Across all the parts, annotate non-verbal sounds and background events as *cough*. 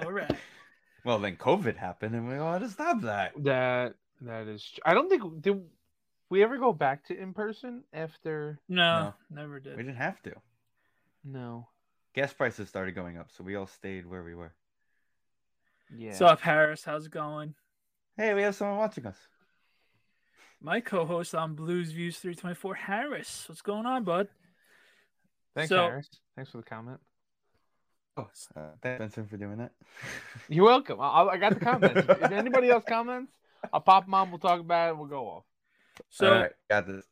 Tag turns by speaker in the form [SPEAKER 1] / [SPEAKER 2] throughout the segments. [SPEAKER 1] all right.
[SPEAKER 2] Well, then COVID happened, and we all had to stop that.
[SPEAKER 3] that that is. tr- I don't think did we ever go back to in person after.
[SPEAKER 1] No, never
[SPEAKER 2] We
[SPEAKER 1] did.
[SPEAKER 2] didn't have to.
[SPEAKER 3] No.
[SPEAKER 2] Gas prices started going up, so we all stayed where we were.
[SPEAKER 3] Yeah.
[SPEAKER 1] So, up, Harris, how's it going?
[SPEAKER 2] Hey, we have someone watching us.
[SPEAKER 1] My co-host on Blues Views 324, Harris. What's going on, bud?
[SPEAKER 3] Thanks,
[SPEAKER 1] so-
[SPEAKER 3] Harris. Thanks for the comment.
[SPEAKER 2] Oh, uh, thanks, Benson, for doing that.
[SPEAKER 3] You're welcome. I, I- I got the comments. if *laughs* if anybody else comments, I'll pop them on. We'll talk about it. We'll go off.
[SPEAKER 1] *laughs* So,
[SPEAKER 2] all right, got this.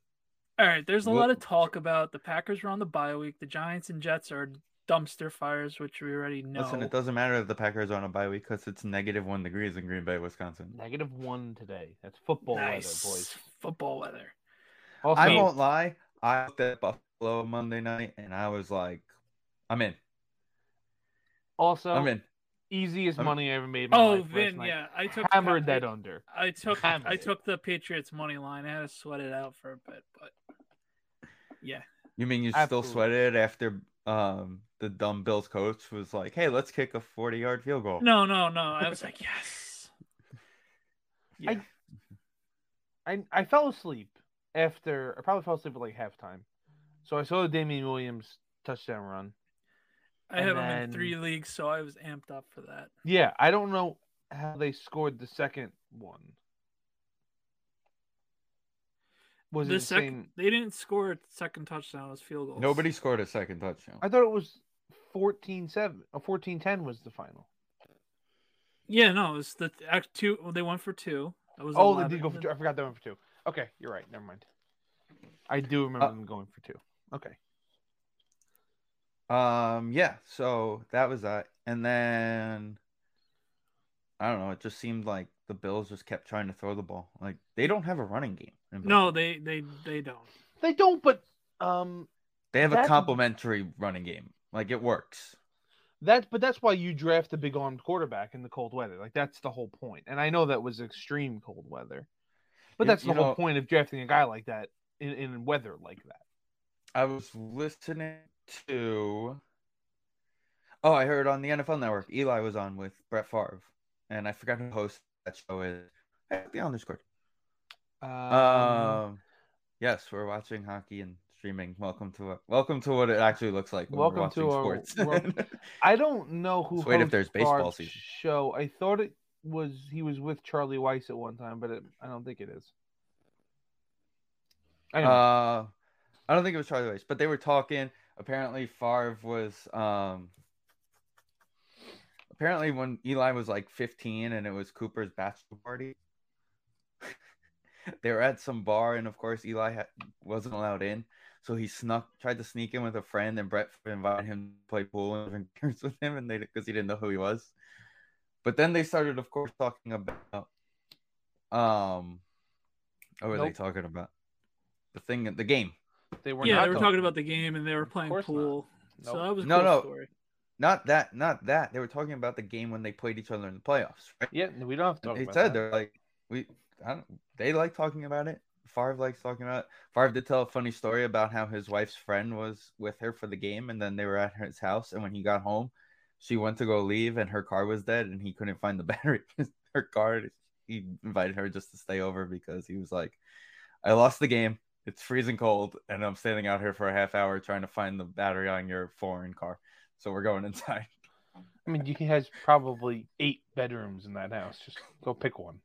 [SPEAKER 1] all right, there's a
[SPEAKER 2] Wha-
[SPEAKER 1] lot of talk about the Packers are on the bye week. The Giants and Jets are dumpster fires, which we already know.
[SPEAKER 2] Listen, it doesn't matter if the Packers are on a bye week because it's negative one degrees in Green Bay, Wisconsin.
[SPEAKER 3] Negative one today. That's football
[SPEAKER 1] nice
[SPEAKER 3] weather, boys.
[SPEAKER 1] football weather.
[SPEAKER 3] Also,
[SPEAKER 2] I won't lie. I looked at Buffalo Monday night and I was like, I'm in.
[SPEAKER 3] also
[SPEAKER 2] I'm in.
[SPEAKER 3] easiest
[SPEAKER 2] I'm-
[SPEAKER 3] money I ever made. in my
[SPEAKER 1] Oh,
[SPEAKER 3] life last
[SPEAKER 1] Vin,
[SPEAKER 3] night.
[SPEAKER 1] yeah, I took
[SPEAKER 3] hammered that under.
[SPEAKER 1] I took
[SPEAKER 3] Hammered
[SPEAKER 1] I
[SPEAKER 3] it.
[SPEAKER 1] took the Patriots money line. I had to sweat it out for a bit, but yeah,
[SPEAKER 2] You mean you
[SPEAKER 3] Absolutely.
[SPEAKER 2] still sweated after um the dumb Bills coach was like, hey, let's kick a 40 yard field
[SPEAKER 3] Oh.
[SPEAKER 2] goal?
[SPEAKER 1] no, no, no. I was
[SPEAKER 3] *laughs*
[SPEAKER 1] like, yes, yeah.
[SPEAKER 3] I- I I fell asleep after I probably fell asleep at like halftime, so I saw the Damian Williams touchdown run.
[SPEAKER 1] I
[SPEAKER 3] And
[SPEAKER 1] have them in
[SPEAKER 3] then-
[SPEAKER 1] three leagues, so I was amped up for that.
[SPEAKER 3] Yeah, I don't know how they scored the second one. Was
[SPEAKER 1] the
[SPEAKER 3] it the
[SPEAKER 1] second,
[SPEAKER 3] same?
[SPEAKER 1] they didn't score a second touchdown. It was field goals.
[SPEAKER 2] Nobody scored a second touchdown.
[SPEAKER 3] I thought it was 14-7 or 14-10 was the final.
[SPEAKER 1] Yeah, no, it was the act two. Well, they went for two. That was
[SPEAKER 3] Oh,
[SPEAKER 1] 11.
[SPEAKER 3] they did go for two. I forgot they went for two. Okay, you're right. Never mind. I do remember
[SPEAKER 2] Uh,
[SPEAKER 3] them going for two. Okay.
[SPEAKER 2] Um, yeah, so that was that. And then I don't know, it just seemed like the Bills just kept trying to throw the ball. Like they don't have a running game. in
[SPEAKER 1] No,
[SPEAKER 2] Buffalo.
[SPEAKER 1] they they they don't.
[SPEAKER 3] They don't, but um,
[SPEAKER 2] they have a
[SPEAKER 3] that-
[SPEAKER 2] complementary running game. Like it works.
[SPEAKER 3] that's but that's why you draft a big armed quarterback in the cold weather. Like that's the whole point. And I know that was extreme cold weather, but
[SPEAKER 2] You-
[SPEAKER 3] that's the
[SPEAKER 2] you
[SPEAKER 3] whole
[SPEAKER 2] know-
[SPEAKER 3] point of drafting a guy like that in, in weather like that.
[SPEAKER 2] I was listening to. Oh, I heard on the NFL Network, Eli was on with Brett Favre, and I forgot who hosts that show is. Hey, The underscore. Um, yes, we're watching hockey and streaming. Welcome to it. Welcome to what it actually looks like when
[SPEAKER 3] Welcome
[SPEAKER 2] we're watching
[SPEAKER 3] to our
[SPEAKER 2] sports. *laughs*
[SPEAKER 3] world- I don't know who.
[SPEAKER 2] Let's wait if
[SPEAKER 3] hosts
[SPEAKER 2] there's baseball
[SPEAKER 3] our
[SPEAKER 2] season.
[SPEAKER 3] Show. I thought it was he was with Charlie Weiss at one time, but it, I don't think it is. Anyway,
[SPEAKER 2] uh, I don't think it was Charlie Weiss, but they were talking. Apparently, Favre was. Um, apparently, when Eli was like 15 and it was Cooper's bachelor party, *laughs* they were at some bar, and of course Eli ha- wasn't allowed in, so he snuck, tried to sneak in with a friend, and Brett invited him to play pool and drink beers *laughs* with him, and they because he didn't know who he was. But then they started, of course, talking about um, what were they
[SPEAKER 3] Nope.
[SPEAKER 2] talking about? The thing, the game.
[SPEAKER 3] They were
[SPEAKER 1] yeah,
[SPEAKER 3] not
[SPEAKER 1] they were talking about the game and they were playing
[SPEAKER 3] course not.
[SPEAKER 1] pool.
[SPEAKER 3] Nope.
[SPEAKER 1] So that was a
[SPEAKER 2] No,
[SPEAKER 1] cool
[SPEAKER 2] no.
[SPEAKER 1] story.
[SPEAKER 2] Not that, not that. They were talking about the game when they played each other in the playoffs, right?
[SPEAKER 3] Yeah, we don't have to talk
[SPEAKER 2] They
[SPEAKER 3] about
[SPEAKER 2] said
[SPEAKER 3] that.
[SPEAKER 2] they're like we. I don't, they like talking about it. Favre likes talking about it. Favre did tell a funny story about how his wife's friend was with her for the game, and then they were at his house. And when he got home, she went to go leave, and her car was dead, and he couldn't find the *laughs* battery in her car. He invited her just to stay over because he was like, "I lost the game. It's freezing cold, and I'm standing out here for a half hour trying to find the battery on your foreign car. So we're going *laughs* inside."
[SPEAKER 3] I mean, you can has probably eight bedrooms in that house. Just go pick one.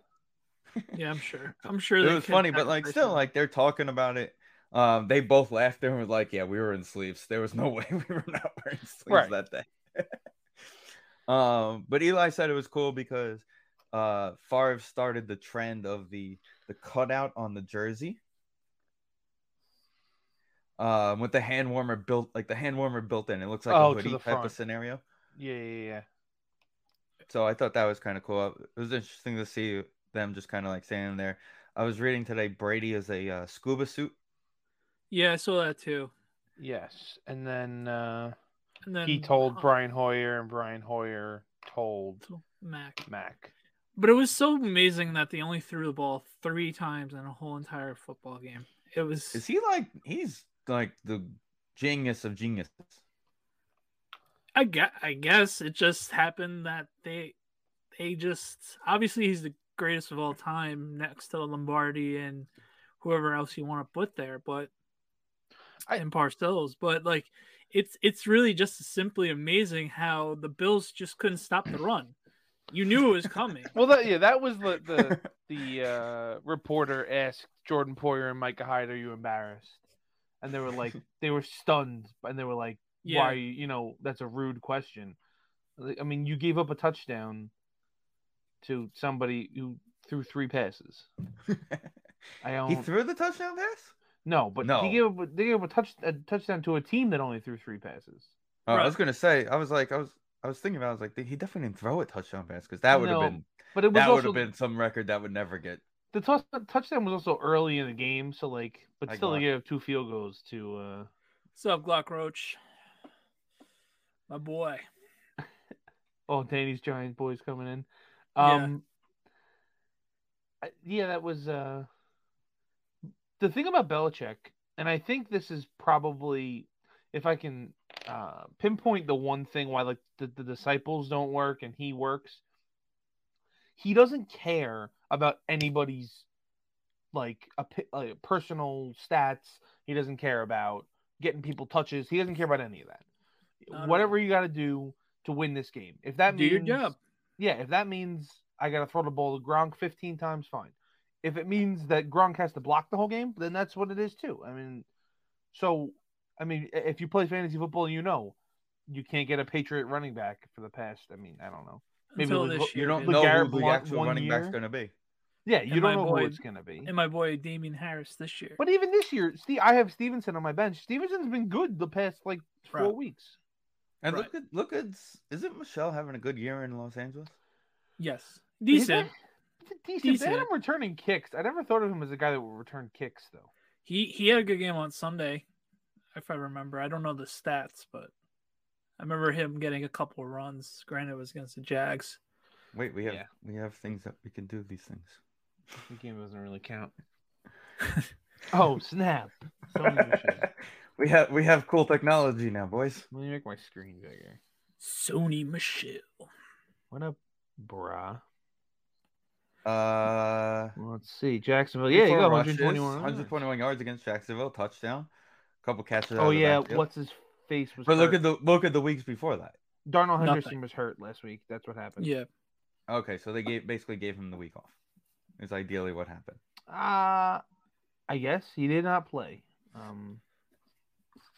[SPEAKER 1] Yeah, I'm sure. I'm sure
[SPEAKER 2] it
[SPEAKER 1] they
[SPEAKER 2] was
[SPEAKER 1] could
[SPEAKER 2] funny, but like
[SPEAKER 1] sacrifice
[SPEAKER 2] still,
[SPEAKER 1] some-
[SPEAKER 2] like they're talking about it. Um, they both laughed and were like, "Yeah, we were in sleeves. There was no *laughs* way we were not wearing sleeves
[SPEAKER 3] Right.
[SPEAKER 2] that day." *laughs* um, but Eli said it was cool because uh, Favre started the trend of the the cutout on the jersey. Um, with the hand warmer built, like the hand warmer built in, it looks like
[SPEAKER 3] Oh, to
[SPEAKER 2] a hoodie
[SPEAKER 3] the
[SPEAKER 2] type
[SPEAKER 3] front.
[SPEAKER 2] of scenario.
[SPEAKER 3] Yeah, yeah, yeah.
[SPEAKER 2] So I thought that was kind of cool. It was interesting to see them just kind of like standing there. I was reading today Brady is a uh, scuba suit.
[SPEAKER 1] yeah, I saw that too.
[SPEAKER 3] Yes. And then uh,
[SPEAKER 1] And then
[SPEAKER 3] he told
[SPEAKER 1] uh,
[SPEAKER 3] Brian Hoyer, and Brian Hoyer told
[SPEAKER 1] told Mac.
[SPEAKER 3] Mac.
[SPEAKER 1] But it was so amazing that they only threw the ball three times in a whole entire football game. It was
[SPEAKER 2] Is he like he's like the genius of geniuses?
[SPEAKER 1] I guess, I guess it just happened that they they just obviously he's the greatest of all time next to Lombardi and whoever else you want to put there, but
[SPEAKER 3] I-
[SPEAKER 1] and Parcells, but like it's it's really just simply amazing how the Bills just couldn't stop the run. You knew it was coming.
[SPEAKER 3] Well, that yeah, that was the the,
[SPEAKER 2] *laughs*
[SPEAKER 3] the uh, reporter asked Jordan Poyer and Micah Hyde, "Are you embarrassed?" And they were like, they were stunned, and they were like,
[SPEAKER 1] Yeah,
[SPEAKER 3] "Why? You know, that's a rude question." Like, I mean, you gave up a touchdown to somebody who threw three
[SPEAKER 2] *laughs*
[SPEAKER 3] passes. I
[SPEAKER 2] he
[SPEAKER 3] don't
[SPEAKER 2] threw the touchdown pass.
[SPEAKER 3] no, but
[SPEAKER 2] No.
[SPEAKER 3] he gave up, they gave up a touch a touchdown to a team that only threw three passes.
[SPEAKER 2] Oh, I
[SPEAKER 1] Right.
[SPEAKER 2] was gonna say. I was like, I was, I was thinking about. it, I was like, he definitely didn't throw a touchdown pass because that would have
[SPEAKER 3] No,
[SPEAKER 2] been
[SPEAKER 3] But it was
[SPEAKER 2] that would
[SPEAKER 3] also
[SPEAKER 2] have been some record that would never get.
[SPEAKER 3] the touch, touchdown was also early in the game, so like, but
[SPEAKER 2] Like
[SPEAKER 3] still,
[SPEAKER 2] what?
[SPEAKER 3] they gave up two field goals to. uh
[SPEAKER 1] what's up, Glock Roach? My boy.
[SPEAKER 3] Oh, Danny's Giant Boys coming in.
[SPEAKER 1] Yeah.
[SPEAKER 3] Um, I- yeah. that was uh, the thing about Belichick, and I think this is probably if I can uh, pinpoint the one thing why like the, the disciples don't work and he works. He doesn't care about anybody's like a like personal stats. He doesn't care about getting people touches. He doesn't care about any of that.
[SPEAKER 1] Not at all.
[SPEAKER 3] Whatever you got to do to win this game. If that
[SPEAKER 1] Do
[SPEAKER 3] means
[SPEAKER 1] your job.
[SPEAKER 3] yeah, if that means I got to throw the ball to Gronk 15 times, fine. If it means that Gronk has to block the whole game, then that's what it is too. I mean, so I mean, i- if you play fantasy football, you know you can't get a Patriot running back for the past. I mean, I don't know. Maybe
[SPEAKER 1] until
[SPEAKER 3] Luke-
[SPEAKER 1] this year.
[SPEAKER 2] You don't
[SPEAKER 1] dude.
[SPEAKER 3] But
[SPEAKER 2] know
[SPEAKER 3] Garrett
[SPEAKER 2] who the
[SPEAKER 3] Blunt
[SPEAKER 2] actual
[SPEAKER 3] one
[SPEAKER 2] running back's
[SPEAKER 3] year?
[SPEAKER 2] gonna be.
[SPEAKER 3] Yeah, you
[SPEAKER 1] And
[SPEAKER 3] don't
[SPEAKER 1] my
[SPEAKER 3] know
[SPEAKER 1] boy-
[SPEAKER 3] who it's gonna be.
[SPEAKER 1] and my boy Damien Harris this year.
[SPEAKER 3] But even this year, Steve, I have Stevenson on my bench. Stevenson's been good the past like four
[SPEAKER 1] Right.
[SPEAKER 3] weeks.
[SPEAKER 2] And
[SPEAKER 1] Right.
[SPEAKER 2] look at look at isn't Michelle having a good year in Los Angeles?
[SPEAKER 1] Yes.
[SPEAKER 3] But he's
[SPEAKER 1] Decent.
[SPEAKER 3] not- he's a Decent. They had
[SPEAKER 1] Decent.
[SPEAKER 3] him returning kicks. I never thought of him as a guy that would return kicks though.
[SPEAKER 1] He he had a good game on Sunday, if I remember. I don't know the stats, but I remember him getting a couple runs. Granted, it was against the Jags.
[SPEAKER 2] Wait, we have
[SPEAKER 3] Yeah.
[SPEAKER 2] we have things that we can do these things.
[SPEAKER 3] The game doesn't really count. oh snap! So many
[SPEAKER 2] *laughs*
[SPEAKER 3] machines.
[SPEAKER 2] we have we have cool technology now, boys.
[SPEAKER 3] Let me make my screen bigger.
[SPEAKER 1] Sony Michelle.
[SPEAKER 3] What up, brah?
[SPEAKER 2] Uh,
[SPEAKER 3] Well, let's see. Jacksonville. Yeah, you
[SPEAKER 2] four
[SPEAKER 3] got
[SPEAKER 2] rushes,
[SPEAKER 3] 121.
[SPEAKER 2] 121 yards against Jacksonville, touchdown, couple catches. out
[SPEAKER 3] Oh
[SPEAKER 2] of the
[SPEAKER 3] yeah,
[SPEAKER 2] backfield.
[SPEAKER 3] what's his face was.
[SPEAKER 2] But look
[SPEAKER 3] hurt.
[SPEAKER 2] at the look at the weeks before that.
[SPEAKER 3] Darnell
[SPEAKER 1] Nothing.
[SPEAKER 3] Henderson was hurt last week. That's what happened.
[SPEAKER 1] Yeah.
[SPEAKER 2] Okay, so they gave basically gave him the week off. Is ideally what happened.
[SPEAKER 3] Uh I guess he did not play. Um,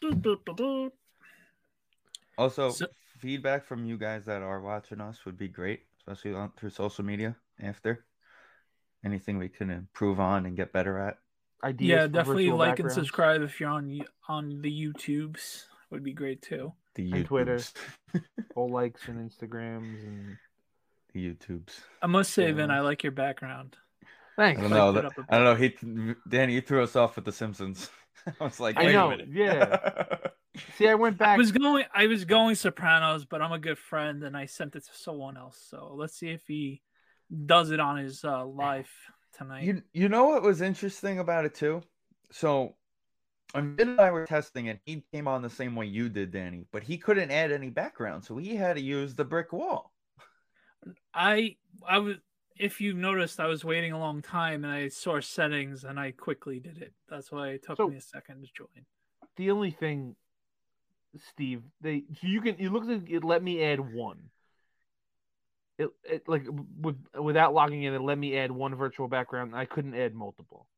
[SPEAKER 1] Boop, boop, boop, boop.
[SPEAKER 2] Also,
[SPEAKER 1] So-
[SPEAKER 2] feedback from you guys that are watching us would be great, especially on through social media after. Anything we can improve on and get better at?
[SPEAKER 3] Ideas
[SPEAKER 1] Yeah,
[SPEAKER 3] for
[SPEAKER 1] definitely
[SPEAKER 3] virtual
[SPEAKER 1] like
[SPEAKER 3] backgrounds.
[SPEAKER 1] and subscribe if you're on on the YouTubes. Would be great too.
[SPEAKER 2] The
[SPEAKER 3] And Twitter.
[SPEAKER 2] YouTubes.
[SPEAKER 3] Full likes and Instagrams and
[SPEAKER 2] the YouTubes.
[SPEAKER 1] I must say, Vin,
[SPEAKER 3] Yeah.
[SPEAKER 1] I like your background.
[SPEAKER 2] I
[SPEAKER 3] thanks.
[SPEAKER 2] don't
[SPEAKER 1] Hyped
[SPEAKER 2] know.
[SPEAKER 1] it
[SPEAKER 2] that-
[SPEAKER 1] up a
[SPEAKER 2] I don't know. He, Danny, you threw us off with The Simpsons. *laughs* I was like,
[SPEAKER 3] I
[SPEAKER 2] wait
[SPEAKER 3] know,
[SPEAKER 2] a minute. *laughs*
[SPEAKER 3] yeah. See, I went
[SPEAKER 1] I
[SPEAKER 3] back.
[SPEAKER 1] was going, I was going Sopranos, but I'm a good friend, and I sent it to someone else. So let's see if he does it on his uh, live tonight.
[SPEAKER 2] You you know what was interesting about it too? So and Vin and I were testing and he came on the same way you did, Danny, but he couldn't add any background, so he had to use the brick wall.
[SPEAKER 1] I, I was, if you noticed, I was waiting a long time, and I saw settings, and I quickly did it. That's why it took
[SPEAKER 3] So-
[SPEAKER 1] me a second to join.
[SPEAKER 3] the only thing, Steve, they so you can it looks like it let me add one. It, it like with without logging in, it let me add one virtual background. And I couldn't add multiple.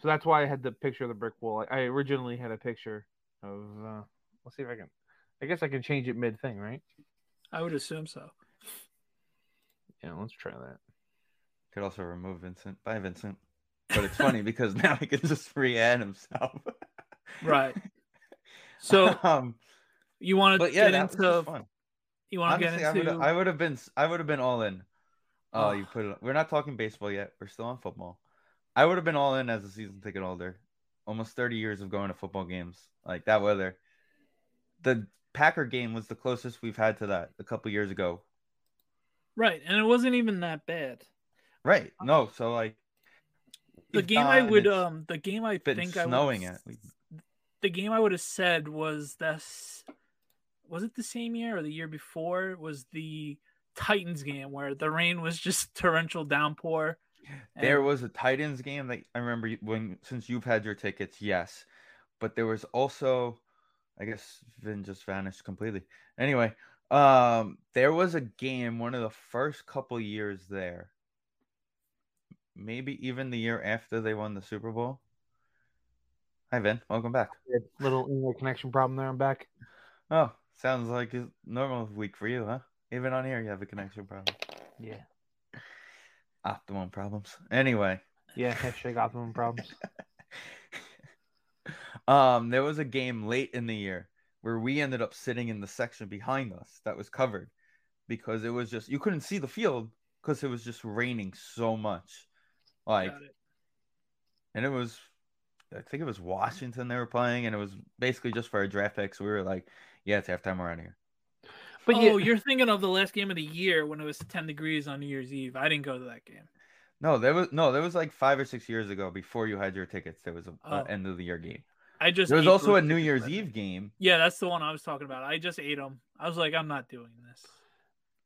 [SPEAKER 3] So that's why I had the picture of the brick wall. I, I originally had a picture of. Uh, let's see if I can. I guess I can change it mid thing, right?
[SPEAKER 1] I would assume
[SPEAKER 2] *laughs*
[SPEAKER 1] so.
[SPEAKER 3] Yeah, let's try that.
[SPEAKER 2] Could also remove Vincent. Bye, Vincent. But it's *laughs* funny because now he can just re-add himself.
[SPEAKER 1] Right.
[SPEAKER 2] *laughs*
[SPEAKER 1] So
[SPEAKER 2] um,
[SPEAKER 1] you want to
[SPEAKER 2] but yeah,
[SPEAKER 1] get
[SPEAKER 2] that was just
[SPEAKER 1] into?
[SPEAKER 2] fun.
[SPEAKER 1] You want to get
[SPEAKER 2] Honestly, I would
[SPEAKER 1] into?
[SPEAKER 2] I would have been s- I would have been all in. Oh,
[SPEAKER 1] Oh.
[SPEAKER 2] you put it. We're not talking baseball yet. We're still on football. I would have been all in as a season ticket holder. Almost 30 years of going to football games like that weather. The Packer game was the closest we've had to that a couple years ago.
[SPEAKER 1] Right, and it wasn't even that bad.
[SPEAKER 2] Right. No, so like
[SPEAKER 1] The
[SPEAKER 2] we've
[SPEAKER 1] game I
[SPEAKER 2] gone,
[SPEAKER 1] would
[SPEAKER 2] it's
[SPEAKER 1] um the game I
[SPEAKER 2] been
[SPEAKER 1] think
[SPEAKER 2] snowing
[SPEAKER 1] I
[SPEAKER 2] it.
[SPEAKER 1] would, the game I would have said was this was it the same year or the year before was the Titans game where the rain was just torrential downpour. and-
[SPEAKER 2] There was a Titans game that I remember you- when since you've had your tickets, yes. But there was also I guess Vin just vanished completely. Anyway, um there was a game one of the first couple years there. Maybe even the year after they won the Super Bowl. Hi Vin, welcome back.
[SPEAKER 3] Little internet connection problem there. I'm back.
[SPEAKER 2] Oh, sounds like a normal week for you, huh? Even on here you have a connection problem.
[SPEAKER 3] Yeah,
[SPEAKER 2] Optimum problems. Anyway.
[SPEAKER 3] yeah. Hashtag optimum problems.
[SPEAKER 2] *laughs* um, there was a game late in the year where we ended up sitting in the section behind us that was covered because it was just you couldn't see the field because it was just raining so much. Like,
[SPEAKER 1] Got it.
[SPEAKER 2] and it was, I think it was Washington they were playing, and it was basically just for a draft pick. So we were like, yeah, it's halftime around here.
[SPEAKER 3] But
[SPEAKER 1] oh,
[SPEAKER 3] yeah,
[SPEAKER 1] you're thinking of the last game of the year when it was 10 degrees on New Year's Eve. I didn't go to that game.
[SPEAKER 2] No, there was no, there was like five or six years ago before you had your tickets. There was a, a
[SPEAKER 1] Oh.
[SPEAKER 2] end of the year game.
[SPEAKER 1] I just
[SPEAKER 2] There was
[SPEAKER 1] ate
[SPEAKER 2] also a
[SPEAKER 1] those
[SPEAKER 2] New
[SPEAKER 1] tickets
[SPEAKER 2] Year's
[SPEAKER 1] that
[SPEAKER 2] Eve
[SPEAKER 1] day.
[SPEAKER 2] game.
[SPEAKER 1] Yeah, that's the one I was talking about. I just ate them. I was like, I'm not doing this.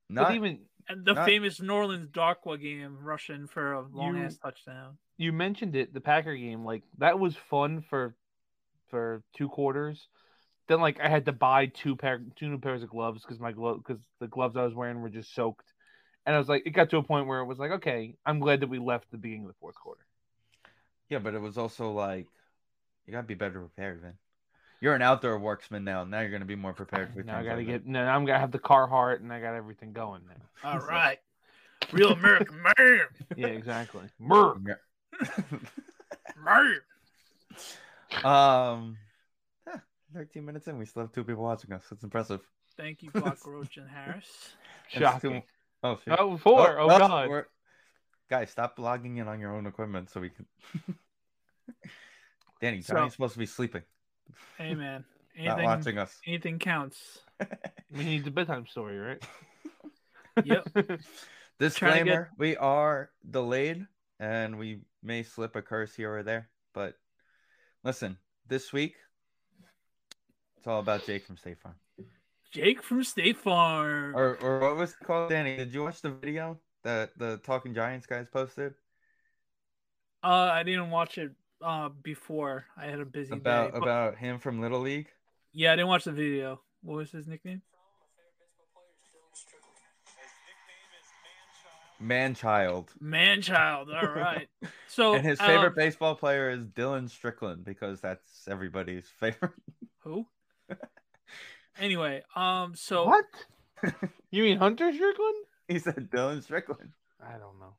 [SPEAKER 3] but
[SPEAKER 2] Not
[SPEAKER 3] even
[SPEAKER 1] And the
[SPEAKER 2] Not-
[SPEAKER 1] famous New Orleans Darkwa game rushing for a long ass
[SPEAKER 3] You-
[SPEAKER 2] *laughs*
[SPEAKER 1] touchdown.
[SPEAKER 3] you mentioned it, the Packer game, like that was fun for for two quarters. Then like I had to buy two pair two new pairs of gloves because my glove because the gloves I was wearing were just soaked. And I was like, it got to a point where it was like, okay, I'm glad that we left the beginning of the fourth quarter.
[SPEAKER 2] Yeah, but it was also like you gotta be better prepared, man. You're an outdoor worksman now. Now you're gonna be more prepared for
[SPEAKER 3] Now I
[SPEAKER 2] things
[SPEAKER 3] gotta
[SPEAKER 2] like
[SPEAKER 3] get no, now I'm gonna have the Carhartt and I got everything going now.
[SPEAKER 1] All right. Real American man.
[SPEAKER 3] Yeah, *laughs* exactly. Brr.
[SPEAKER 1] Man.
[SPEAKER 2] that. *laughs* um, huh, 13 minutes in, we still have two people watching us. It's impressive.
[SPEAKER 1] Thank you,
[SPEAKER 2] *laughs*
[SPEAKER 1] Block Roach and Harris.
[SPEAKER 2] It's too-
[SPEAKER 3] Shocking.
[SPEAKER 2] Oh, shit.
[SPEAKER 3] Oh, four. Oh,
[SPEAKER 2] no,
[SPEAKER 3] god.
[SPEAKER 2] we're- Guys, stop logging in on your own equipment so we can. *laughs* Danny,
[SPEAKER 1] So-
[SPEAKER 2] Johnny's supposed to be sleeping,
[SPEAKER 1] Hey man.
[SPEAKER 2] not
[SPEAKER 1] Anything
[SPEAKER 2] watching us.
[SPEAKER 1] anything
[SPEAKER 2] *laughs*
[SPEAKER 1] counts.
[SPEAKER 3] We need the bedtime story, right?
[SPEAKER 1] Yep.
[SPEAKER 3] *laughs*
[SPEAKER 2] Disclaimer: We are delayed, and we may slip a curse here or there. But listen, this week it's all about Jake from State Farm,
[SPEAKER 1] Jake from State Farm.
[SPEAKER 2] or or what was it called? Danny, did you watch the video that the Talking Giants guys posted
[SPEAKER 1] Uh I didn't watch it uh before. I had a busy
[SPEAKER 2] about
[SPEAKER 1] day. but-
[SPEAKER 2] about him from Little League?
[SPEAKER 1] yeah, I didn't watch the video. What was his nickname?
[SPEAKER 2] Man child.
[SPEAKER 1] Manchild. All
[SPEAKER 2] *laughs*
[SPEAKER 1] right. So
[SPEAKER 2] and his favorite
[SPEAKER 1] um,
[SPEAKER 2] baseball player is Dylan Strickland because that's everybody's *laughs* favorite.
[SPEAKER 1] who? Anyway, um so
[SPEAKER 3] What? *laughs* You mean Hunter Strickland?
[SPEAKER 2] he said Dylan Strickland.
[SPEAKER 3] I don't know.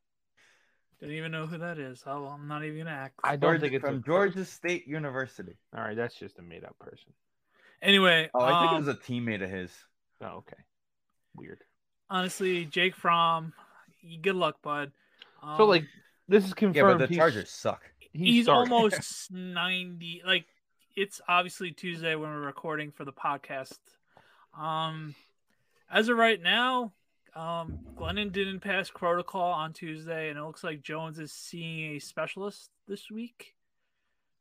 [SPEAKER 1] Don't even know who that is. I'll, I'm not even gonna act.
[SPEAKER 3] I don't
[SPEAKER 2] Georgia-
[SPEAKER 3] think it's
[SPEAKER 2] from
[SPEAKER 3] a-
[SPEAKER 2] Georgia State University.
[SPEAKER 3] All right, that's just a made up person.
[SPEAKER 1] Anyway,
[SPEAKER 2] Oh, I think
[SPEAKER 1] um,
[SPEAKER 2] it was a teammate of his.
[SPEAKER 3] Oh, okay. Weird.
[SPEAKER 1] honestly, Jake Fromm, y- good luck, bud. Um,
[SPEAKER 3] so like this is confirmed.
[SPEAKER 2] Yeah, but the
[SPEAKER 3] he's-
[SPEAKER 2] Chargers suck.
[SPEAKER 3] He's,
[SPEAKER 1] he's
[SPEAKER 2] *laughs*
[SPEAKER 3] starting.
[SPEAKER 1] almost 90 like it's obviously tuesday when we're recording for the podcast um as of right now um glennon didn't pass protocol on tuesday and it looks like jones is seeing a specialist this week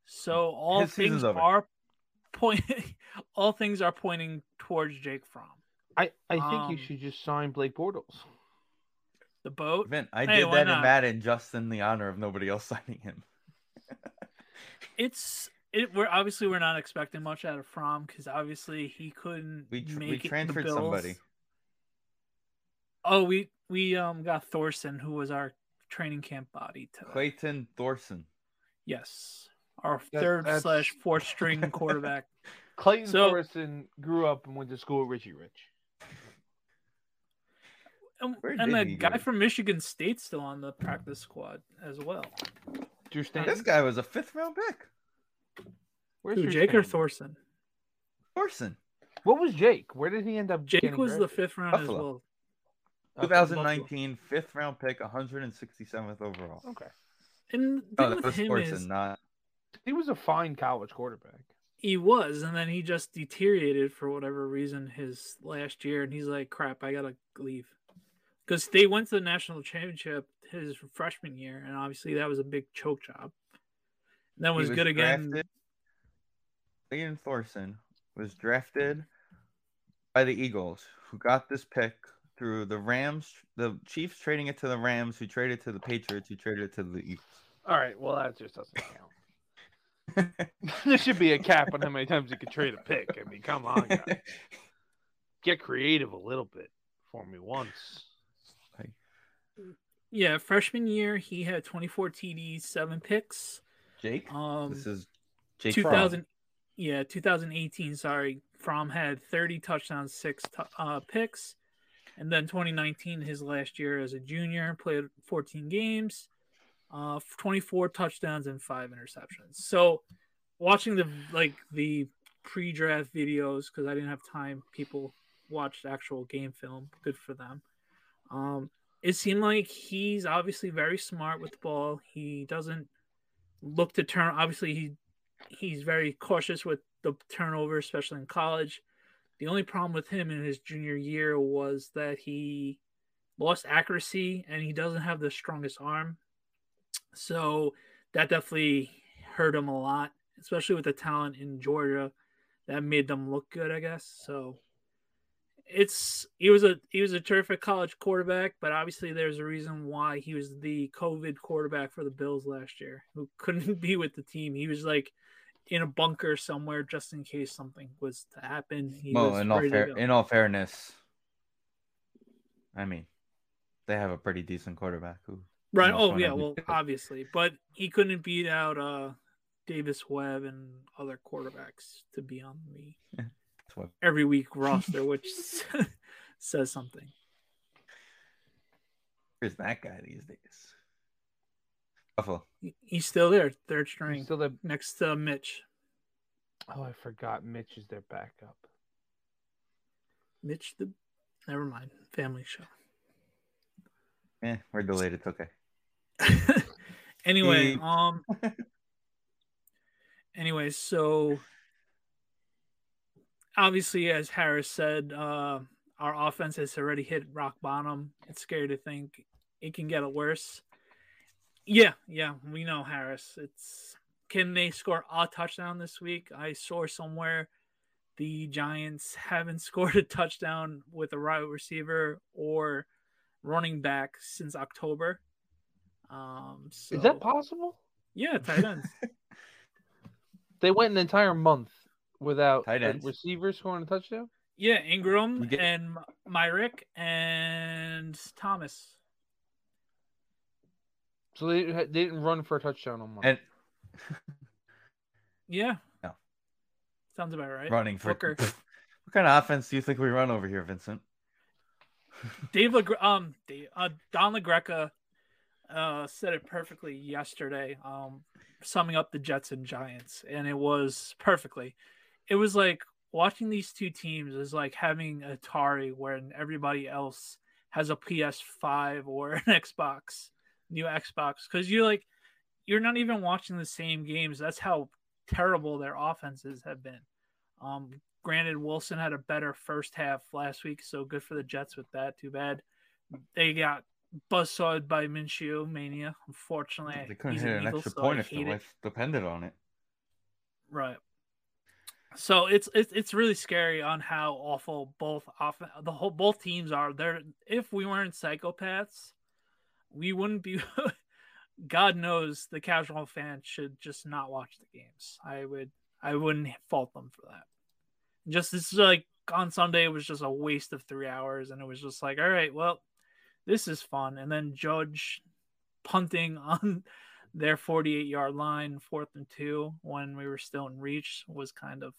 [SPEAKER 1] so all
[SPEAKER 2] His season's
[SPEAKER 1] things
[SPEAKER 2] over.
[SPEAKER 1] are point *laughs* all things are pointing towards jake Fromm.
[SPEAKER 3] I, I think
[SPEAKER 1] um,
[SPEAKER 3] you should just sign Blake Bortles.
[SPEAKER 1] the boat
[SPEAKER 2] Vin, I
[SPEAKER 1] Hey,
[SPEAKER 2] did
[SPEAKER 1] why
[SPEAKER 2] that
[SPEAKER 1] not?
[SPEAKER 2] in Madden just in the honor of nobody else *laughs* signing him.
[SPEAKER 1] it's it we're obviously we're not expecting much out of Fromm because obviously he couldn't
[SPEAKER 2] We tr-
[SPEAKER 1] make
[SPEAKER 2] we
[SPEAKER 1] it to the
[SPEAKER 2] transferred
[SPEAKER 1] Bills.
[SPEAKER 2] somebody.
[SPEAKER 1] Oh, we we um got Thorson, who was our training camp body today.
[SPEAKER 2] Clayton Thorson.
[SPEAKER 1] Yes, our
[SPEAKER 3] That-
[SPEAKER 1] third
[SPEAKER 3] that's-
[SPEAKER 1] slash fourth string
[SPEAKER 2] *laughs*
[SPEAKER 1] quarterback.
[SPEAKER 3] Clayton
[SPEAKER 1] So-
[SPEAKER 3] Thorson grew up and went to school with Richie Rich.
[SPEAKER 1] and
[SPEAKER 2] Where
[SPEAKER 1] and
[SPEAKER 2] did
[SPEAKER 1] the
[SPEAKER 2] he
[SPEAKER 1] guy
[SPEAKER 2] go?
[SPEAKER 1] from Michigan State's still on the practice squad as well.
[SPEAKER 3] Drew Stanton.
[SPEAKER 2] This guy was a fifth round pick.
[SPEAKER 3] Where's
[SPEAKER 1] Who,
[SPEAKER 3] Drew
[SPEAKER 1] Jake or
[SPEAKER 3] Stanton?
[SPEAKER 1] Thorson?
[SPEAKER 2] Thorson.
[SPEAKER 3] What was Jake? Where did he end up?
[SPEAKER 1] Jake
[SPEAKER 3] getting
[SPEAKER 1] was the
[SPEAKER 3] drafted?
[SPEAKER 1] fifth round as
[SPEAKER 2] Buffalo.
[SPEAKER 1] well.
[SPEAKER 3] Okay,
[SPEAKER 2] 2019 fifth round pick, 167th overall.
[SPEAKER 3] Buffalo. Okay.
[SPEAKER 1] And the
[SPEAKER 2] Oh,
[SPEAKER 1] thing
[SPEAKER 2] that
[SPEAKER 1] with
[SPEAKER 2] was
[SPEAKER 1] him
[SPEAKER 2] Thorson,
[SPEAKER 1] is
[SPEAKER 2] not
[SPEAKER 3] He was a fine college quarterback.
[SPEAKER 1] he was, and then he just deteriorated for whatever reason his last year, and he's like, "Crap, I gotta leave," because they went to the national championship his freshman year, and obviously that was a big choke job. And that
[SPEAKER 2] He
[SPEAKER 1] was, good again.
[SPEAKER 2] drafted- Clayton Thorson was drafted by the Eagles, who got this pick through the Rams, the Chiefs trading it to the Rams, who traded to the Patriots, who traded to the E- Eagles.
[SPEAKER 3] All right. Well, that just doesn't count.
[SPEAKER 2] *laughs*
[SPEAKER 3] there should be a cap on how many times you can trade a pick. I mean, come on, guys.
[SPEAKER 2] *laughs*
[SPEAKER 3] get creative a little bit for me once.
[SPEAKER 1] Yeah, freshman year he had 24 TDs, seven picks.
[SPEAKER 2] Jake,
[SPEAKER 1] Um,
[SPEAKER 2] this is Jake. Fromm.
[SPEAKER 1] 2000 yeah 2018 sorry Fromm had 30 touchdowns six tou- uh, picks and then 2019 his last year as a junior played 14 games uh, 24 touchdowns and five interceptions so watching the like the pre-draft videos because i didn't have time people watched actual game film good for them um, it seemed like he's obviously very smart with the ball he doesn't look to turn obviously he he's very cautious with the turnover, especially in college. The only problem with him in his junior year was that he lost accuracy and he doesn't have the strongest arm. So that definitely hurt him a lot, especially with the talent in Georgia that made them look good, I guess. So it's he was a he was a terrific college quarterback, but obviously there's a reason why he was the COVID quarterback for the Bills last year, who *laughs* couldn't be with the team. He was like in a bunker somewhere just in case something was to happen. He
[SPEAKER 2] Well,
[SPEAKER 1] was
[SPEAKER 2] in all
[SPEAKER 1] ready to
[SPEAKER 2] fair,
[SPEAKER 1] go.
[SPEAKER 2] in all fairness, I mean, they have a pretty decent quarterback who
[SPEAKER 1] Right.
[SPEAKER 2] Almost
[SPEAKER 1] Oh
[SPEAKER 2] won
[SPEAKER 1] yeah.
[SPEAKER 2] every
[SPEAKER 1] Well,
[SPEAKER 2] pick.
[SPEAKER 1] obviously, but he couldn't beat out uh, Davis Webb and other quarterbacks to be on the
[SPEAKER 2] that's what
[SPEAKER 1] every week roster, which *laughs* says something.
[SPEAKER 2] where's that guy these days? Buffalo.
[SPEAKER 1] He- He's still there, third string,
[SPEAKER 3] So the
[SPEAKER 1] next to Mitch.
[SPEAKER 3] oh, I forgot Mitch is their backup.
[SPEAKER 1] Mitch the, never mind, family show.
[SPEAKER 2] Eh, we're delayed. It's okay.
[SPEAKER 1] *laughs* anyway,
[SPEAKER 2] Mm.
[SPEAKER 1] um anyway, so obviously as Harris said, uh our offense has already hit rock bottom. It's scary to think it can get worse. Yeah, yeah, we know Harris. It's can they score a touchdown this week? I saw somewhere the Giants haven't *laughs* scored a touchdown with a right receiver or running back since October. Um, so,
[SPEAKER 3] Is that possible?
[SPEAKER 1] yeah, tight
[SPEAKER 3] *laughs*
[SPEAKER 1] ends.
[SPEAKER 3] They went an entire month without
[SPEAKER 2] Tight
[SPEAKER 3] a
[SPEAKER 2] ends.
[SPEAKER 3] receiver scoring a touchdown.
[SPEAKER 1] yeah, Ingram
[SPEAKER 2] You get-
[SPEAKER 1] and Myrick and Thomas.
[SPEAKER 3] So they, they didn't run for a touchdown on Monday.
[SPEAKER 2] And
[SPEAKER 1] Yeah.
[SPEAKER 2] No.
[SPEAKER 1] Sounds about right.
[SPEAKER 2] running for
[SPEAKER 1] Booker.
[SPEAKER 2] *laughs* what kind of offense do you think we run over here, Vincent?
[SPEAKER 1] Dave Legre- um Dave, uh, Don LaGreca uh, said it perfectly yesterday, um, summing up the Jets and Giants, and it was perfectly. It was like watching these two teams is like having Atari when everybody else has a PS5 or an *laughs* Xbox, new Xbox, because you're like, you're not even watching the same games. That's how terrible their offenses have been. Um, granted, Wilson had a better first half last week, so good for the Jets with that. Too bad they got buzzsawed by Minshew mania. Unfortunately,
[SPEAKER 2] They couldn't
[SPEAKER 1] he's
[SPEAKER 2] hit
[SPEAKER 1] an
[SPEAKER 2] an
[SPEAKER 1] Eagle,
[SPEAKER 2] extra
[SPEAKER 1] so I
[SPEAKER 2] point if
[SPEAKER 1] hate
[SPEAKER 2] their
[SPEAKER 1] it.
[SPEAKER 2] life depended on it.
[SPEAKER 1] Right. So it's it's it's really scary on how awful both off the whole both teams are. They're if we weren't psychopaths, we wouldn't be. *laughs* God knows the casual fan should just not watch the games. I would I wouldn't fault them for that. Just this is like on Sunday it was just a waste of three hours, and it was just like, all right, well, this is fun, and then Judge punting *laughs* on their 48 yard line, fourth and two, when we were still in reach, was kind of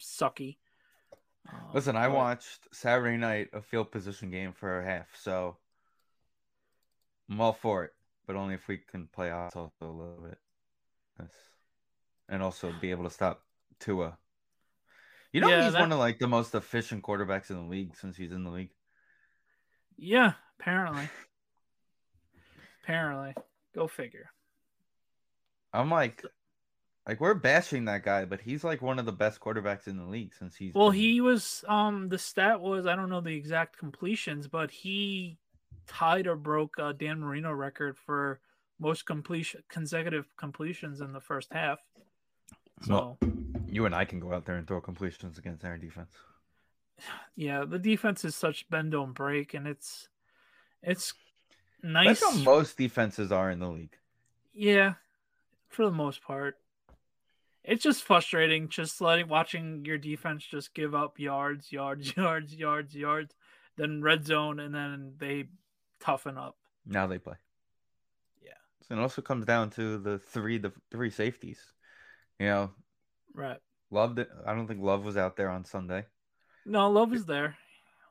[SPEAKER 1] sucky. Um,
[SPEAKER 2] Listen, I
[SPEAKER 1] but-
[SPEAKER 2] watched Saturday night a field position game for a half, so I'm all for it, but only if we can play us also a little bit. That's- And also be able to stop Tua. You know
[SPEAKER 1] Yeah,
[SPEAKER 2] he's
[SPEAKER 1] that-
[SPEAKER 2] one of like the most efficient quarterbacks in the league since he's in the league.
[SPEAKER 1] Yeah, apparently. apparently. Go figure.
[SPEAKER 2] I'm like like we're bashing that guy, but he's like one of the best quarterbacks in the league since he's
[SPEAKER 1] Well,
[SPEAKER 2] been-
[SPEAKER 1] he was, um, the stat was, I don't know the exact completions, but he tied or broke uh, Dan Marino record for most completion consecutive completions in the first half. So.
[SPEAKER 2] Well, you and I can go out there and throw completions against our defense.
[SPEAKER 1] Yeah, the defense is such bend don't break, and it's it's nice.
[SPEAKER 2] That's how most defenses are in the league.
[SPEAKER 1] yeah, for the most part, it's just frustrating. Just letting watching your defense just give up yards, yards, *laughs* yards, yards, yards, then red zone, and then they toughen up.
[SPEAKER 2] Now they play.
[SPEAKER 1] Yeah.
[SPEAKER 2] So it also comes down to the three the three safeties. You know,
[SPEAKER 1] Right?
[SPEAKER 2] Love. di- I don't think Love was out there on Sunday.
[SPEAKER 1] No, love is there.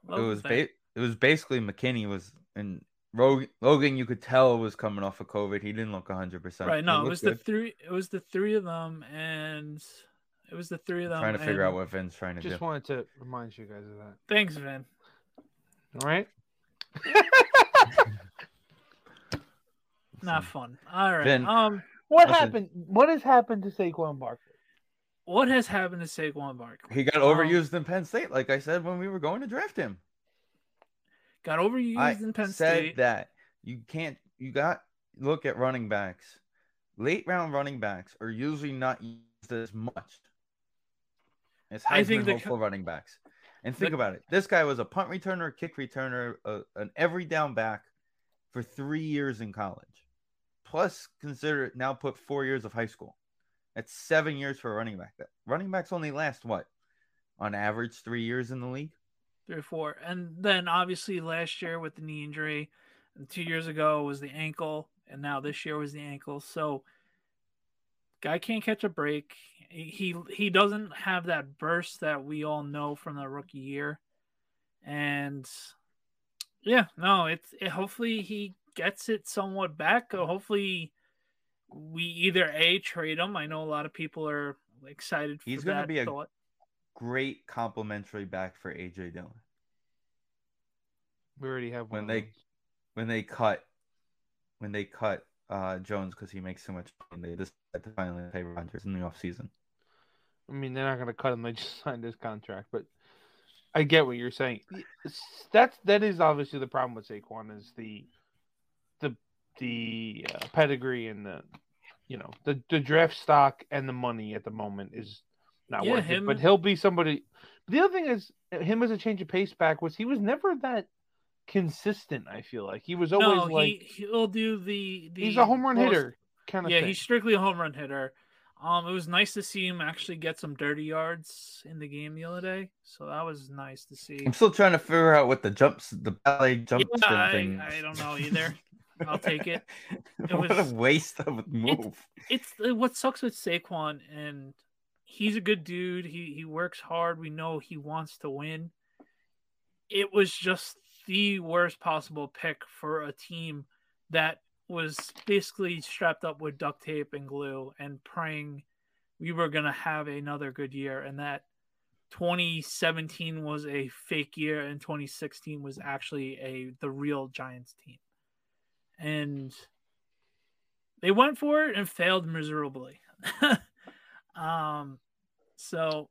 [SPEAKER 1] Love
[SPEAKER 2] it
[SPEAKER 1] is
[SPEAKER 2] was
[SPEAKER 1] there.
[SPEAKER 2] ba- it was basically McKinney was and Rog- Logan. You could tell was coming off of COVID. He didn't look hundred percent.
[SPEAKER 1] right. No, it was the three. It was the three of them, and it was the three of them.
[SPEAKER 2] trying to figure out
[SPEAKER 1] and-
[SPEAKER 2] what Vin's trying to
[SPEAKER 3] Just
[SPEAKER 2] do.
[SPEAKER 3] wanted to remind you guys of that.
[SPEAKER 1] Thanks, Vin.
[SPEAKER 3] All right.
[SPEAKER 1] Not fun. All right.
[SPEAKER 2] Hmm. Vin,
[SPEAKER 1] um.
[SPEAKER 3] what
[SPEAKER 2] Listen.
[SPEAKER 3] happened? What has happened to Saquon Barkley?
[SPEAKER 1] what has happened to Saquon Barkley? Um,
[SPEAKER 2] He got overused in Penn State, like I said when we were going to draft him.
[SPEAKER 1] Got overused
[SPEAKER 2] I
[SPEAKER 1] in Penn
[SPEAKER 2] said
[SPEAKER 1] State.
[SPEAKER 2] that you can't. You got look at running backs. Late round running backs are usually not used as much as
[SPEAKER 1] I
[SPEAKER 2] I
[SPEAKER 1] think
[SPEAKER 2] think
[SPEAKER 1] the co-
[SPEAKER 2] hopeful running backs. And think
[SPEAKER 1] the-
[SPEAKER 2] about it. This guy was a punt returner, kick returner, uh, an every down back for three years in college, plus consider now put four years of high school. That's seven years for a running back. That- Running backs only last what, on average, three years in the league.
[SPEAKER 1] three or four. And then obviously last year with the knee injury, and two years ago was the ankle, and now this year was the ankle. So guy can't catch a break. He he- he doesn't have that burst that we all know from the rookie year. And yeah, no, it's it, hopefully he gets it somewhat back. Or hopefully we either a trade him. I know a lot of people are excited for
[SPEAKER 2] He's
[SPEAKER 1] that
[SPEAKER 2] gonna be a-
[SPEAKER 1] thought.
[SPEAKER 2] Great complimentary back for AJ Dillon.
[SPEAKER 3] We already have one.
[SPEAKER 2] When
[SPEAKER 3] of
[SPEAKER 2] they-
[SPEAKER 3] those.
[SPEAKER 2] when they cut when they cut uh Jones because he makes so much money, they decided to finally pay Rodgers in the offseason.
[SPEAKER 3] I mean, they're not going to cut him. They just *laughs* signed his contract, but I get what you're saying. It's- That's that is obviously the problem with Saquon is the the the uh, pedigree and the you know the the draft stock and the money at the moment is not
[SPEAKER 1] Yeah,
[SPEAKER 3] worth
[SPEAKER 1] him-
[SPEAKER 3] it. But he'll be somebody. The other thing is uh, him as a change of pace back was he was never that consistent. I feel like he was always
[SPEAKER 1] no,
[SPEAKER 3] like
[SPEAKER 1] he he'll do the, the
[SPEAKER 3] he's a home run
[SPEAKER 1] close-
[SPEAKER 3] hitter kind of
[SPEAKER 1] Yeah,
[SPEAKER 3] thing.
[SPEAKER 1] he's strictly a home run hitter. Um, it was nice to see him actually get some dirty yards in the game the other day, so that was nice to see.
[SPEAKER 2] I'm still trying to figure out what the jumps the ballet jump
[SPEAKER 1] Yeah,
[SPEAKER 2] spin
[SPEAKER 1] I-
[SPEAKER 2] thing
[SPEAKER 1] I
[SPEAKER 2] is.
[SPEAKER 1] don't know either. I'll take
[SPEAKER 2] *laughs*
[SPEAKER 1] it. It
[SPEAKER 2] what
[SPEAKER 1] was-
[SPEAKER 2] a waste of a move.
[SPEAKER 1] *laughs* It's uh, what sucks with Saquon, and he's a good dude. He he works hard. We know he wants to win. It was just the worst possible pick for a team that was basically strapped up with duct tape and glue and praying we were going to have another good year and that 2017 was a fake year and 2016 was actually a the real Giants team. And they went for it and failed miserably. *laughs* um so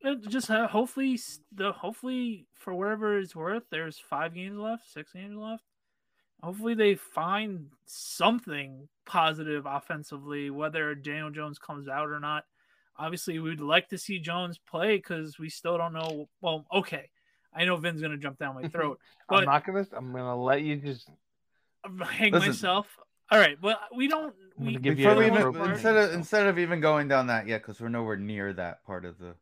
[SPEAKER 1] it just ho- hopefully s- the hopefully for whatever it's worth there's 5 games left, 6 games left. Hopefully they find something positive offensively whether Daniel Jones comes out or not obviously we'd like to see Jones play because we still don't know. Well, okay, I know Vin's gonna jump down my throat. But-
[SPEAKER 3] I'm not gonna. I'm gonna let you just.
[SPEAKER 1] I'm gonna hang
[SPEAKER 2] Listen.
[SPEAKER 1] myself. All right, well we don't.
[SPEAKER 3] I'm gonna
[SPEAKER 1] We
[SPEAKER 3] give you
[SPEAKER 2] Before
[SPEAKER 3] an
[SPEAKER 2] we
[SPEAKER 1] don't
[SPEAKER 2] even,
[SPEAKER 1] want-
[SPEAKER 3] appropriate-
[SPEAKER 2] instead of instead of even going down that yet, because we're nowhere near that part of the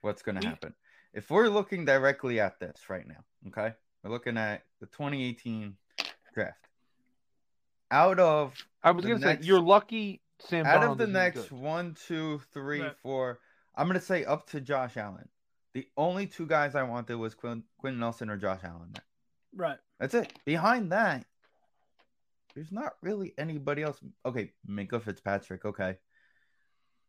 [SPEAKER 2] what's going to
[SPEAKER 1] We-
[SPEAKER 2] happen. If we're looking directly at this right now, okay, we're looking at the 2018 draft. Out of
[SPEAKER 3] I was
[SPEAKER 2] the
[SPEAKER 3] gonna
[SPEAKER 2] next-
[SPEAKER 3] say you're lucky. Sam
[SPEAKER 2] out
[SPEAKER 3] Darnold
[SPEAKER 2] of the
[SPEAKER 3] isn't
[SPEAKER 2] next
[SPEAKER 3] good.
[SPEAKER 2] one, two, three,
[SPEAKER 1] Right.
[SPEAKER 2] four, I'm gonna say up to Josh Allen. The only two guys I wanted was Quinn, Quinn Nelson or Josh Allen.
[SPEAKER 1] right.
[SPEAKER 2] That's it. Behind that, there's not really anybody else. Okay, Minka Fitzpatrick. Okay,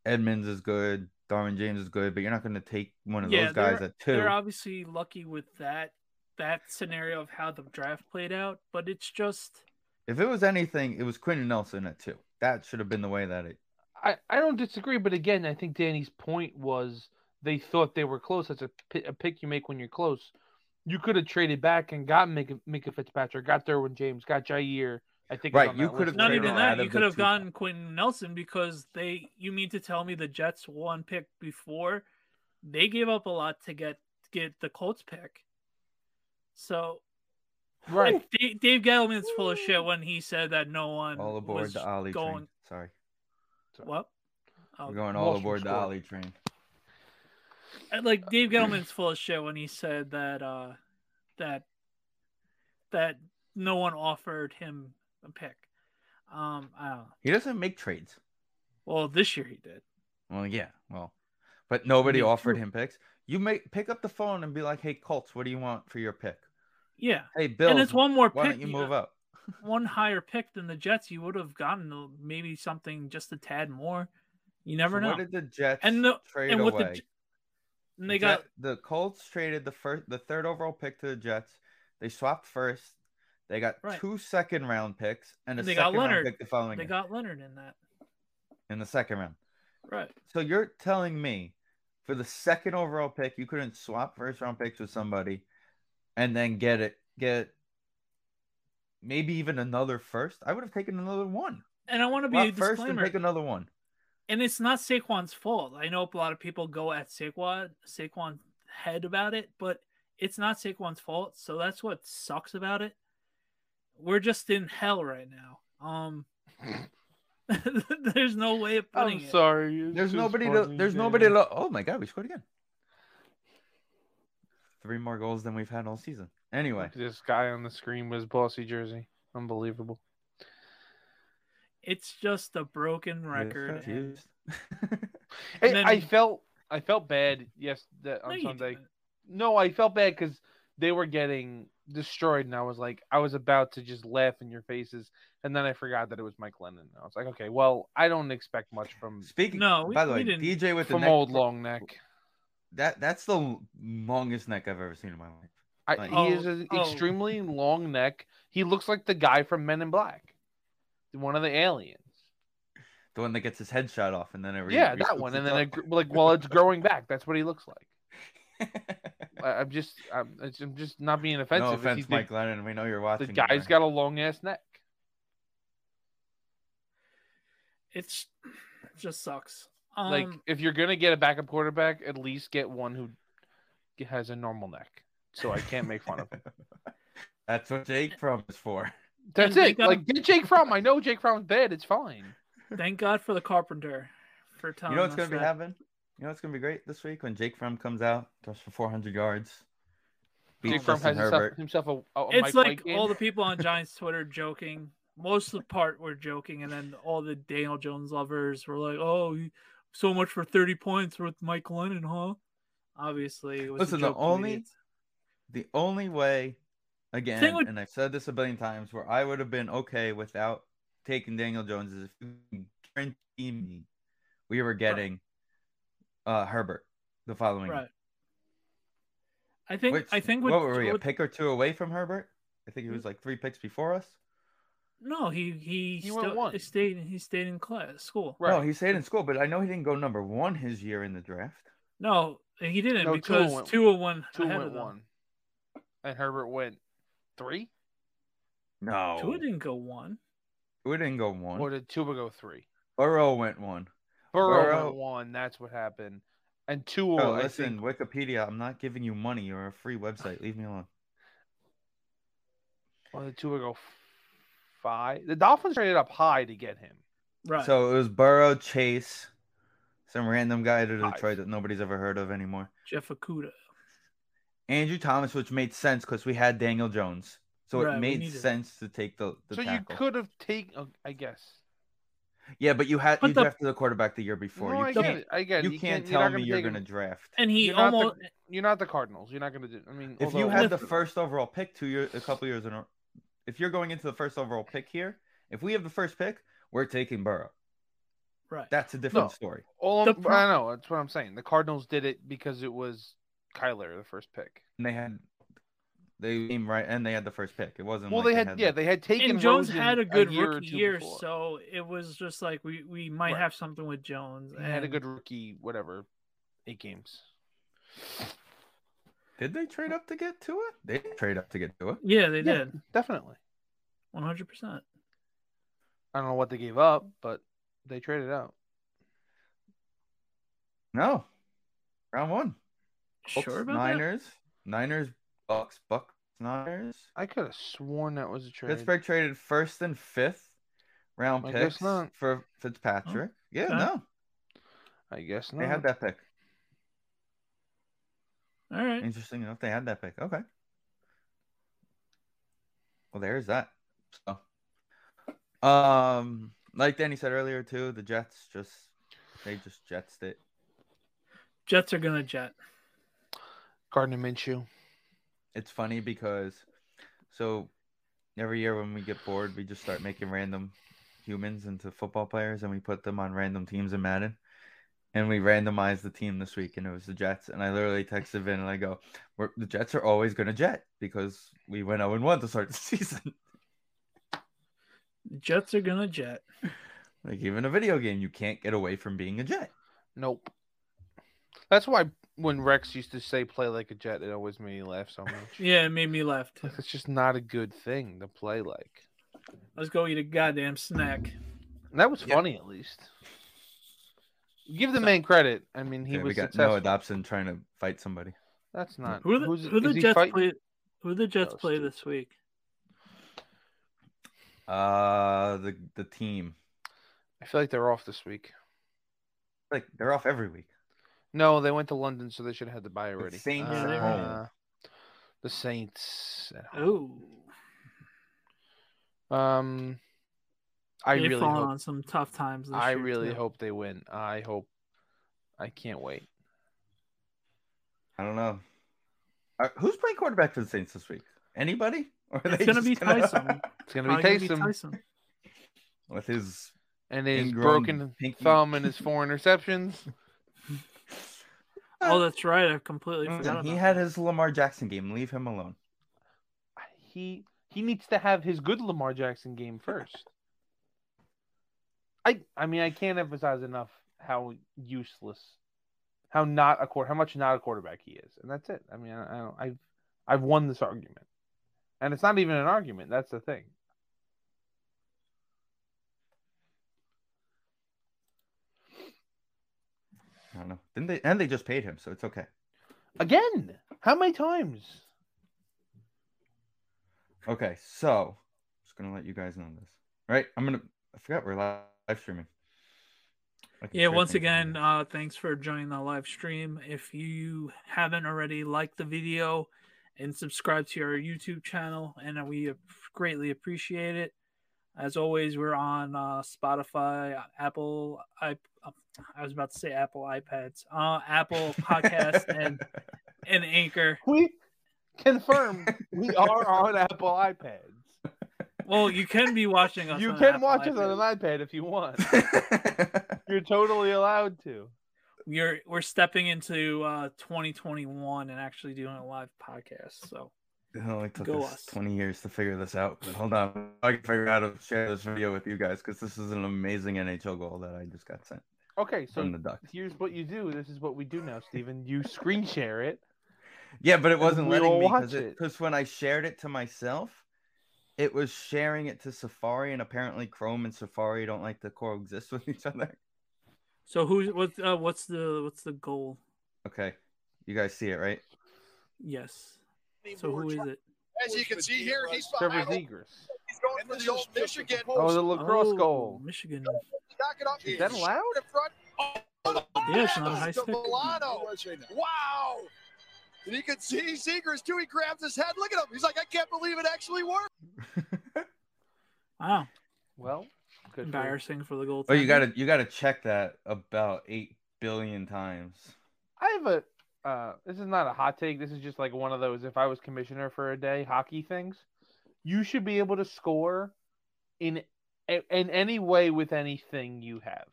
[SPEAKER 2] Edmonds is good. Darwin James is good, but you're not going to take one of
[SPEAKER 1] Yeah,
[SPEAKER 2] those guys at two.
[SPEAKER 1] They're obviously lucky with that that scenario of how the draft played out, but it's just
[SPEAKER 2] If it was anything, it was Quinn Nelson at two. That should have been the way that it.
[SPEAKER 3] I, I don't disagree, but again, I think Danny's point was they thought they were close. That's a, pi- a pick you make when you're close. You could have traded back and got Mika, Mika Fitzpatrick, got Derwin James, got Jair. I think is
[SPEAKER 2] Right,
[SPEAKER 3] on
[SPEAKER 2] you
[SPEAKER 3] that
[SPEAKER 2] could
[SPEAKER 3] list.
[SPEAKER 2] have
[SPEAKER 1] not
[SPEAKER 2] traded
[SPEAKER 1] even
[SPEAKER 2] out
[SPEAKER 1] that.
[SPEAKER 2] of
[SPEAKER 1] You
[SPEAKER 2] the
[SPEAKER 1] could have
[SPEAKER 2] two.
[SPEAKER 1] gotten Quentin Nelson because they. You mean to tell me the Jets one pick before they gave up a lot to get get the Colts pick? So
[SPEAKER 3] right.
[SPEAKER 1] Dave, Dave Gettleman's full of shit when he said that no one
[SPEAKER 2] All aboard
[SPEAKER 1] was
[SPEAKER 2] the Ollie train.
[SPEAKER 1] going.
[SPEAKER 2] Sorry,
[SPEAKER 1] What? Oh,
[SPEAKER 2] we're going all
[SPEAKER 3] Wilson
[SPEAKER 2] aboard the
[SPEAKER 3] scored.
[SPEAKER 2] Ollie train.
[SPEAKER 1] Uh, like Dave Gettleman's full of shit when he said that uh that that no one offered him a pick. Um, I don't know.
[SPEAKER 2] He doesn't make trades.
[SPEAKER 1] Well, this year he did.
[SPEAKER 2] Well, yeah, well, but nobody
[SPEAKER 1] Me
[SPEAKER 2] offered
[SPEAKER 1] too.
[SPEAKER 2] him picks. You may pick up the phone and be like, "Hey, Colts, what do you want for your pick?
[SPEAKER 1] Yeah,
[SPEAKER 2] Hey, Bills,
[SPEAKER 1] and it's one more
[SPEAKER 2] why
[SPEAKER 1] pick.
[SPEAKER 2] don't you move up?"
[SPEAKER 1] One higher pick than the Jets, you would have gotten uh, maybe something just a tad more. You never
[SPEAKER 2] So
[SPEAKER 1] know.
[SPEAKER 2] What did the Jets
[SPEAKER 1] And the-
[SPEAKER 2] trade
[SPEAKER 1] and with
[SPEAKER 2] away?
[SPEAKER 1] the J- and they got
[SPEAKER 2] Jet- the Colts traded the first, the third overall pick to the Jets. They swapped first. They got
[SPEAKER 1] Right.
[SPEAKER 2] two second round picks and a
[SPEAKER 1] They got
[SPEAKER 2] second round
[SPEAKER 1] Leonard.
[SPEAKER 2] pick the following
[SPEAKER 1] they
[SPEAKER 2] year,
[SPEAKER 1] got Leonard in that.
[SPEAKER 2] in the second round.
[SPEAKER 1] Right.
[SPEAKER 2] So you're telling me, for the second overall pick, you couldn't swap first round picks with somebody, and then get it get maybe even another first. I would have taken another one.
[SPEAKER 1] And I want to be a
[SPEAKER 2] Swap first and
[SPEAKER 1] disclaimer.
[SPEAKER 2] take another one.
[SPEAKER 1] and it's not Saquon's fault. I know a lot of people go at Saquon Saquon head about it, but it's not Saquon's fault. So that's what sucks about it. We're just in hell right now.
[SPEAKER 2] *laughs*
[SPEAKER 1] Um *laughs* there's no way of putting
[SPEAKER 3] *laughs* I'm
[SPEAKER 1] it.
[SPEAKER 3] sorry. it's
[SPEAKER 2] There's
[SPEAKER 3] just
[SPEAKER 2] nobody to.
[SPEAKER 3] funny,
[SPEAKER 2] There's nobody
[SPEAKER 3] Danny.
[SPEAKER 2] to. Oh my god, we scored again. Three more goals than we've had all season. Anyway,
[SPEAKER 3] This guy on the screen was bossy jersey. Unbelievable.
[SPEAKER 1] It's just a broken record. and-
[SPEAKER 2] Confused. *laughs*
[SPEAKER 3] Hey,
[SPEAKER 1] then-
[SPEAKER 3] I felt I felt bad yes that
[SPEAKER 1] No,
[SPEAKER 3] on
[SPEAKER 1] you
[SPEAKER 3] Sunday.
[SPEAKER 1] didn't.
[SPEAKER 3] No, I felt bad because they were getting destroyed, and I was like, I was about to just laugh in your faces, and then I forgot that it was Mike Lennon. I was like, okay, well, I don't expect much from
[SPEAKER 2] Speaking.
[SPEAKER 1] No, we-
[SPEAKER 2] by the
[SPEAKER 1] we
[SPEAKER 2] way,
[SPEAKER 1] didn't-
[SPEAKER 2] DJ with
[SPEAKER 3] from
[SPEAKER 2] the neck,
[SPEAKER 3] old long neck.
[SPEAKER 2] That that's the l- longest neck I've ever seen in my life.
[SPEAKER 3] I,
[SPEAKER 2] Like-
[SPEAKER 3] he is
[SPEAKER 1] Oh,
[SPEAKER 3] an
[SPEAKER 1] oh.
[SPEAKER 3] extremely long neck. He looks like the guy from Men in Black, one of the aliens.
[SPEAKER 2] The one that gets his head shot off and then it. re-
[SPEAKER 3] yeah, that
[SPEAKER 2] re-scoops
[SPEAKER 3] one. And then it,
[SPEAKER 2] itself.
[SPEAKER 3] gr- like while it's growing back, that's what he looks like.
[SPEAKER 2] *laughs*
[SPEAKER 3] I, I'm just, I'm, it's- I'm just not being offensive.
[SPEAKER 2] no
[SPEAKER 3] It's-
[SPEAKER 2] offense,
[SPEAKER 3] he's the-
[SPEAKER 2] Mike Lennon. We know you're
[SPEAKER 3] The
[SPEAKER 2] watching.
[SPEAKER 3] guy's got a long ass neck.
[SPEAKER 1] It's it just sucks. Um
[SPEAKER 3] like if you're gonna get a backup quarterback, at least get one who has a normal neck. So I can't make fun of him.
[SPEAKER 2] *laughs* That's what Jake from
[SPEAKER 3] *laughs*
[SPEAKER 2] is for.
[SPEAKER 1] *laughs*
[SPEAKER 3] That's
[SPEAKER 1] they
[SPEAKER 3] it.
[SPEAKER 1] got-
[SPEAKER 3] Like get Jake Fromm. I know Jake Fromm's bad. It's fine.
[SPEAKER 1] thank God for the carpenter for telling
[SPEAKER 2] you know what's
[SPEAKER 1] us
[SPEAKER 2] gonna be
[SPEAKER 1] that.
[SPEAKER 2] happening? You know what's gonna be great this week when Jake Fromm comes out, throws for 400 yards,
[SPEAKER 3] Jake
[SPEAKER 2] beats
[SPEAKER 3] Fromm
[SPEAKER 2] Justin
[SPEAKER 3] has himself,
[SPEAKER 2] Herbert.
[SPEAKER 3] himself a, a a Mike
[SPEAKER 1] it's like
[SPEAKER 3] White game.
[SPEAKER 1] all the people on Giants Twitter joking. Most of the part were joking, and then all the Daniel Jones lovers were like, "Oh, you- so much for thirty points with Mike Lennon, huh?" Obviously, it was a
[SPEAKER 2] Listen, the
[SPEAKER 1] joke to
[SPEAKER 2] only-
[SPEAKER 1] idiots.
[SPEAKER 2] The only way again,
[SPEAKER 1] Thing with-
[SPEAKER 2] and I've said this a billion times, where I would have been okay without taking Daniel Jones is if you can guarantee me we were getting uh, Herbert the following. year.
[SPEAKER 1] Right. I think
[SPEAKER 2] Which-
[SPEAKER 1] I think Hmm? with,
[SPEAKER 2] what were we a
[SPEAKER 1] with-
[SPEAKER 2] pick or two away from Herbert? I think he was like three picks before us.
[SPEAKER 1] no he he,
[SPEAKER 3] He went
[SPEAKER 1] still,
[SPEAKER 3] one.
[SPEAKER 1] he stayed he stayed in class school.
[SPEAKER 3] Right.
[SPEAKER 2] No, he stayed in school, but I know he didn't go number one his year in the draft.
[SPEAKER 1] No, he didn't
[SPEAKER 3] No, Tua
[SPEAKER 1] because
[SPEAKER 3] went-
[SPEAKER 1] Tua went
[SPEAKER 3] Two
[SPEAKER 1] ahead
[SPEAKER 3] went
[SPEAKER 1] of them.
[SPEAKER 3] one, and Herbert went three.
[SPEAKER 2] No,
[SPEAKER 1] Tua didn't go one.
[SPEAKER 2] we didn't go one.
[SPEAKER 3] Or did Tuba go three?
[SPEAKER 2] Burrow went one.
[SPEAKER 3] Burrow,
[SPEAKER 2] Burrow-
[SPEAKER 3] went one. That's what happened. And Tua,
[SPEAKER 2] Oh,
[SPEAKER 3] I
[SPEAKER 2] listen,
[SPEAKER 3] think,
[SPEAKER 2] Wikipedia, I'm not giving you money. You're a free website. Leave me alone.
[SPEAKER 3] or did Tua go f- five? The Dolphins traded up high to get him.
[SPEAKER 1] Right.
[SPEAKER 2] So it was Burrow, Chase, some random guy to
[SPEAKER 3] Five.
[SPEAKER 2] Detroit that nobody's ever heard of anymore.
[SPEAKER 1] Jeff Okuda.
[SPEAKER 2] Andrew Thomas, which made sense because we had Daniel Jones, so
[SPEAKER 1] Right,
[SPEAKER 2] it
[SPEAKER 1] we
[SPEAKER 2] made
[SPEAKER 1] needed-
[SPEAKER 2] sense to take the, the
[SPEAKER 3] so
[SPEAKER 2] tackle.
[SPEAKER 3] you could have taken, oh, I guess.
[SPEAKER 2] Yeah, but you had
[SPEAKER 1] But
[SPEAKER 2] you
[SPEAKER 1] the-
[SPEAKER 2] drafted the quarterback the year before.
[SPEAKER 3] No,
[SPEAKER 2] you
[SPEAKER 3] I
[SPEAKER 2] can't
[SPEAKER 3] get it. I get it.
[SPEAKER 2] you, can't, tell me you're
[SPEAKER 3] take him.
[SPEAKER 2] going to draft.
[SPEAKER 1] And he
[SPEAKER 3] You're not the-
[SPEAKER 1] almost
[SPEAKER 3] You're not the Cardinals. You're not going to do. I mean,
[SPEAKER 2] if
[SPEAKER 3] although-
[SPEAKER 2] you had the first overall pick two years, a couple years in, a, if you're going into the first overall pick here, if we have the first pick, we're taking Burrow.
[SPEAKER 1] right.
[SPEAKER 2] That's a different
[SPEAKER 3] No.
[SPEAKER 2] story.
[SPEAKER 3] All
[SPEAKER 1] The
[SPEAKER 3] I'm,
[SPEAKER 1] pro-
[SPEAKER 3] I know that's what I'm saying. The Cardinals did it because it was Kyler, the first pick.
[SPEAKER 2] And they had they came right, and they had the first pick. It wasn't.
[SPEAKER 3] Well,
[SPEAKER 2] like
[SPEAKER 3] they had, yeah, they had taken.
[SPEAKER 1] and Jones
[SPEAKER 3] Rosen
[SPEAKER 1] had a good
[SPEAKER 3] year or
[SPEAKER 1] rookie
[SPEAKER 3] two
[SPEAKER 1] year,
[SPEAKER 3] before.
[SPEAKER 1] so it was just like we, we might
[SPEAKER 3] Right.
[SPEAKER 1] have something with Jones.
[SPEAKER 3] He had a
[SPEAKER 1] and-
[SPEAKER 3] good rookie, whatever, eight games.
[SPEAKER 2] did they trade up to get to it? They didn't trade up to get to it.
[SPEAKER 1] Yeah, they
[SPEAKER 3] Yeah.
[SPEAKER 1] did.
[SPEAKER 3] Definitely.
[SPEAKER 1] One hundred percent.
[SPEAKER 3] I don't know what they gave up, but they traded out.
[SPEAKER 2] No, round one. Bucks,
[SPEAKER 1] Sure about
[SPEAKER 2] Niners, Niners, Bucks, Bucks, Niners.
[SPEAKER 3] I could have sworn that was a trade.
[SPEAKER 2] Pittsburgh traded first and fifth round
[SPEAKER 3] I guess
[SPEAKER 2] picks
[SPEAKER 3] not.
[SPEAKER 2] for Fitzpatrick. Yeah,
[SPEAKER 1] okay.
[SPEAKER 2] no,
[SPEAKER 3] I guess not.
[SPEAKER 2] they had that pick.
[SPEAKER 1] that? All right.
[SPEAKER 2] Interesting enough, they had that pick. Okay. Well, there's that. So, um, like Danny said earlier too, the Jets just they just jetsed it.
[SPEAKER 1] Jets are gonna jet.
[SPEAKER 3] Gardner Minshew.
[SPEAKER 2] It's funny because so every year when we get bored, we just start making random humans into football players and we put them on random teams in Madden. And we randomized the team this week, and it was the Jets. And I literally texted Vin, and I go, We're, "The Jets are always going to jet because we went zero and one to start the *laughs* season."
[SPEAKER 1] Jets are gonna jet.
[SPEAKER 2] Like even a video game, you can't get away from being a jet.
[SPEAKER 3] Nope. That's why when Rex used to say "play like a Jet," it always made me laugh so much.
[SPEAKER 1] Yeah, it made me laugh. Too.
[SPEAKER 3] *laughs* Like, it's just not a good thing to play like.
[SPEAKER 1] Let's go eat a goddamn snack.
[SPEAKER 3] And that was
[SPEAKER 2] Yeah.
[SPEAKER 3] funny, at least. Give the man credit. I mean, he
[SPEAKER 2] Okay, we
[SPEAKER 3] was
[SPEAKER 2] got
[SPEAKER 3] successful.
[SPEAKER 2] Noah Dobson trying to fight somebody.
[SPEAKER 3] That's not
[SPEAKER 1] Who the
[SPEAKER 3] who's-
[SPEAKER 1] who the
[SPEAKER 3] is he
[SPEAKER 1] Jets
[SPEAKER 3] fighting?
[SPEAKER 1] play? Who the Jets
[SPEAKER 3] Oh,
[SPEAKER 1] play
[SPEAKER 3] stupid.
[SPEAKER 1] this week?
[SPEAKER 2] Uh the the team.
[SPEAKER 3] I feel like they're off this week.
[SPEAKER 2] Like they're off every week.
[SPEAKER 3] No, they went to London, so they should have had the bye already.
[SPEAKER 2] Saints
[SPEAKER 1] at
[SPEAKER 3] Uh,
[SPEAKER 2] home.
[SPEAKER 3] The Saints. At home.
[SPEAKER 1] Oh,
[SPEAKER 3] Um, I
[SPEAKER 1] they've
[SPEAKER 3] really
[SPEAKER 1] fallen
[SPEAKER 3] hope.
[SPEAKER 1] on some tough times. This
[SPEAKER 3] I
[SPEAKER 1] year,
[SPEAKER 3] really
[SPEAKER 1] too.
[SPEAKER 3] hope they win. I hope. I can't wait.
[SPEAKER 2] I don't know. Uh, who's playing quarterback for the Saints this week? Anybody? *laughs* Or are
[SPEAKER 1] It's
[SPEAKER 2] they
[SPEAKER 1] gonna be
[SPEAKER 2] just
[SPEAKER 1] Tyson.
[SPEAKER 3] It's *laughs* gonna be
[SPEAKER 1] Probably gonna be
[SPEAKER 3] Taysom
[SPEAKER 1] Tyson.
[SPEAKER 2] *laughs* with his
[SPEAKER 3] and his
[SPEAKER 2] Ingram, *laughs*
[SPEAKER 3] broken
[SPEAKER 2] pinky.
[SPEAKER 3] thumb and his four interceptions.
[SPEAKER 1] Oh, that's right. I completely
[SPEAKER 3] Mm.
[SPEAKER 1] forgot
[SPEAKER 2] Listen,
[SPEAKER 1] about
[SPEAKER 2] he
[SPEAKER 1] that.
[SPEAKER 2] had his Lamar Jackson game. Leave him alone.
[SPEAKER 3] he he needs to have his good Lamar Jackson game first. I I mean I can't emphasize enough how useless, how not a quarter, how much not a quarterback he is, and that's it. I mean I, I don't, I've I've won this argument, and it's not even an argument. That's the thing.
[SPEAKER 2] I don't know. Didn't they and they just paid him, so it's okay.
[SPEAKER 3] Again, how many times?
[SPEAKER 2] Okay, so just gonna let you guys know this. All right, I'm gonna I forgot we're li- live streaming. I can
[SPEAKER 1] Yeah,
[SPEAKER 2] share
[SPEAKER 1] once
[SPEAKER 2] things on
[SPEAKER 1] again,
[SPEAKER 2] here.
[SPEAKER 1] uh, thanks for joining the live stream. If you haven't already, like the video and subscribe to our YouTube channel, and we greatly appreciate it. As always, we're on uh, Spotify, Apple, I, um, I was about to say
[SPEAKER 3] *laughs*
[SPEAKER 1] Apple iPads, uh, Apple Podcast, and and Anchor.
[SPEAKER 3] We Confirmed. we are on Apple iPads.
[SPEAKER 1] Well, you can be watching us.
[SPEAKER 3] You
[SPEAKER 1] on
[SPEAKER 3] can
[SPEAKER 1] Apple
[SPEAKER 3] watch us
[SPEAKER 1] iPad.
[SPEAKER 3] on an iPad if you want. You're totally allowed to.
[SPEAKER 1] You're we're stepping into uh 2021 and actually doing a live podcast. So
[SPEAKER 2] *laughs* It only took
[SPEAKER 1] Go
[SPEAKER 2] us,
[SPEAKER 1] us.
[SPEAKER 2] 20 years to figure this out, but hold on. I can figure out how to share this video with you guys because this is an amazing NHL goal that I just got sent
[SPEAKER 3] Okay, so
[SPEAKER 2] from the Ducks.
[SPEAKER 3] here's what you do. This is what we do now, Steven. You screen share it.
[SPEAKER 2] Yeah, but it
[SPEAKER 3] And
[SPEAKER 2] wasn't
[SPEAKER 3] we
[SPEAKER 2] letting
[SPEAKER 3] all
[SPEAKER 2] me because
[SPEAKER 3] watch
[SPEAKER 2] it,
[SPEAKER 3] it.
[SPEAKER 2] 'cause when I shared it to myself, it was sharing it to Safari, and apparently Chrome and Safari don't like to coexist *laughs* with each other.
[SPEAKER 1] so who's what uh, what's the what's the goal?
[SPEAKER 2] Okay, you guys see it, right?
[SPEAKER 1] Yes. So who is it?
[SPEAKER 4] As you can see here, he's
[SPEAKER 3] Trevor
[SPEAKER 4] behind.
[SPEAKER 3] Zegers.
[SPEAKER 4] He's going for the old Michigan.
[SPEAKER 3] Oh, the lacrosse
[SPEAKER 1] Oh,
[SPEAKER 3] goal.
[SPEAKER 1] Michigan.
[SPEAKER 4] Knock it up.
[SPEAKER 3] Is that allowed?
[SPEAKER 4] In front. Oh,
[SPEAKER 1] Yeah, it's not a high
[SPEAKER 4] to
[SPEAKER 1] stick.
[SPEAKER 4] Milano. Wow. And you can see Zegers too. He grabs his head. Look at him. He's like, I can't believe it actually worked.
[SPEAKER 1] Wow.
[SPEAKER 3] Well, good for you.
[SPEAKER 1] Embarrassing for the goal.
[SPEAKER 2] Well, Oh, you gotta you gotta check that about eight billion times.
[SPEAKER 3] I have a. Uh, this is not a hot take. This is just like one of those. If I was commissioner for a day, hockey things, you should be able to score in in any way with anything you have.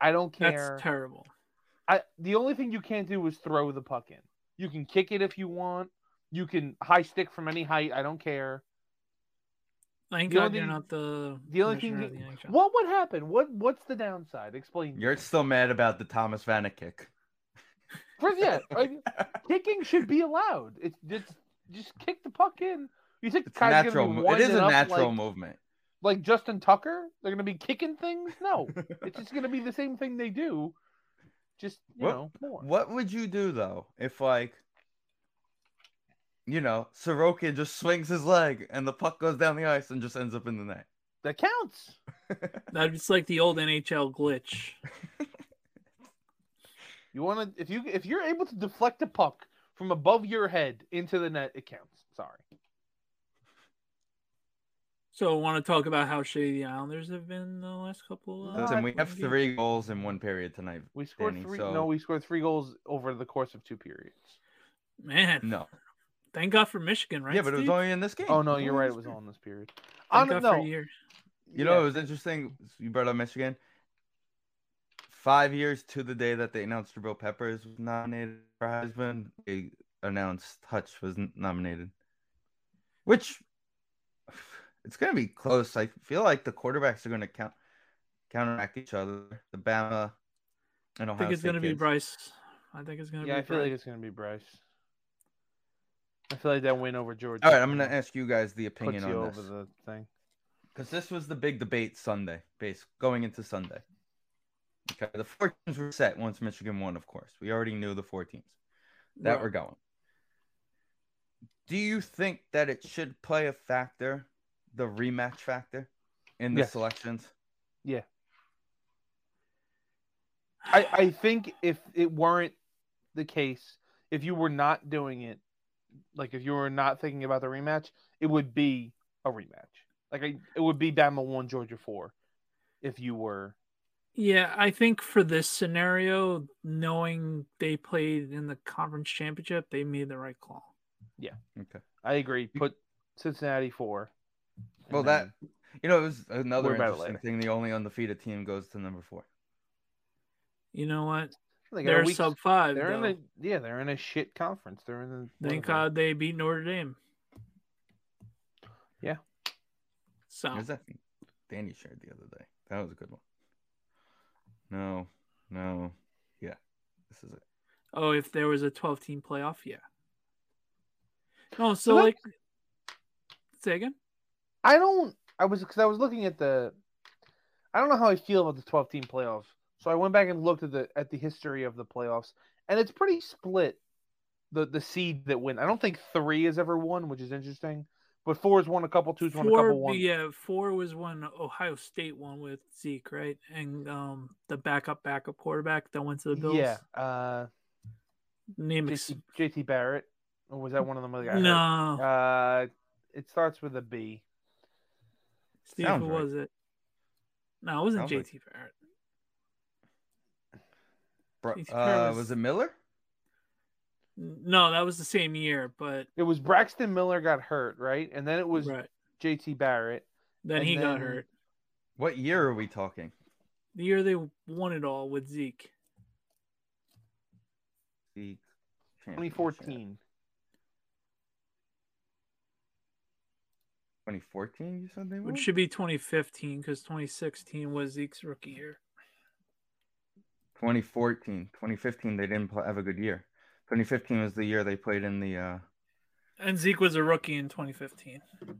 [SPEAKER 3] I don't care.
[SPEAKER 1] That's terrible.
[SPEAKER 3] I the only thing you can't do is throw the puck in. You can kick it if you want. You can high stick from any height. I don't care.
[SPEAKER 1] Thank
[SPEAKER 3] The
[SPEAKER 1] God
[SPEAKER 3] only
[SPEAKER 1] you're
[SPEAKER 3] thing-
[SPEAKER 1] not the
[SPEAKER 3] the only thing
[SPEAKER 1] commissioner
[SPEAKER 3] you-
[SPEAKER 1] of the NHL.
[SPEAKER 3] What would happen? What What's the downside? Explain.
[SPEAKER 2] You're still mad about the Thomas Vanek *laughs* kick.
[SPEAKER 3] *laughs* First, yeah, I- kicking should be allowed. It's just just kick the puck in. You think
[SPEAKER 2] It's
[SPEAKER 3] guys are
[SPEAKER 2] natural.
[SPEAKER 3] gonna be
[SPEAKER 2] mo- It is
[SPEAKER 3] winding
[SPEAKER 2] a
[SPEAKER 3] up
[SPEAKER 2] natural
[SPEAKER 3] like,
[SPEAKER 2] movement.
[SPEAKER 3] like Justin Tucker? They're gonna be kicking things? No, *laughs*
[SPEAKER 2] *laughs*
[SPEAKER 3] it's just gonna be the same thing they do, just you
[SPEAKER 2] What-
[SPEAKER 3] know more.
[SPEAKER 2] What would you do though if like you know Sorokin just swings his leg and the puck goes down the ice and just ends up in the net?
[SPEAKER 3] That counts.
[SPEAKER 1] That's like the old NHL glitch.
[SPEAKER 3] You want to if you if you're able to deflect a puck from above your head into the net, it counts. Sorry.
[SPEAKER 1] So, want to talk about how shady the Islanders have been the last couple?
[SPEAKER 3] Oh,
[SPEAKER 1] Uh,
[SPEAKER 2] Listen, we have
[SPEAKER 1] games?
[SPEAKER 2] three goals in one period tonight.
[SPEAKER 3] We scored
[SPEAKER 2] Danny,
[SPEAKER 3] three.
[SPEAKER 2] so-
[SPEAKER 3] No, we scored three goals over the course of two periods.
[SPEAKER 1] Man,
[SPEAKER 2] No,
[SPEAKER 1] thank God for Michigan, right?
[SPEAKER 2] yeah, but it was
[SPEAKER 1] Steve?
[SPEAKER 2] only in this game.
[SPEAKER 3] Oh no, you're right. It
[SPEAKER 2] Thank
[SPEAKER 3] was all in this period. I
[SPEAKER 1] thank
[SPEAKER 3] don't
[SPEAKER 1] God
[SPEAKER 3] know.
[SPEAKER 1] for years.
[SPEAKER 2] You know, it was interesting. You brought up Michigan. Five years to the day that they announced Jabril Peppers was nominated for Heisman, they announced Hutch was n- nominated, which it's going to be close. I feel like the quarterbacks are going to count counteract each other. The Bama and
[SPEAKER 1] I
[SPEAKER 2] Ohio
[SPEAKER 1] think it's
[SPEAKER 2] going
[SPEAKER 1] gonna be Bryce. I think it's gonna
[SPEAKER 3] yeah,
[SPEAKER 1] be
[SPEAKER 3] I feel like
[SPEAKER 1] Bryce.
[SPEAKER 3] it's gonna be Bryce. I feel like that win over Georgia.
[SPEAKER 2] All right, I'm going to ask you guys the
[SPEAKER 3] puts
[SPEAKER 2] opinion
[SPEAKER 3] you
[SPEAKER 2] on
[SPEAKER 3] over
[SPEAKER 2] this
[SPEAKER 3] the thing.
[SPEAKER 2] because this was the big debate Sunday, base going into Sunday. Okay, the four teams were set once Michigan won. Of course, we already knew the four teams. that
[SPEAKER 1] Right.
[SPEAKER 2] we're going. Do you think that it should play a factor, the rematch factor, in the
[SPEAKER 3] Yes.
[SPEAKER 2] selections?
[SPEAKER 3] I, I think if it weren't the case, if you were not doing it, like if you were not thinking about the rematch, it would be a rematch. Like I, it would be Bama one, Georgia four, if you were.
[SPEAKER 1] Yeah, I think for this scenario, knowing they played in the conference championship, they made the right call.
[SPEAKER 2] Okay.
[SPEAKER 3] I agree. Put Cincinnati four. and
[SPEAKER 2] Well,
[SPEAKER 3] then-
[SPEAKER 2] You know, it was another
[SPEAKER 3] Worry about it
[SPEAKER 2] interesting
[SPEAKER 3] later.
[SPEAKER 2] thing. The only undefeated team goes to number four.
[SPEAKER 1] You know what?
[SPEAKER 3] they got a
[SPEAKER 1] They're
[SPEAKER 3] weak-
[SPEAKER 1] sub five.
[SPEAKER 3] They're in
[SPEAKER 1] though.
[SPEAKER 3] a yeah. They're in a shit conference. They're in. The,
[SPEAKER 1] Thank
[SPEAKER 3] whatever.
[SPEAKER 1] God they beat Notre Dame.
[SPEAKER 3] Yeah. Oh.
[SPEAKER 1] So
[SPEAKER 2] There's that thing Danny shared the other day. That was a good one. No, no, yeah, this is it.
[SPEAKER 1] oh, if there was a twelve team playoff, yeah. No, so,
[SPEAKER 3] So that-
[SPEAKER 1] like say again?
[SPEAKER 3] I don't. I was because I was looking at the. I don't know how I feel about the 12 team playoff. So I went back and looked at the at the history of the playoffs, and it's pretty split. The the seed that win. I don't think three has ever won, which is interesting. But four has won a couple, two's won a
[SPEAKER 1] Four
[SPEAKER 3] couple, one.
[SPEAKER 1] yeah, four was when Ohio State won with Zeke, right? And um the backup backup quarterback that went to the Bills.
[SPEAKER 3] yeah. Uh,
[SPEAKER 1] Name ex-
[SPEAKER 3] JT, JT Barrett, or was that one of them? that I heard?
[SPEAKER 1] No.
[SPEAKER 3] Uh, it starts with a B.
[SPEAKER 1] Steve,
[SPEAKER 2] Sounds
[SPEAKER 1] who
[SPEAKER 2] right.
[SPEAKER 1] was it? No, it wasn't
[SPEAKER 2] Sounds like-
[SPEAKER 1] JT Barrett.
[SPEAKER 2] Bro,
[SPEAKER 1] Heath Kerr
[SPEAKER 2] uh,
[SPEAKER 1] was-
[SPEAKER 2] was it Miller?
[SPEAKER 1] No, that was the same year, but
[SPEAKER 3] It was Braxton Miller got hurt, right? And then it was
[SPEAKER 1] right.
[SPEAKER 3] JT Barrett.
[SPEAKER 1] Then
[SPEAKER 3] and
[SPEAKER 1] he got
[SPEAKER 3] then-
[SPEAKER 1] hurt.
[SPEAKER 2] What year are we talking?
[SPEAKER 1] The year they won it all with Zeke.
[SPEAKER 2] The championship.
[SPEAKER 3] 2014.
[SPEAKER 2] 2014, you said they won?
[SPEAKER 1] Which should be 2015 because 2016 was Zeke's rookie year.
[SPEAKER 2] 2014. 2015, they didn't pl- have a good year. 2015 was the year they played in the. Uh...
[SPEAKER 1] And Zeke was a rookie in 2015. Actually,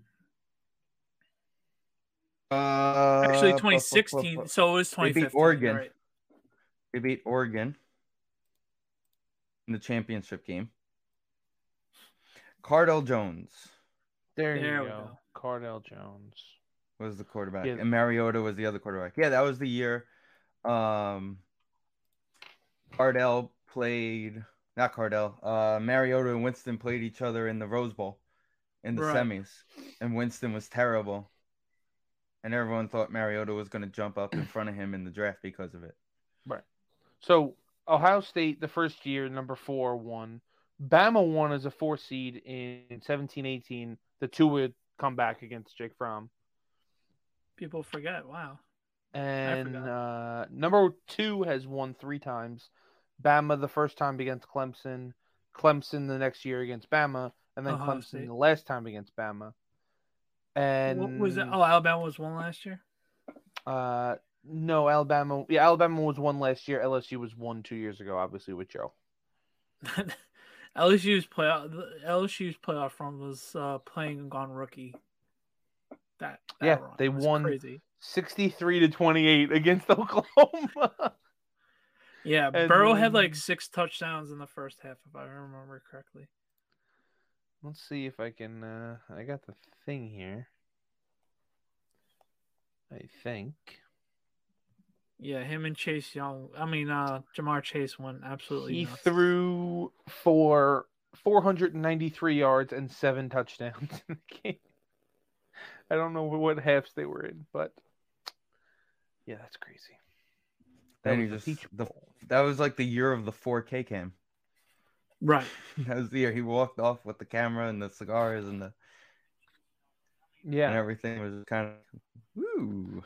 [SPEAKER 2] Uh, bu- bu- bu-
[SPEAKER 1] 2016.
[SPEAKER 2] bu-
[SPEAKER 1] So it was
[SPEAKER 2] They beat
[SPEAKER 1] 2015.
[SPEAKER 2] Oregon.
[SPEAKER 1] right.
[SPEAKER 2] They beat Oregon in the championship game. Cardell Jones
[SPEAKER 3] There,
[SPEAKER 1] There
[SPEAKER 3] you
[SPEAKER 1] we
[SPEAKER 3] go.
[SPEAKER 1] go.
[SPEAKER 3] Cardell Jones.
[SPEAKER 2] was the quarterback,
[SPEAKER 3] Yeah.
[SPEAKER 2] and Mariota was the other quarterback. Yeah, that was the year. Um, Cardell played not Cardell. Uh, Mariota and Winston played each other in the Rose Bowl in the
[SPEAKER 1] Right.
[SPEAKER 2] semis, and Winston was terrible. And everyone thought Mariota was going to jump up in front of him in the draft because of it.
[SPEAKER 3] So Ohio State, the first year, number four, won. Bama won as a four seed in 17-18. The two would come back against Jake Fromm.
[SPEAKER 1] People forget. Wow.
[SPEAKER 3] And
[SPEAKER 1] forgot.
[SPEAKER 3] uh, number two has won three times. Bama the first time against Clemson, Clemson the next year against Bama, and then
[SPEAKER 1] Ohio
[SPEAKER 3] Clemson
[SPEAKER 1] State.
[SPEAKER 3] the last time against Bama. And
[SPEAKER 1] what was that? Oh, Alabama was one last year.
[SPEAKER 3] Uh, no, Alabama. Yeah, Alabama was one last year. LSU was one two years ago, obviously with Joe.
[SPEAKER 1] *laughs* LSU's playoff. the LSU's playoff run was uh, playing on rookie. That, that
[SPEAKER 3] Yeah,
[SPEAKER 1] run
[SPEAKER 3] they
[SPEAKER 1] was
[SPEAKER 3] won-
[SPEAKER 1] Crazy.
[SPEAKER 3] Sixty three to twenty eight against *laughs* Oklahoma.
[SPEAKER 1] Yeah,
[SPEAKER 3] and
[SPEAKER 1] Burrow had
[SPEAKER 3] then-
[SPEAKER 1] like six touchdowns in the first half, if I remember correctly.
[SPEAKER 3] Let's see if I can. Uh, I got the thing here. I think.
[SPEAKER 1] Yeah, him and Chase Young. I mean, uh, Jamar Chase went absolutely.
[SPEAKER 3] He
[SPEAKER 1] nuts.
[SPEAKER 3] threw for 493 yards and seven touchdowns in the game. I don't know what halves they were in, but yeah, that's crazy.
[SPEAKER 2] Then
[SPEAKER 3] was
[SPEAKER 2] he
[SPEAKER 3] the
[SPEAKER 2] just-
[SPEAKER 3] Peach
[SPEAKER 2] the-
[SPEAKER 3] Bowl.
[SPEAKER 2] That was like the year of the 4K cam. *laughs*
[SPEAKER 1] right.
[SPEAKER 2] That was the year he walked off with the camera and the cigars and the
[SPEAKER 3] Yeah,
[SPEAKER 2] and everything was kind of woo.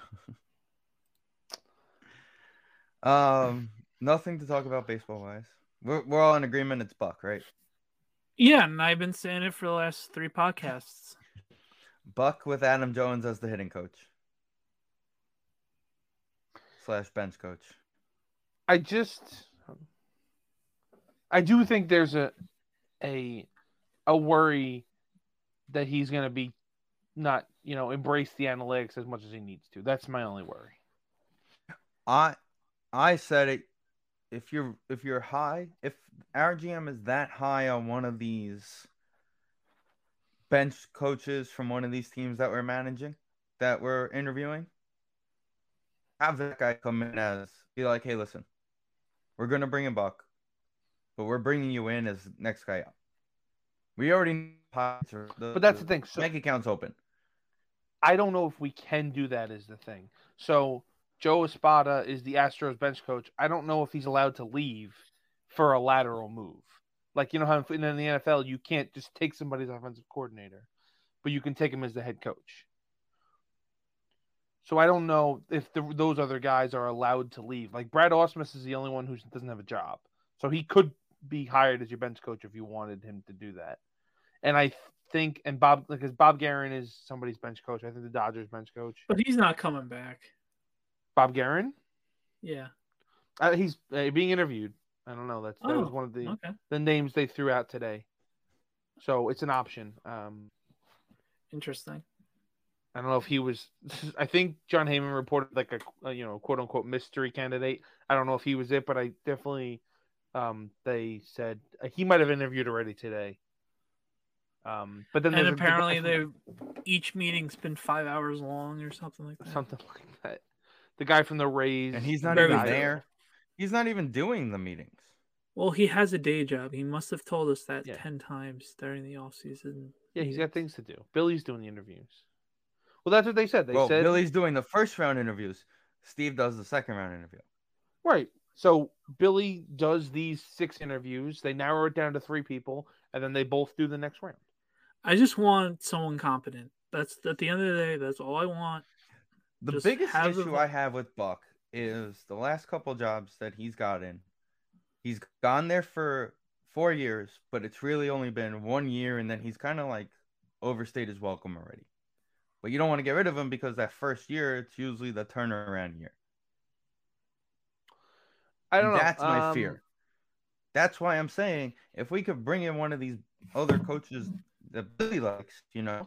[SPEAKER 2] um, nothing to talk about baseball wise. We're we're all in agreement. It's Buck, right?
[SPEAKER 1] Yeah, and I've been saying it for the last three podcasts.
[SPEAKER 2] Buck with Adam Jones as the hitting coach slash bench coach.
[SPEAKER 3] I just I do think there's a a a worry that he's going to be not, you know, embrace the analytics as much as he needs to. That's my only worry.
[SPEAKER 2] I I said it. If you're if you're high, if our GM is that high on one of these bench coaches from one of these teams that we're managing, that we're interviewing, have that guy come in as be like, hey, listen, we're gonna bring in Buck, but we're bringing you in as next guy up. We already know pots are-
[SPEAKER 3] But that's the thing. So
[SPEAKER 2] bank account's open.
[SPEAKER 3] I don't know if we can do that is the thing. So Joe Espada is the Astros bench coach. I don't know if he's allowed to leave for a lateral move. Like you know how in in the NFL you can't just take somebody's offensive coordinator, but you can take him as the head coach. So I don't know if the, those other guys are allowed to leave. Like Brad Ausmus is the only one who doesn't have a job, so he could be hired as your bench coach if you wanted him to do that. And I think and Bob because Bob Guerin is somebody's bench coach. I think the Dodgers bench coach.
[SPEAKER 1] But he's not coming back.
[SPEAKER 3] Bob Guerin.
[SPEAKER 1] Yeah.
[SPEAKER 3] Uh, he's uh, being interviewed. I don't know. That's that was
[SPEAKER 1] Oh,
[SPEAKER 3] one of the
[SPEAKER 1] Okay.
[SPEAKER 3] the names they threw out today. So it's an option. Um,
[SPEAKER 1] Interesting.
[SPEAKER 3] I don't know if he was. *laughs* I think John Heyman reported like a, a you know quote unquote mystery candidate. I don't know if he was it, but I definitely um, they said uh, he might have interviewed already today. Um, but then
[SPEAKER 1] And
[SPEAKER 3] there's a-
[SPEAKER 1] apparently, they each meeting's been five hours long or something like that.
[SPEAKER 3] *laughs* something like that. The guy from the Rays
[SPEAKER 2] And he's not
[SPEAKER 1] Very
[SPEAKER 2] even
[SPEAKER 1] valuable.
[SPEAKER 2] there. He's not even doing the meetings.
[SPEAKER 1] Well, he has a day job. He must have told us that
[SPEAKER 3] Yeah.
[SPEAKER 1] 10 times during the off season.
[SPEAKER 3] Yeah, he's got things to do. Billy's doing the interviews. Well, that's what they said. They
[SPEAKER 2] well,
[SPEAKER 3] said
[SPEAKER 2] Billy's doing the first round interviews. Steve does the second round interview.
[SPEAKER 3] right. So Billy does these six interviews. They narrow it down to three people, and then they both do the next round.
[SPEAKER 1] I just want someone competent. That's at the end of the day. That's all I want.
[SPEAKER 2] The
[SPEAKER 1] Just
[SPEAKER 2] biggest
[SPEAKER 1] has a
[SPEAKER 2] issue
[SPEAKER 1] vo-
[SPEAKER 2] I have with Buck is the last couple jobs that he's gotten. He's gone there for four years, but it's really only been one year, and then he's kind of like overstayed his welcome already. But you don't want to get rid of him because that first year, it's usually the turnaround year.
[SPEAKER 3] I don't know.
[SPEAKER 2] That's my
[SPEAKER 3] Um,
[SPEAKER 2] fear. That's why I'm saying if we could bring in one of these other coaches that Billy likes, you know,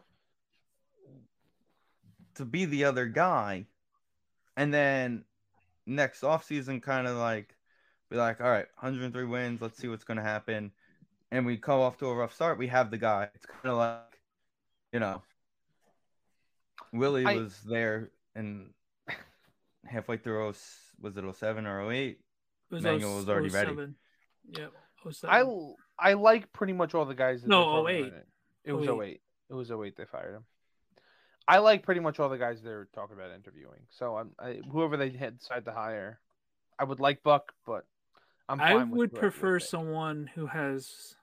[SPEAKER 2] to be the other guy, and then next offseason kind of like be like, all right, 103 wins, let's see what's going to happen. And we come off to a rough start, we have the guy. It's kind of like, you know, Willie
[SPEAKER 3] I-
[SPEAKER 2] was there and halfway through, 0- was it 07 or 08?
[SPEAKER 1] It was
[SPEAKER 2] Manuel
[SPEAKER 1] 0-
[SPEAKER 2] was already ready.
[SPEAKER 1] 07. Yep. 07.
[SPEAKER 3] I l- I like pretty much all the guys. That
[SPEAKER 1] No,
[SPEAKER 3] they're throwing
[SPEAKER 1] 08.
[SPEAKER 3] around It. It was
[SPEAKER 1] 08.
[SPEAKER 3] 08. It was 08 they fired him. I like pretty much all the guys they're talking about interviewing. So I'm I, whoever they had decide to hire. I would like Buck, but I'm.
[SPEAKER 1] I
[SPEAKER 3] fine with
[SPEAKER 1] would
[SPEAKER 3] whoever they
[SPEAKER 1] prefer
[SPEAKER 3] pick.
[SPEAKER 1] someone who has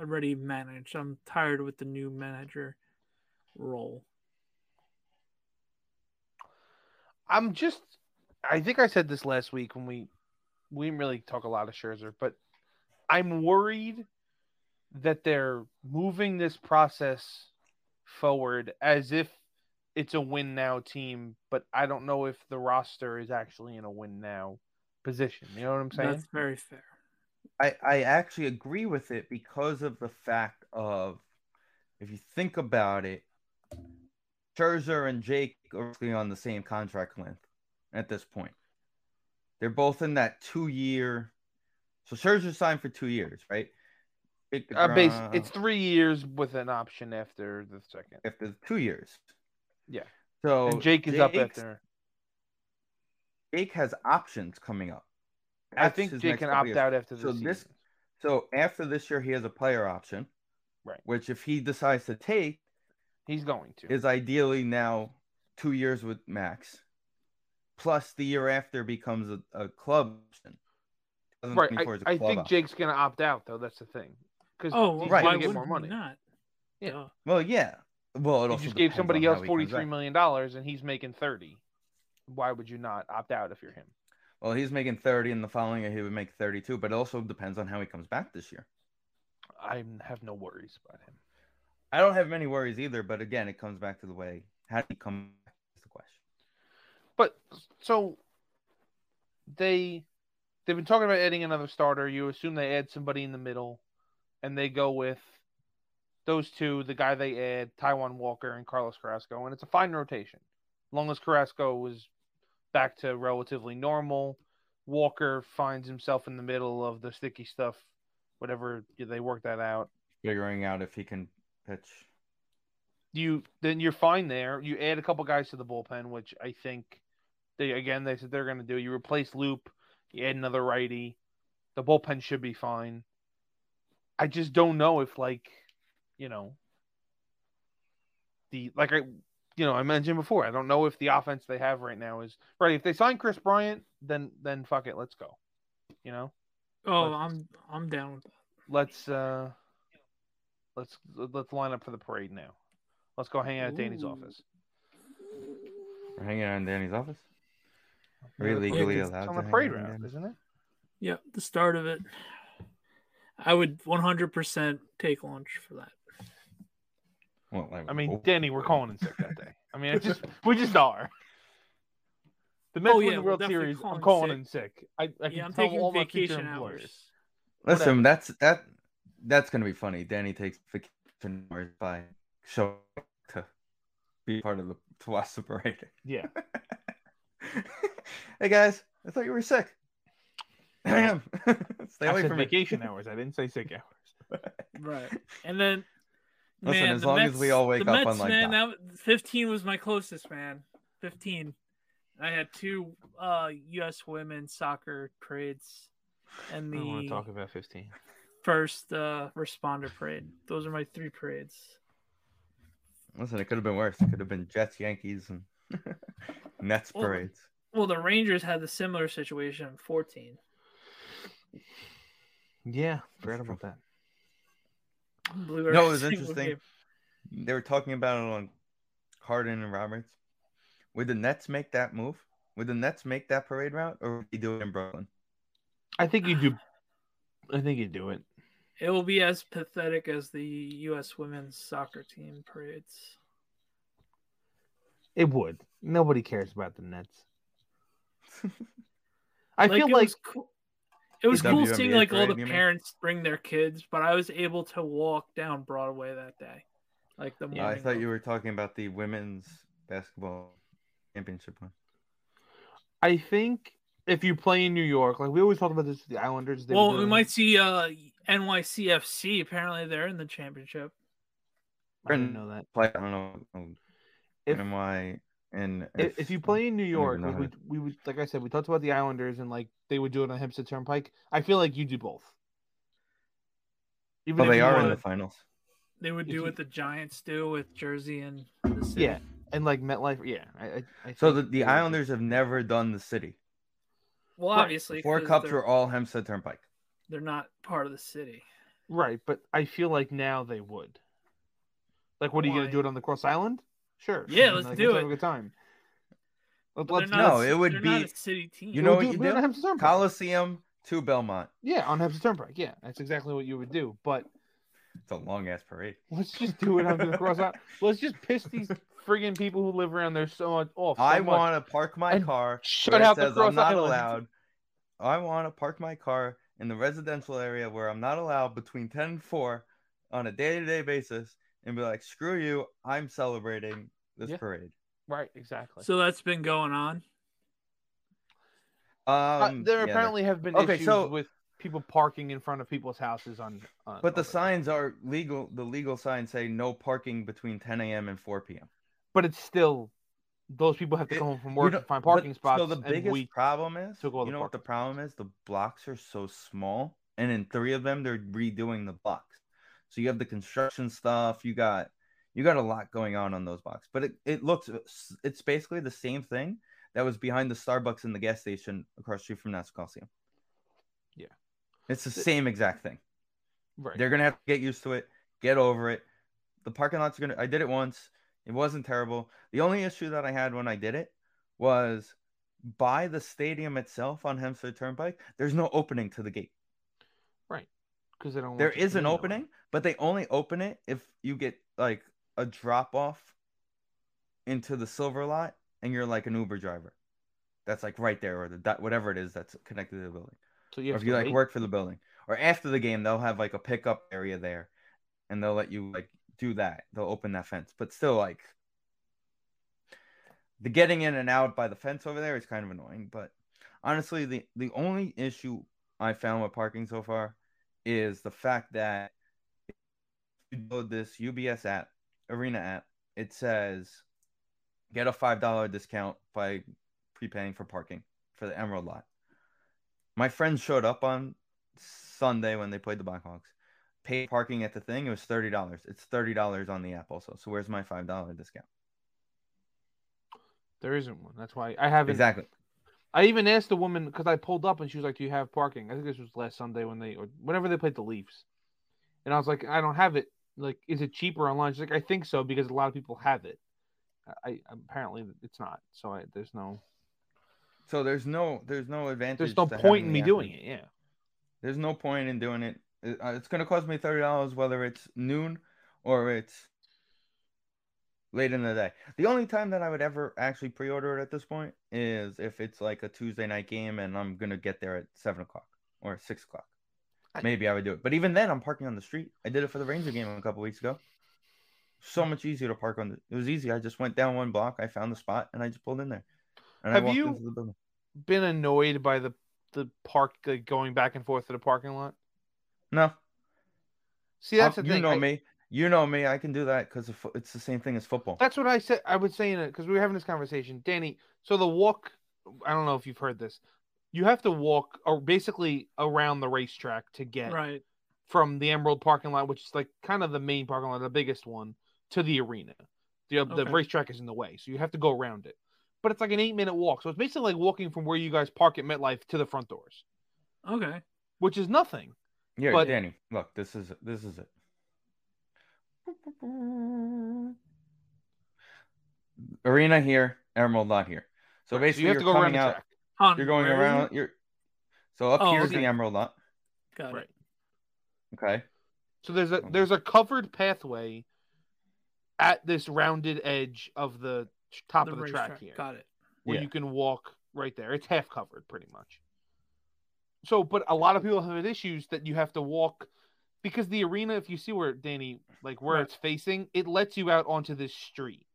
[SPEAKER 1] already managed. I'm tired with the new manager role.
[SPEAKER 3] I'm just. I think I said this last week when we we didn't really talk a lot of Scherzer, but I'm worried that they're moving this process forward as if it's a win now team, but I don't know if the roster is actually in a win now position. You know what I'm saying?
[SPEAKER 1] That's very fair.
[SPEAKER 2] I, I actually agree with it because of the fact of if you think about it, Scherzer and Jake are basically on the same contract length at this point. They're both in that two year. So Scherzer signed for two years, right? Big
[SPEAKER 3] Uh, base,
[SPEAKER 2] DeGrom-
[SPEAKER 3] it's three years with an option after the second.
[SPEAKER 2] after two years.
[SPEAKER 3] Yeah.
[SPEAKER 2] So
[SPEAKER 3] and Jake is up
[SPEAKER 2] Jake's-
[SPEAKER 3] after.
[SPEAKER 2] Jake has options coming up.
[SPEAKER 3] I
[SPEAKER 2] That's
[SPEAKER 3] think
[SPEAKER 2] his
[SPEAKER 3] Jake
[SPEAKER 2] next
[SPEAKER 3] can
[SPEAKER 2] couple
[SPEAKER 3] opt
[SPEAKER 2] years.
[SPEAKER 3] out after the
[SPEAKER 2] So
[SPEAKER 3] season.
[SPEAKER 2] this- So after this year, he has a player option,
[SPEAKER 3] Right.
[SPEAKER 2] Which, if he decides to take,
[SPEAKER 3] He's going to.
[SPEAKER 2] is ideally now two years with max, plus the year after becomes a, a club option.
[SPEAKER 3] Right.
[SPEAKER 2] 2024 is a
[SPEAKER 3] I, I
[SPEAKER 2] club
[SPEAKER 3] think
[SPEAKER 2] option.
[SPEAKER 3] Jake's gonna opt out though. That's the thing. Because
[SPEAKER 1] Oh,
[SPEAKER 3] he's
[SPEAKER 2] Right.
[SPEAKER 1] why
[SPEAKER 3] gonna
[SPEAKER 1] would
[SPEAKER 3] get
[SPEAKER 2] wouldn't
[SPEAKER 3] more money.
[SPEAKER 1] Not?
[SPEAKER 3] Yeah.
[SPEAKER 1] Duh.
[SPEAKER 2] Well, yeah. Well, it
[SPEAKER 3] You
[SPEAKER 2] also
[SPEAKER 3] just gave
[SPEAKER 2] depends
[SPEAKER 3] somebody else
[SPEAKER 2] on how he comes
[SPEAKER 3] forty three
[SPEAKER 2] back.
[SPEAKER 3] million dollars, and he's making thirty. Why would you not opt out if you're him?
[SPEAKER 2] Well, he's making thirty, and the following year he would make thirty-two. But it also depends on how he comes back this year.
[SPEAKER 3] I have no worries about him.
[SPEAKER 2] I don't have many worries either, but again, it comes back to the way how do you come back is the question.
[SPEAKER 3] But so they they've been talking about adding another starter. You assume they add somebody in the middle, and they go with those two, the guy they add, Taiwan Walker and Carlos Carrasco, and it's a fine rotation. As long as Carrasco was back to relatively normal, Walker finds himself in the middle of the sticky stuff, whatever they work that out.
[SPEAKER 2] Figuring out if he can pitch.
[SPEAKER 3] you then you're fine there. You add a couple guys to the bullpen, which I think they again they said they're going to do. You replace Loop, you add another righty. The bullpen should be fine. I just don't know if like, you know, the like I you know, I mentioned before, I don't know if the offense they have right now is right. If they sign Chris Bryant, then then fuck it, let's go. You know?
[SPEAKER 1] Oh,
[SPEAKER 3] Let's-
[SPEAKER 1] I'm I'm down with that.
[SPEAKER 3] let's uh let's let's line up for the parade now. Let's go hang out at Danny's
[SPEAKER 1] Ooh.
[SPEAKER 3] office.
[SPEAKER 2] We're hanging out in Danny's office. Are we
[SPEAKER 3] Yeah, it's-
[SPEAKER 2] legally
[SPEAKER 3] it's
[SPEAKER 2] allowed
[SPEAKER 3] on
[SPEAKER 2] to
[SPEAKER 3] the
[SPEAKER 2] hang
[SPEAKER 3] parade
[SPEAKER 2] out in
[SPEAKER 3] route,
[SPEAKER 2] Danny's?
[SPEAKER 3] isn't it?
[SPEAKER 1] Yeah, the start of it. I would 100% take lunch for that.
[SPEAKER 2] Well, oh,
[SPEAKER 3] I mean,
[SPEAKER 1] Oh,
[SPEAKER 2] hope-
[SPEAKER 3] Danny, we're calling in sick that day. I mean, it's
[SPEAKER 1] *laughs*
[SPEAKER 3] just we just are. The Mets
[SPEAKER 1] Oh,
[SPEAKER 3] win
[SPEAKER 1] yeah,
[SPEAKER 3] the
[SPEAKER 1] we're
[SPEAKER 3] World
[SPEAKER 1] definitely
[SPEAKER 3] Series. I'm
[SPEAKER 1] calling
[SPEAKER 3] calling in sick. I, I can
[SPEAKER 1] yeah, I'm
[SPEAKER 3] tell
[SPEAKER 1] taking
[SPEAKER 3] all my future
[SPEAKER 1] vacation
[SPEAKER 3] employers.
[SPEAKER 1] hours.
[SPEAKER 2] Listen, that's that. That's gonna be funny. Danny takes vacation hours by showing up to be part of the to watch the parade. *laughs*
[SPEAKER 1] *laughs*
[SPEAKER 3] Yeah,
[SPEAKER 2] hey guys, I thought you were sick. *clears throat* I am. Stay
[SPEAKER 3] I
[SPEAKER 2] away
[SPEAKER 3] said
[SPEAKER 2] from me. *laughs*
[SPEAKER 3] vacation hours. I didn't say
[SPEAKER 1] *laughs*
[SPEAKER 3] sick hours.
[SPEAKER 1] Right. And then,
[SPEAKER 2] Listen,
[SPEAKER 1] man,
[SPEAKER 2] as
[SPEAKER 1] the
[SPEAKER 2] long as
[SPEAKER 1] Mets-
[SPEAKER 2] we all wake
[SPEAKER 1] the
[SPEAKER 2] up
[SPEAKER 1] Mets,
[SPEAKER 2] unlike
[SPEAKER 1] man, that. was- 15 was my closest, man. 15. I had two uh, U.S. women's soccer parades and
[SPEAKER 3] I don't want to
[SPEAKER 1] the
[SPEAKER 3] talk about 15.
[SPEAKER 1] first uh, responder parade. Those are my three parades.
[SPEAKER 2] Listen, it could have been worse. It could have been Jets, Yankees, and *laughs* Nets
[SPEAKER 1] Well,
[SPEAKER 2] parades.
[SPEAKER 1] Well, the Rangers had the similar situation in 14.
[SPEAKER 3] Yeah, forgot
[SPEAKER 2] That's
[SPEAKER 3] about that.
[SPEAKER 1] Blew every *laughs*
[SPEAKER 2] No, it was
[SPEAKER 1] single
[SPEAKER 2] interesting.
[SPEAKER 1] game.
[SPEAKER 2] They were talking about it on Harden and Roberts. Would the Nets make that move? Would the Nets make that parade route, or would they do it in Brooklyn?
[SPEAKER 3] I think you do. I think you do it.
[SPEAKER 1] It will be as pathetic as the U.S. women's soccer team parades.
[SPEAKER 3] It would. Nobody cares about
[SPEAKER 1] *laughs*
[SPEAKER 3] the Nets. I feel
[SPEAKER 1] it
[SPEAKER 3] like
[SPEAKER 1] was cool. It was cool
[SPEAKER 2] WNBA
[SPEAKER 1] seeing like all the
[SPEAKER 2] parade, you mean?
[SPEAKER 1] parents bring their kids, but I was able to walk down Broadway that day, like the morning.
[SPEAKER 2] I thought
[SPEAKER 1] of.
[SPEAKER 2] you were talking about the women's basketball championship one.
[SPEAKER 3] I think if you play in New York, like we always talk about this, with the Islanders. they
[SPEAKER 1] Well,
[SPEAKER 3] were
[SPEAKER 1] we
[SPEAKER 3] doing-
[SPEAKER 1] might see uh, NYCFC. Apparently, they're in the championship.
[SPEAKER 3] I
[SPEAKER 1] Mm.
[SPEAKER 3] didn't know that.
[SPEAKER 2] Play, I don't know. um,
[SPEAKER 3] If-
[SPEAKER 2] NY and
[SPEAKER 3] If, if you play in New York,
[SPEAKER 2] know
[SPEAKER 3] like
[SPEAKER 2] how
[SPEAKER 3] we,
[SPEAKER 2] to-
[SPEAKER 3] we would, like I said, we talked about the Islanders and like they would do it on Hempstead Turnpike. I feel like you do both. Even
[SPEAKER 2] well,
[SPEAKER 3] if
[SPEAKER 2] Oh, they
[SPEAKER 3] you
[SPEAKER 2] are in
[SPEAKER 3] wanna-
[SPEAKER 2] the finals.
[SPEAKER 1] They would
[SPEAKER 3] If
[SPEAKER 1] do
[SPEAKER 3] you-
[SPEAKER 1] what the Giants do with Jersey and the city.
[SPEAKER 3] *laughs* yeah, and like MetLife, yeah. I, I, I think they
[SPEAKER 2] So the, the
[SPEAKER 3] would do-
[SPEAKER 2] Islanders have never done the city.
[SPEAKER 1] Well,
[SPEAKER 3] Right.
[SPEAKER 1] obviously,
[SPEAKER 2] The four
[SPEAKER 1] 'cause
[SPEAKER 2] cups
[SPEAKER 1] they're,
[SPEAKER 2] were all Hempstead Turnpike.
[SPEAKER 1] they're not part of the city.
[SPEAKER 3] right, but I feel like now they would. Like, what are you
[SPEAKER 1] Why?
[SPEAKER 3] gonna do it on the Cross Island? Sure.
[SPEAKER 1] Yeah,
[SPEAKER 3] And,
[SPEAKER 1] let's
[SPEAKER 3] like,
[SPEAKER 1] do
[SPEAKER 3] Have
[SPEAKER 1] it.
[SPEAKER 3] a good time.
[SPEAKER 1] But
[SPEAKER 3] Let-
[SPEAKER 1] they're
[SPEAKER 3] let's-
[SPEAKER 1] not
[SPEAKER 2] No,
[SPEAKER 1] a-
[SPEAKER 2] it would
[SPEAKER 1] they're not a
[SPEAKER 2] be-
[SPEAKER 1] city team.
[SPEAKER 2] you know
[SPEAKER 3] we'll
[SPEAKER 2] what
[SPEAKER 3] do-
[SPEAKER 2] you
[SPEAKER 3] we'll
[SPEAKER 2] do?
[SPEAKER 3] on Hempstead Turnpike.
[SPEAKER 2] Coliseum to Belmont.
[SPEAKER 3] Yeah, on Hempstead Turnpike. Yeah, that's exactly what you would do. But *laughs*
[SPEAKER 2] It's a long ass parade.
[SPEAKER 3] let's just do it on the cross out. Let's just piss these friggin' people who live around there so much off. so
[SPEAKER 2] *laughs* I
[SPEAKER 3] much.
[SPEAKER 2] want to park my
[SPEAKER 3] And
[SPEAKER 2] car.
[SPEAKER 3] shut
[SPEAKER 2] where it
[SPEAKER 3] out the
[SPEAKER 2] says
[SPEAKER 3] cross
[SPEAKER 2] I'm not
[SPEAKER 3] island.
[SPEAKER 2] allowed. I want to park my car in the residential area where I'm not allowed between 10 and 4 on a day to day basis and be like, screw you. I'm celebrating this
[SPEAKER 3] Yeah.
[SPEAKER 2] parade.
[SPEAKER 3] Right, exactly.
[SPEAKER 1] So that's been going on.
[SPEAKER 2] Um,
[SPEAKER 3] Uh, there
[SPEAKER 2] yeah,
[SPEAKER 3] apparently have been
[SPEAKER 2] Okay,
[SPEAKER 3] issues
[SPEAKER 2] so-
[SPEAKER 3] with people parking in front of people's houses on. on
[SPEAKER 2] But the
[SPEAKER 3] over there.
[SPEAKER 2] signs are legal. The legal signs say no parking between 10 a.m. and 4 p.m.
[SPEAKER 3] But it's still, those people have to
[SPEAKER 2] It-
[SPEAKER 3] come home from
[SPEAKER 2] You
[SPEAKER 3] work
[SPEAKER 2] know-
[SPEAKER 3] and find
[SPEAKER 2] but-
[SPEAKER 3] parking spots.
[SPEAKER 2] So the biggest
[SPEAKER 3] and we,
[SPEAKER 2] problem is,
[SPEAKER 3] took all
[SPEAKER 2] you
[SPEAKER 3] the
[SPEAKER 2] know what the
[SPEAKER 3] parking
[SPEAKER 2] problem is? The blocks are so small, and in three of them, they're redoing the blocks. So you have the construction stuff. You got you got a lot going on on those blocks, but it it looks uh, it's basically the same thing that was behind the Starbucks in the gas station across the street from Nassau Coliseum.
[SPEAKER 3] Yeah.
[SPEAKER 2] it's the
[SPEAKER 3] Th-
[SPEAKER 2] same exact thing.
[SPEAKER 3] right.
[SPEAKER 2] They're gonna have to get used to it, get over it. The parking lots are gonna. I did it once. It wasn't terrible. The only issue that I had when I did it was by the stadium itself on Hempstead Turnpike. There's no opening to the gate.
[SPEAKER 3] because they don't. want
[SPEAKER 2] There
[SPEAKER 3] you
[SPEAKER 2] is
[SPEAKER 3] coming in
[SPEAKER 2] an
[SPEAKER 3] that way.
[SPEAKER 2] opening, but they only open it if you get like a drop off into the silver lot, and you're like an Uber driver. That's like right there, or the di- whatever it is that's connected to the building
[SPEAKER 3] So you
[SPEAKER 2] or
[SPEAKER 3] have
[SPEAKER 2] if you
[SPEAKER 3] to
[SPEAKER 2] like
[SPEAKER 3] wait.
[SPEAKER 2] work for the building or after the game they'll have like a pickup area there and they'll let you like do that they'll open that fence but still like the getting in and out by the fence over there is kind of annoying but honestly the the only issue i found with parking so far is the fact that if you download this ubs app arena app it says get a five dollar discount by prepaying for parking for the emerald lot my friends showed up on Sunday when they played the Blackhawks. Paid parking at the thing. It was thirty dollars. It's thirty dollars on the app also. So where's my five dollar discount?
[SPEAKER 3] There isn't one. That's why I haven't.
[SPEAKER 2] Exactly.
[SPEAKER 3] I even asked the woman because I pulled up and she was like, "Do you have parking?" I think this was last Sunday when they or whenever they played the Leafs, and I was like, "I don't have it. Like, is it cheaper online?" She's like, "I think so because a lot of people have it. I, I apparently it's not. So I, there's no
[SPEAKER 2] So there's no there's no advantage.
[SPEAKER 3] there's no
[SPEAKER 2] to
[SPEAKER 3] point
[SPEAKER 2] having
[SPEAKER 3] in
[SPEAKER 2] the
[SPEAKER 3] me
[SPEAKER 2] app.
[SPEAKER 3] doing it. Yeah,
[SPEAKER 2] There's no point in doing it. It- uh, It's gonna cost me thirty dollars whether it's noon or it's late in the day. The only time that I would ever actually pre-order it at this point is if it's like a Tuesday night game and I'm gonna get there at seven o'clock or six o'clock.
[SPEAKER 3] I-
[SPEAKER 2] Maybe I would do it. But even then, I'm parking on the street. I did it for the Ranger game a couple weeks ago. So much easier to park on. The, it was easy. I just went down one block. I found the spot and I just pulled in there. And
[SPEAKER 3] Have
[SPEAKER 2] I walked
[SPEAKER 3] you-
[SPEAKER 2] into the building.
[SPEAKER 3] been annoyed by the the park like, going back and forth to the parking lot.
[SPEAKER 2] No,
[SPEAKER 3] See, that's
[SPEAKER 2] I'll-
[SPEAKER 3] the
[SPEAKER 2] you
[SPEAKER 3] thing.
[SPEAKER 2] know
[SPEAKER 3] I-
[SPEAKER 2] me. You know me. I can do that because it's the same thing as football.
[SPEAKER 3] That's what I said. I would say in it because we were having this conversation, Danny. So the walk, I don't know if you've heard this. You have to walk or basically around the racetrack to get
[SPEAKER 1] Right.
[SPEAKER 3] from the Emerald parking lot, which is like kind of the main parking lot, the biggest one, to the arena. The uh, the
[SPEAKER 1] Okay.
[SPEAKER 3] racetrack is in the way, so you have to go around it. But it's like an eight minute walk, so it's basically like walking from where you guys park at MetLife to the front doors,
[SPEAKER 1] Okay.
[SPEAKER 3] which is nothing.
[SPEAKER 2] Yeah,
[SPEAKER 3] But-
[SPEAKER 2] Danny, look, this is this is it. Arena here, Emerald not here. So
[SPEAKER 3] Right,
[SPEAKER 2] basically,
[SPEAKER 3] you have
[SPEAKER 2] are
[SPEAKER 3] to go around
[SPEAKER 2] coming
[SPEAKER 3] the
[SPEAKER 2] out.
[SPEAKER 3] track.
[SPEAKER 1] Han,
[SPEAKER 2] You're going
[SPEAKER 1] where is
[SPEAKER 2] around.
[SPEAKER 1] it?
[SPEAKER 2] You're so up
[SPEAKER 1] Oh,
[SPEAKER 2] here's
[SPEAKER 1] okay.
[SPEAKER 2] the Emerald lot.
[SPEAKER 1] Got
[SPEAKER 3] Right.
[SPEAKER 1] it.
[SPEAKER 2] Okay,
[SPEAKER 3] So there's
[SPEAKER 2] Oh.
[SPEAKER 3] a there's a covered pathway at this rounded edge of the t- top
[SPEAKER 1] The
[SPEAKER 3] of the
[SPEAKER 1] racetrack.
[SPEAKER 3] track, here,
[SPEAKER 1] Got it.
[SPEAKER 3] where
[SPEAKER 2] Yeah.
[SPEAKER 3] you can walk right there. It's half covered, pretty much. So, but a lot of people have issues that you have to walk because the arena, if you see where Danny, like where
[SPEAKER 1] Right.
[SPEAKER 3] it's facing, it lets you out onto this street.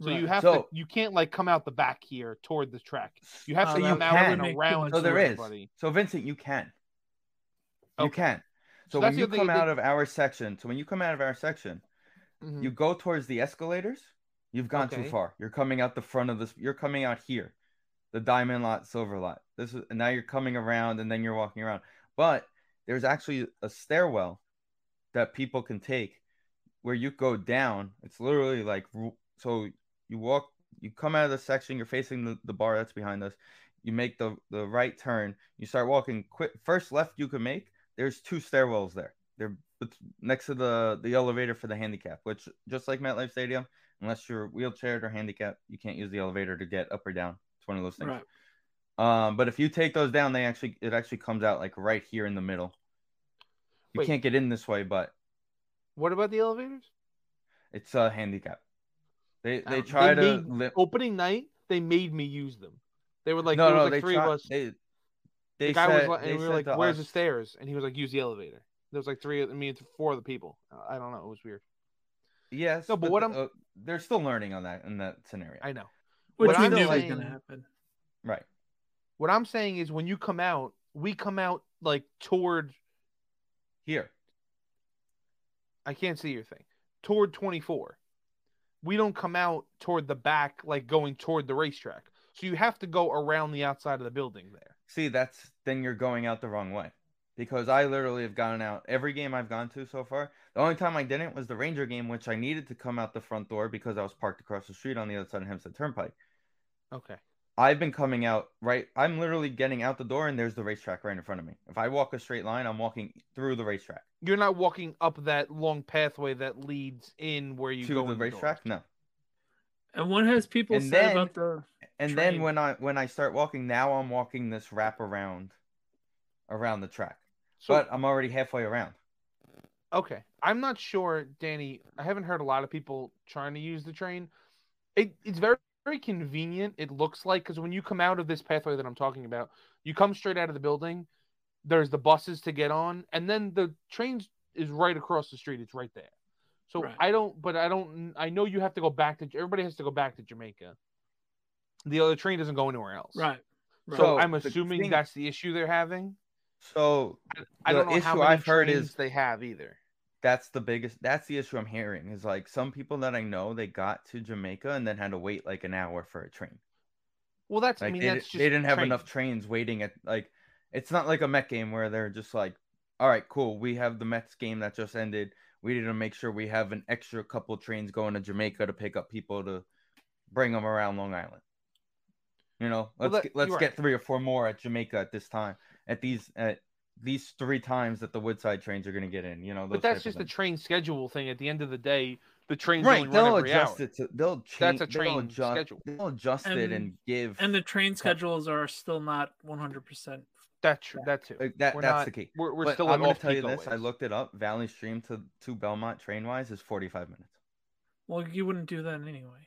[SPEAKER 3] So you
[SPEAKER 1] Right.
[SPEAKER 3] have to
[SPEAKER 2] So-
[SPEAKER 3] you can't like come out the back here toward the track. You have
[SPEAKER 1] Oh,
[SPEAKER 3] to
[SPEAKER 1] that
[SPEAKER 3] come
[SPEAKER 2] would
[SPEAKER 3] out and
[SPEAKER 2] make
[SPEAKER 1] too
[SPEAKER 3] around.
[SPEAKER 1] much
[SPEAKER 2] so there
[SPEAKER 3] to
[SPEAKER 2] is.
[SPEAKER 3] everybody.
[SPEAKER 2] So Vincent, you can. You
[SPEAKER 3] Okay.
[SPEAKER 2] can. So,
[SPEAKER 3] that's
[SPEAKER 2] when
[SPEAKER 3] the
[SPEAKER 2] you
[SPEAKER 3] other
[SPEAKER 2] come
[SPEAKER 3] thing-
[SPEAKER 2] out of our section, so when you come out of our section,
[SPEAKER 1] Mm-hmm.
[SPEAKER 3] Mhm.
[SPEAKER 2] you go towards the escalators. You've gone
[SPEAKER 3] Okay.
[SPEAKER 2] too far. You're coming out the front of this. You're coming out here, the diamond lot, silver lot. This is and now you're coming around, and then you're walking around. But there's actually a stairwell that people can take, where you go down. It's literally like ru- so. You walk. You come out of the section. You're facing the, the bar that's behind us. You make the the right turn. You start walking. Quick first left you can make. There's two stairwells there. They're bet- next to the the elevator for the handicap, which just like MetLife Stadium, unless you're wheelchaired or handicapped, you can't use the elevator to get up or down. It's one of those things.
[SPEAKER 1] Right.
[SPEAKER 2] Um, but if you take those down, they actually it actually comes out like right here in the middle. You
[SPEAKER 3] Wait.
[SPEAKER 2] can't get in this way, but
[SPEAKER 3] What about the elevators?
[SPEAKER 2] it's a handicap. They
[SPEAKER 3] I
[SPEAKER 2] they
[SPEAKER 3] don't- they
[SPEAKER 2] try to
[SPEAKER 3] made
[SPEAKER 2] li-
[SPEAKER 3] opening night, they made me use them. They were like,
[SPEAKER 2] no
[SPEAKER 3] there was
[SPEAKER 2] no
[SPEAKER 3] like
[SPEAKER 2] they
[SPEAKER 3] three
[SPEAKER 2] try,
[SPEAKER 3] of us.
[SPEAKER 2] they they
[SPEAKER 3] the guy
[SPEAKER 2] said,
[SPEAKER 3] was like,
[SPEAKER 2] they
[SPEAKER 3] and we were
[SPEAKER 2] said
[SPEAKER 3] like,
[SPEAKER 2] to
[SPEAKER 3] "Where's the
[SPEAKER 2] us-
[SPEAKER 3] stairs?" And he was like, "Use the elevator." There was like three. of I mean, four of the people. I- I don't know. It was weird.
[SPEAKER 2] Yes,
[SPEAKER 3] No, but what
[SPEAKER 2] the-
[SPEAKER 3] I'm-
[SPEAKER 2] uh, they're still learning on that in that scenario.
[SPEAKER 3] I know.
[SPEAKER 1] Which
[SPEAKER 3] What
[SPEAKER 1] we
[SPEAKER 3] I'm
[SPEAKER 1] knew was
[SPEAKER 3] saying-
[SPEAKER 1] going to happen.
[SPEAKER 2] Right.
[SPEAKER 3] What I'm saying is, when you come out, we come out like toward.
[SPEAKER 2] Here.
[SPEAKER 3] I can't see your thing. Toward 24. We don't come out toward the back, like going toward the racetrack. So you have to go around the outside of the building there.
[SPEAKER 2] See, that's then you're going out the wrong way. Because I literally have gone out every game I've gone to so far. The only time I didn't was the Ranger game, which I needed to come out the front door because I was parked across the street on the other side of Hempstead Turnpike.
[SPEAKER 3] Okay.
[SPEAKER 2] I've been coming out right. I'm literally getting out the door, and there's the racetrack right in front of me. If I walk a straight line, I'm walking through the racetrack
[SPEAKER 3] You're not walking up that long pathway that leads in where you
[SPEAKER 2] to
[SPEAKER 3] go
[SPEAKER 2] the
[SPEAKER 3] in door.
[SPEAKER 2] racetrack. No,
[SPEAKER 1] And what has people
[SPEAKER 2] And
[SPEAKER 1] said
[SPEAKER 2] then-
[SPEAKER 1] about the
[SPEAKER 2] and
[SPEAKER 1] Train.
[SPEAKER 2] then when I when I start walking, now I'm walking this wrap around, around the track.
[SPEAKER 3] So
[SPEAKER 2] but uh, I'm already halfway around.
[SPEAKER 3] Okay. I'm not sure, Danny. I haven't heard a lot of people trying to use the train. It, it's very, very convenient, it looks like, because when you come out of this pathway that I'm talking about, you come straight out of the building. There's the buses to get on, and then the trains is right across the street. It's right there. So
[SPEAKER 1] Right.
[SPEAKER 3] I don't, but I don't, I know you have to go back to, everybody has to go back to Jamaica. The other train doesn't go anywhere else.
[SPEAKER 1] right? right.
[SPEAKER 3] So
[SPEAKER 2] So
[SPEAKER 3] I'm
[SPEAKER 2] the
[SPEAKER 3] assuming
[SPEAKER 2] thing-
[SPEAKER 3] that's the issue they're having.
[SPEAKER 2] So
[SPEAKER 3] I
[SPEAKER 2] The
[SPEAKER 3] don't know how
[SPEAKER 2] issue
[SPEAKER 3] many
[SPEAKER 2] I've heard
[SPEAKER 3] trains
[SPEAKER 2] is-
[SPEAKER 3] they have either.
[SPEAKER 2] that's the biggest that's the issue i'm hearing is like some people that i know they got to jamaica and then had to wait like an hour for a train
[SPEAKER 3] Well, that's,
[SPEAKER 2] like
[SPEAKER 3] I mean,
[SPEAKER 2] they, di-
[SPEAKER 3] that's just
[SPEAKER 2] they didn't have
[SPEAKER 3] trains.
[SPEAKER 2] enough trains waiting at like it's not like a met game where they're just like all right cool we have the mets game that just ended we need to make sure we have an extra couple trains going to jamaica to pick up people to bring them around long island you know
[SPEAKER 3] Well,
[SPEAKER 2] let's
[SPEAKER 3] that-
[SPEAKER 2] get, let's
[SPEAKER 3] you're
[SPEAKER 2] get
[SPEAKER 3] right.
[SPEAKER 2] three or four more at jamaica at this time at these at these three times that the woodside trains are going to get in you know
[SPEAKER 3] But
[SPEAKER 2] those type
[SPEAKER 3] that's
[SPEAKER 2] of
[SPEAKER 3] just the
[SPEAKER 2] things.
[SPEAKER 3] train schedule thing. At the end of the day, the trains
[SPEAKER 2] right
[SPEAKER 3] only run
[SPEAKER 2] they'll
[SPEAKER 3] every
[SPEAKER 2] adjust
[SPEAKER 3] hour.
[SPEAKER 2] it to they'll change
[SPEAKER 3] That's a
[SPEAKER 2] they'll
[SPEAKER 3] train
[SPEAKER 2] adjust,
[SPEAKER 3] schedule.
[SPEAKER 2] they'll adjust it
[SPEAKER 1] And-
[SPEAKER 2] and give
[SPEAKER 1] and the train schedules are still not 100. percent
[SPEAKER 3] That's true. That's
[SPEAKER 2] uh,
[SPEAKER 3] it.
[SPEAKER 2] that
[SPEAKER 3] We're
[SPEAKER 2] that's
[SPEAKER 3] not-
[SPEAKER 2] the key
[SPEAKER 3] We're, we're
[SPEAKER 2] But
[SPEAKER 3] still.
[SPEAKER 2] i'm
[SPEAKER 3] going
[SPEAKER 2] going
[SPEAKER 3] to
[SPEAKER 2] to tell you this i looked it up valley stream to to belmont train wise is 45 minutes
[SPEAKER 1] Well, you wouldn't do that anyway.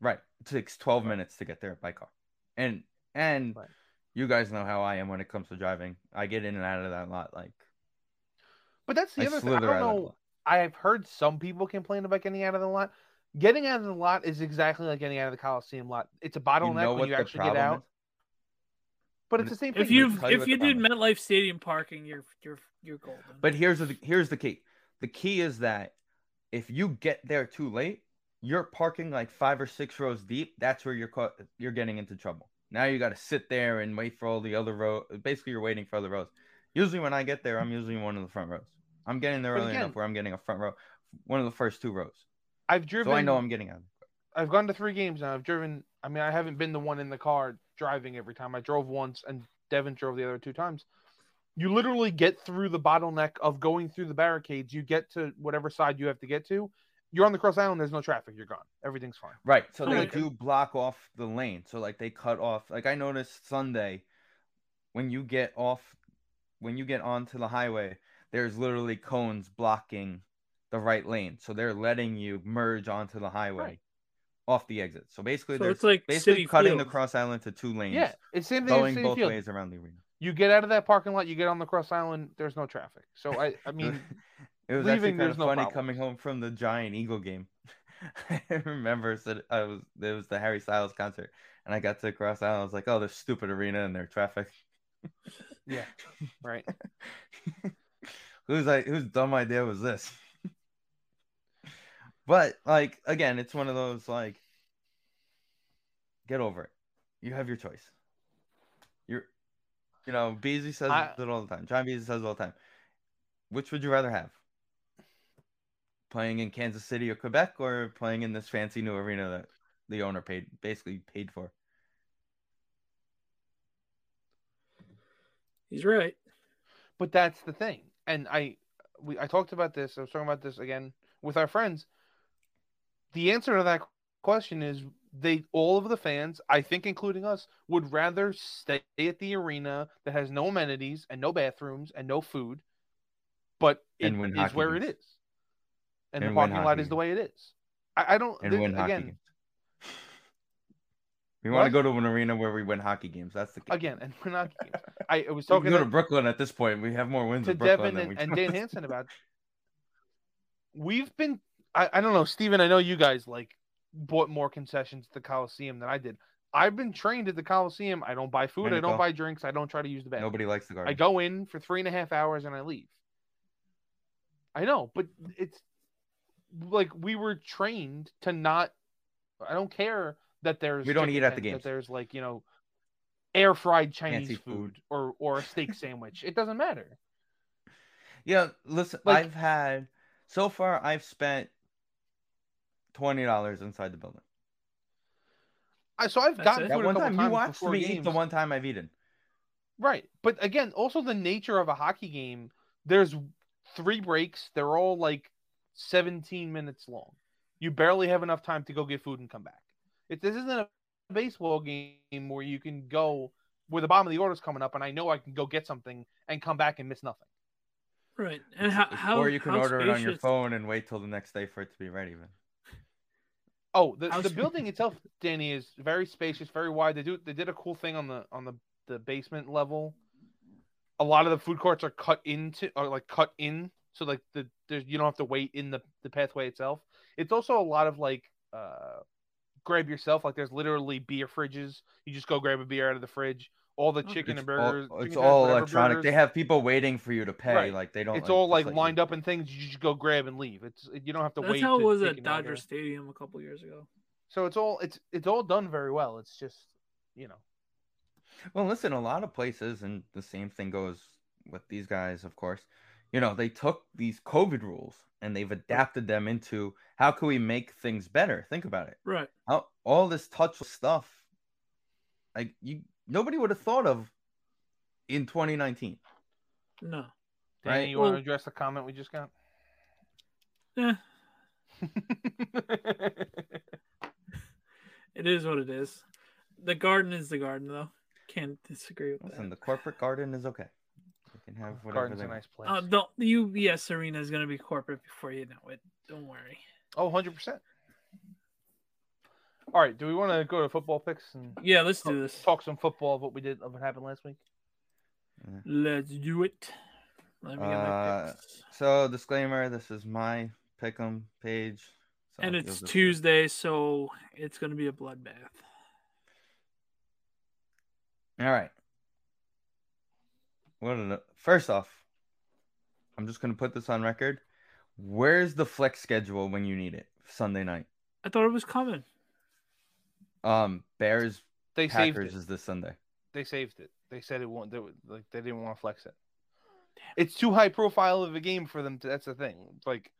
[SPEAKER 2] right it takes 12 minutes to get there by car and and
[SPEAKER 3] Right.
[SPEAKER 2] you guys know how i am when it comes to driving i get in and out of that lot like
[SPEAKER 3] But that's the
[SPEAKER 2] i
[SPEAKER 3] other thing. I
[SPEAKER 2] slither
[SPEAKER 3] don't
[SPEAKER 2] out of that
[SPEAKER 3] know.
[SPEAKER 2] lot.
[SPEAKER 3] I've heard some people complain about getting out of the lot. Getting out of the lot is exactly like getting out of the Coliseum lot. It's a bottleneck
[SPEAKER 2] you know
[SPEAKER 3] when
[SPEAKER 2] what
[SPEAKER 3] you
[SPEAKER 2] the
[SPEAKER 3] actually get
[SPEAKER 2] problem
[SPEAKER 3] out.
[SPEAKER 2] is?
[SPEAKER 3] But it's the same thing.
[SPEAKER 1] If you
[SPEAKER 2] tell you
[SPEAKER 1] if
[SPEAKER 2] what
[SPEAKER 1] you
[SPEAKER 2] the
[SPEAKER 1] did
[SPEAKER 2] problem
[SPEAKER 1] MetLife Stadium parking, you're you're you're golden.
[SPEAKER 2] But here's the here's the key. The key is that if you get there too late, you're parking like five or six rows deep. That's where you're caught. You're getting into trouble. Now you got to sit there and wait for all the other row. Basically, you're waiting for other rows. Usually, when I get there, I'm usually one of the front rows. I'm getting there
[SPEAKER 3] But
[SPEAKER 2] early
[SPEAKER 3] again-
[SPEAKER 2] enough where I'm getting a front row, one of the first two rows.
[SPEAKER 3] I've driven.
[SPEAKER 2] So I know I'm getting out.
[SPEAKER 3] I've gone to three games now. I've driven. I mean, I haven't been the one in the car driving every time. I drove once, and Devin drove the other two times. You literally get through the bottleneck of going through the barricades. You get to whatever side you have to get to. You're on the cross island. There's no traffic. You're gone. Everything's fine.
[SPEAKER 2] Right. So
[SPEAKER 1] Oh,
[SPEAKER 2] they
[SPEAKER 1] okay.
[SPEAKER 2] do block off the lane. So like they cut off. Like I noticed Sunday, when you get off, when you get onto the highway, there's literally cones blocking the right lane. So they're letting you merge onto the highway,
[SPEAKER 3] Right.
[SPEAKER 2] off the exit. So basically,
[SPEAKER 1] So
[SPEAKER 2] they're
[SPEAKER 1] it's like
[SPEAKER 2] basically
[SPEAKER 1] city
[SPEAKER 2] cutting the
[SPEAKER 1] fields.
[SPEAKER 2] cross island to two lanes,
[SPEAKER 3] Yeah, it's same thing.
[SPEAKER 2] going
[SPEAKER 3] as City
[SPEAKER 2] both
[SPEAKER 3] Field.
[SPEAKER 2] ways around the arena.
[SPEAKER 3] You get out of that parking lot. You get on the cross island. There's no traffic. So I,
[SPEAKER 2] *laughs*
[SPEAKER 3] I mean,
[SPEAKER 2] it was
[SPEAKER 3] leaving,
[SPEAKER 2] actually kind
[SPEAKER 3] there's
[SPEAKER 2] of
[SPEAKER 3] no
[SPEAKER 2] funny
[SPEAKER 3] problem.
[SPEAKER 2] coming home from the Giant Eagle game. *laughs* I remember said I was it was the Harry Styles concert, and I got to Cross Island. I was like, "Oh, this stupid arena and their traffic."
[SPEAKER 3] yeah, right.
[SPEAKER 2] who's like whose dumb idea was this? *laughs* but like again, it's one of those like get over it. You have your choice. You're you know, Beasley says
[SPEAKER 3] I-
[SPEAKER 2] it all the time. John Beasley says it all the time. Which would you rather have? Playing in Kansas City or Quebec or playing in this fancy new arena that the owner paid basically paid for?
[SPEAKER 1] He's right.
[SPEAKER 3] But that's the thing. And I we I talked about this. I was talking about this again with our friends. The answer to that question is they all of the fans, I think including us, would rather stay at the arena that has no amenities and no bathrooms and no food, but it
[SPEAKER 2] And win
[SPEAKER 3] is
[SPEAKER 2] hockey
[SPEAKER 3] where it
[SPEAKER 2] games.
[SPEAKER 3] is. And, the
[SPEAKER 2] And win
[SPEAKER 3] parking lot
[SPEAKER 2] hockey
[SPEAKER 3] is the
[SPEAKER 2] games.
[SPEAKER 3] way it is. I, I don't
[SPEAKER 2] And
[SPEAKER 3] there-
[SPEAKER 2] win hockey
[SPEAKER 3] again
[SPEAKER 2] games. *laughs* We
[SPEAKER 3] What?
[SPEAKER 2] want to go to an arena where we win hockey games. That's the game.
[SPEAKER 3] again and we're not
[SPEAKER 2] *laughs*
[SPEAKER 3] games. I, I was
[SPEAKER 2] So we
[SPEAKER 3] talking
[SPEAKER 2] can go
[SPEAKER 3] to-
[SPEAKER 2] to Brooklyn at this point. We have more wins
[SPEAKER 3] to
[SPEAKER 2] in
[SPEAKER 3] Devin
[SPEAKER 2] Brooklyn than
[SPEAKER 3] and,
[SPEAKER 2] we
[SPEAKER 3] and
[SPEAKER 2] *laughs*
[SPEAKER 3] Dan Hansen about. We've been, I, I don't know, Steven, I know you guys like bought more concessions at the Coliseum than I did. I've been trained at the Coliseum. I don't buy food. I don't
[SPEAKER 2] Medical.
[SPEAKER 3] buy drinks. I don't try to use the bathroom.
[SPEAKER 2] Nobody likes the
[SPEAKER 3] I
[SPEAKER 2] Garden.
[SPEAKER 3] go in for three and a half hours and I leave. I know, but it's like we were trained to not. I don't care that there's.
[SPEAKER 2] We don't
[SPEAKER 3] chicken
[SPEAKER 2] eat at the
[SPEAKER 3] tenders, That
[SPEAKER 2] games.
[SPEAKER 3] there's like you know, air fried Chinese
[SPEAKER 2] Fancy
[SPEAKER 3] food
[SPEAKER 2] food.
[SPEAKER 3] or or a steak sandwich. It doesn't matter.
[SPEAKER 2] Yeah, listen,
[SPEAKER 3] Like-
[SPEAKER 2] I've had so far I've spent twenty dollars inside the building.
[SPEAKER 3] I so I've
[SPEAKER 1] That's
[SPEAKER 3] gotten
[SPEAKER 1] it.
[SPEAKER 3] food a
[SPEAKER 2] That one
[SPEAKER 3] couple
[SPEAKER 2] time you
[SPEAKER 3] times
[SPEAKER 2] watched
[SPEAKER 3] before
[SPEAKER 2] me eat
[SPEAKER 3] games.
[SPEAKER 2] the one time I've eaten.
[SPEAKER 3] right. But again, also the nature of a hockey game. There's three breaks. They're all like 17 minutes long. You barely have enough time to go get food and come back. If this isn't a baseball game where you can go where the bottom of the order's coming up, and I know I can go get something and come back and miss nothing.
[SPEAKER 1] Right. And how, how
[SPEAKER 2] or you can
[SPEAKER 1] how
[SPEAKER 2] order it on your
[SPEAKER 1] spacious-
[SPEAKER 2] phone and wait till the next day for it to be ready. Even
[SPEAKER 3] Oh, the,
[SPEAKER 1] How
[SPEAKER 3] the
[SPEAKER 1] sp-
[SPEAKER 3] building itself, Danny, is very spacious, very wide. They do they did a cool thing on the on the, the basement level. A lot of the food courts are cut into are like cut in, so like the there's you don't have to wait in the, the pathway itself. It's also a lot of like uh grab yourself, like there's literally beer fridges. You just go grab a beer out of the fridge. All the
[SPEAKER 1] Okay.
[SPEAKER 3] chicken
[SPEAKER 2] it's
[SPEAKER 3] and burgers.
[SPEAKER 2] all, it's
[SPEAKER 3] chicken tenders,
[SPEAKER 2] all
[SPEAKER 3] whatever
[SPEAKER 2] electronic.
[SPEAKER 3] burgers.
[SPEAKER 2] They have people waiting for you to pay.
[SPEAKER 3] Right.
[SPEAKER 2] Like they don't.
[SPEAKER 3] it's all like
[SPEAKER 2] just let you-
[SPEAKER 3] lined up and things. You just go grab and leave. It's you don't have to
[SPEAKER 1] That's
[SPEAKER 3] wait.
[SPEAKER 1] how it
[SPEAKER 3] to
[SPEAKER 1] was
[SPEAKER 3] take
[SPEAKER 1] at
[SPEAKER 3] an order.
[SPEAKER 1] Dodger Stadium a couple years ago.
[SPEAKER 3] So it's all it's it's all done very well. It's just you know
[SPEAKER 2] Well, listen, a lot of places, and the same thing goes with these guys, of course. You know, they took these COVID rules and they've adapted them into how can we make things better? Think about it.
[SPEAKER 1] Right.
[SPEAKER 2] How, all this touchless stuff, like you, nobody would have thought of in 2019.
[SPEAKER 1] No.
[SPEAKER 3] Danny,
[SPEAKER 2] Right.
[SPEAKER 3] you want to
[SPEAKER 1] Well-
[SPEAKER 3] address the comment we just got? *laughs*
[SPEAKER 1] Eh, it is what it is. The garden is the garden, though. Can't disagree with
[SPEAKER 2] Listen,
[SPEAKER 1] that.
[SPEAKER 2] the corporate garden is okay.
[SPEAKER 3] *sighs*
[SPEAKER 2] They can have whatever
[SPEAKER 3] Garden's
[SPEAKER 2] they
[SPEAKER 3] a
[SPEAKER 2] want.
[SPEAKER 3] nice place.
[SPEAKER 1] Uh, the UBS Arena is going to be corporate before you know it. Don't worry.
[SPEAKER 3] oh, 100%. All right, do we want to go to football picks and
[SPEAKER 1] Yeah, let's
[SPEAKER 3] talk-
[SPEAKER 1] do this.
[SPEAKER 3] talk some football of what we did of what happened last week?
[SPEAKER 1] Let's do it. Let me get my
[SPEAKER 2] Uh,
[SPEAKER 1] picks.
[SPEAKER 2] So, disclaimer: this is my pick'em page, so
[SPEAKER 1] And
[SPEAKER 2] you'll
[SPEAKER 1] it's
[SPEAKER 2] just-
[SPEAKER 1] Tuesday, so it's going to be a bloodbath.
[SPEAKER 2] All right. What an, first off, I'm just gonna put this on record. Where's the flex schedule when you need it? Sunday night.
[SPEAKER 1] I thought it was coming.
[SPEAKER 2] Um, Bears
[SPEAKER 3] They
[SPEAKER 2] Packers
[SPEAKER 3] saved it.
[SPEAKER 2] is this Sunday.
[SPEAKER 3] They saved it. They said it won't. They, would- like they didn't want to flex it. It's too high profile of a game for them. To, that's the thing. Like,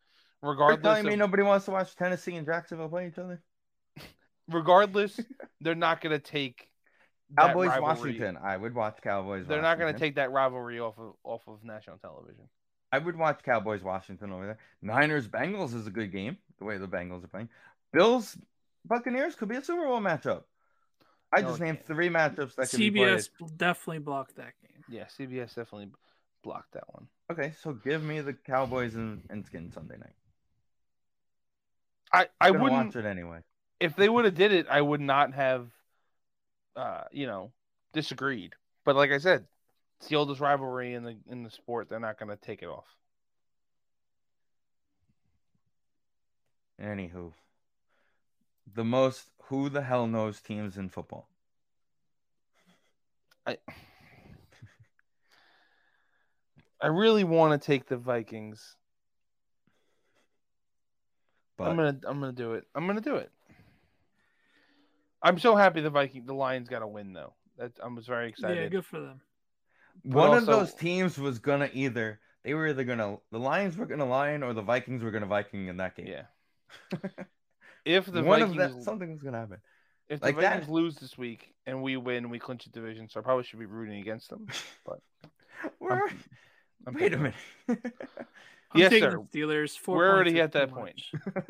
[SPEAKER 2] Are you
[SPEAKER 3] regardless,
[SPEAKER 2] telling
[SPEAKER 3] of,
[SPEAKER 2] me nobody wants to watch Tennessee and Jacksonville play each other?
[SPEAKER 3] regardless, they're not going to take that
[SPEAKER 2] Cowboys
[SPEAKER 3] rivalry.
[SPEAKER 2] Washington. I would watch Cowboys.
[SPEAKER 3] They're not going to
[SPEAKER 2] Washington.
[SPEAKER 3] take that rivalry off of off of national television.
[SPEAKER 2] I would watch Cowboys Washington over there. Niners Bengals is a good game. The way the Bengals are playing, Bills Buccaneers could be a Super Bowl matchup. I
[SPEAKER 3] No,
[SPEAKER 2] just
[SPEAKER 3] it
[SPEAKER 2] named
[SPEAKER 3] can't.
[SPEAKER 2] three matchups that could be played.
[SPEAKER 1] CBS definitely blocked that game.
[SPEAKER 3] Yeah, CBS definitely blocked that one.
[SPEAKER 2] Okay, so give me the Cowboys and, and Skins Sunday night.
[SPEAKER 3] I I
[SPEAKER 2] I'm gonna
[SPEAKER 3] wouldn't
[SPEAKER 2] watch it anyway.
[SPEAKER 3] if they would have did it. I would not have, uh, you know, disagreed. But like I said, it's the oldest rivalry in the in the sport. They're not going to take it off.
[SPEAKER 2] Anywho, the most who the hell knows teams in football.
[SPEAKER 3] I I really want to take the Vikings.
[SPEAKER 2] But
[SPEAKER 3] I'm gonna I'm gonna do it. I'm gonna do it. I'm so happy the Viking the Lions got a win though. That I was very
[SPEAKER 1] Yeah,
[SPEAKER 3] excited.
[SPEAKER 1] good for them.
[SPEAKER 2] one of
[SPEAKER 3] also-
[SPEAKER 2] those teams was gonna either they were either gonna the Lions were gonna Lion or the Vikings were gonna Viking in that game. *laughs*
[SPEAKER 3] yeah. if the
[SPEAKER 2] one
[SPEAKER 3] Vikings
[SPEAKER 2] of that something was gonna happen.
[SPEAKER 3] if the
[SPEAKER 2] like that-
[SPEAKER 3] Vikings lose this week and we win, we clinch the division. So I probably should be rooting against
[SPEAKER 2] *laughs*
[SPEAKER 3] them.
[SPEAKER 2] We're-
[SPEAKER 3] I'm
[SPEAKER 2] wait a
[SPEAKER 3] picking them.
[SPEAKER 2] minute. *laughs*
[SPEAKER 1] I'm
[SPEAKER 3] Yes,
[SPEAKER 1] taking
[SPEAKER 3] sir.
[SPEAKER 1] the Steelers. Four
[SPEAKER 3] We're
[SPEAKER 1] points
[SPEAKER 3] already
[SPEAKER 1] is
[SPEAKER 3] at that
[SPEAKER 1] too
[SPEAKER 3] point.
[SPEAKER 1] much.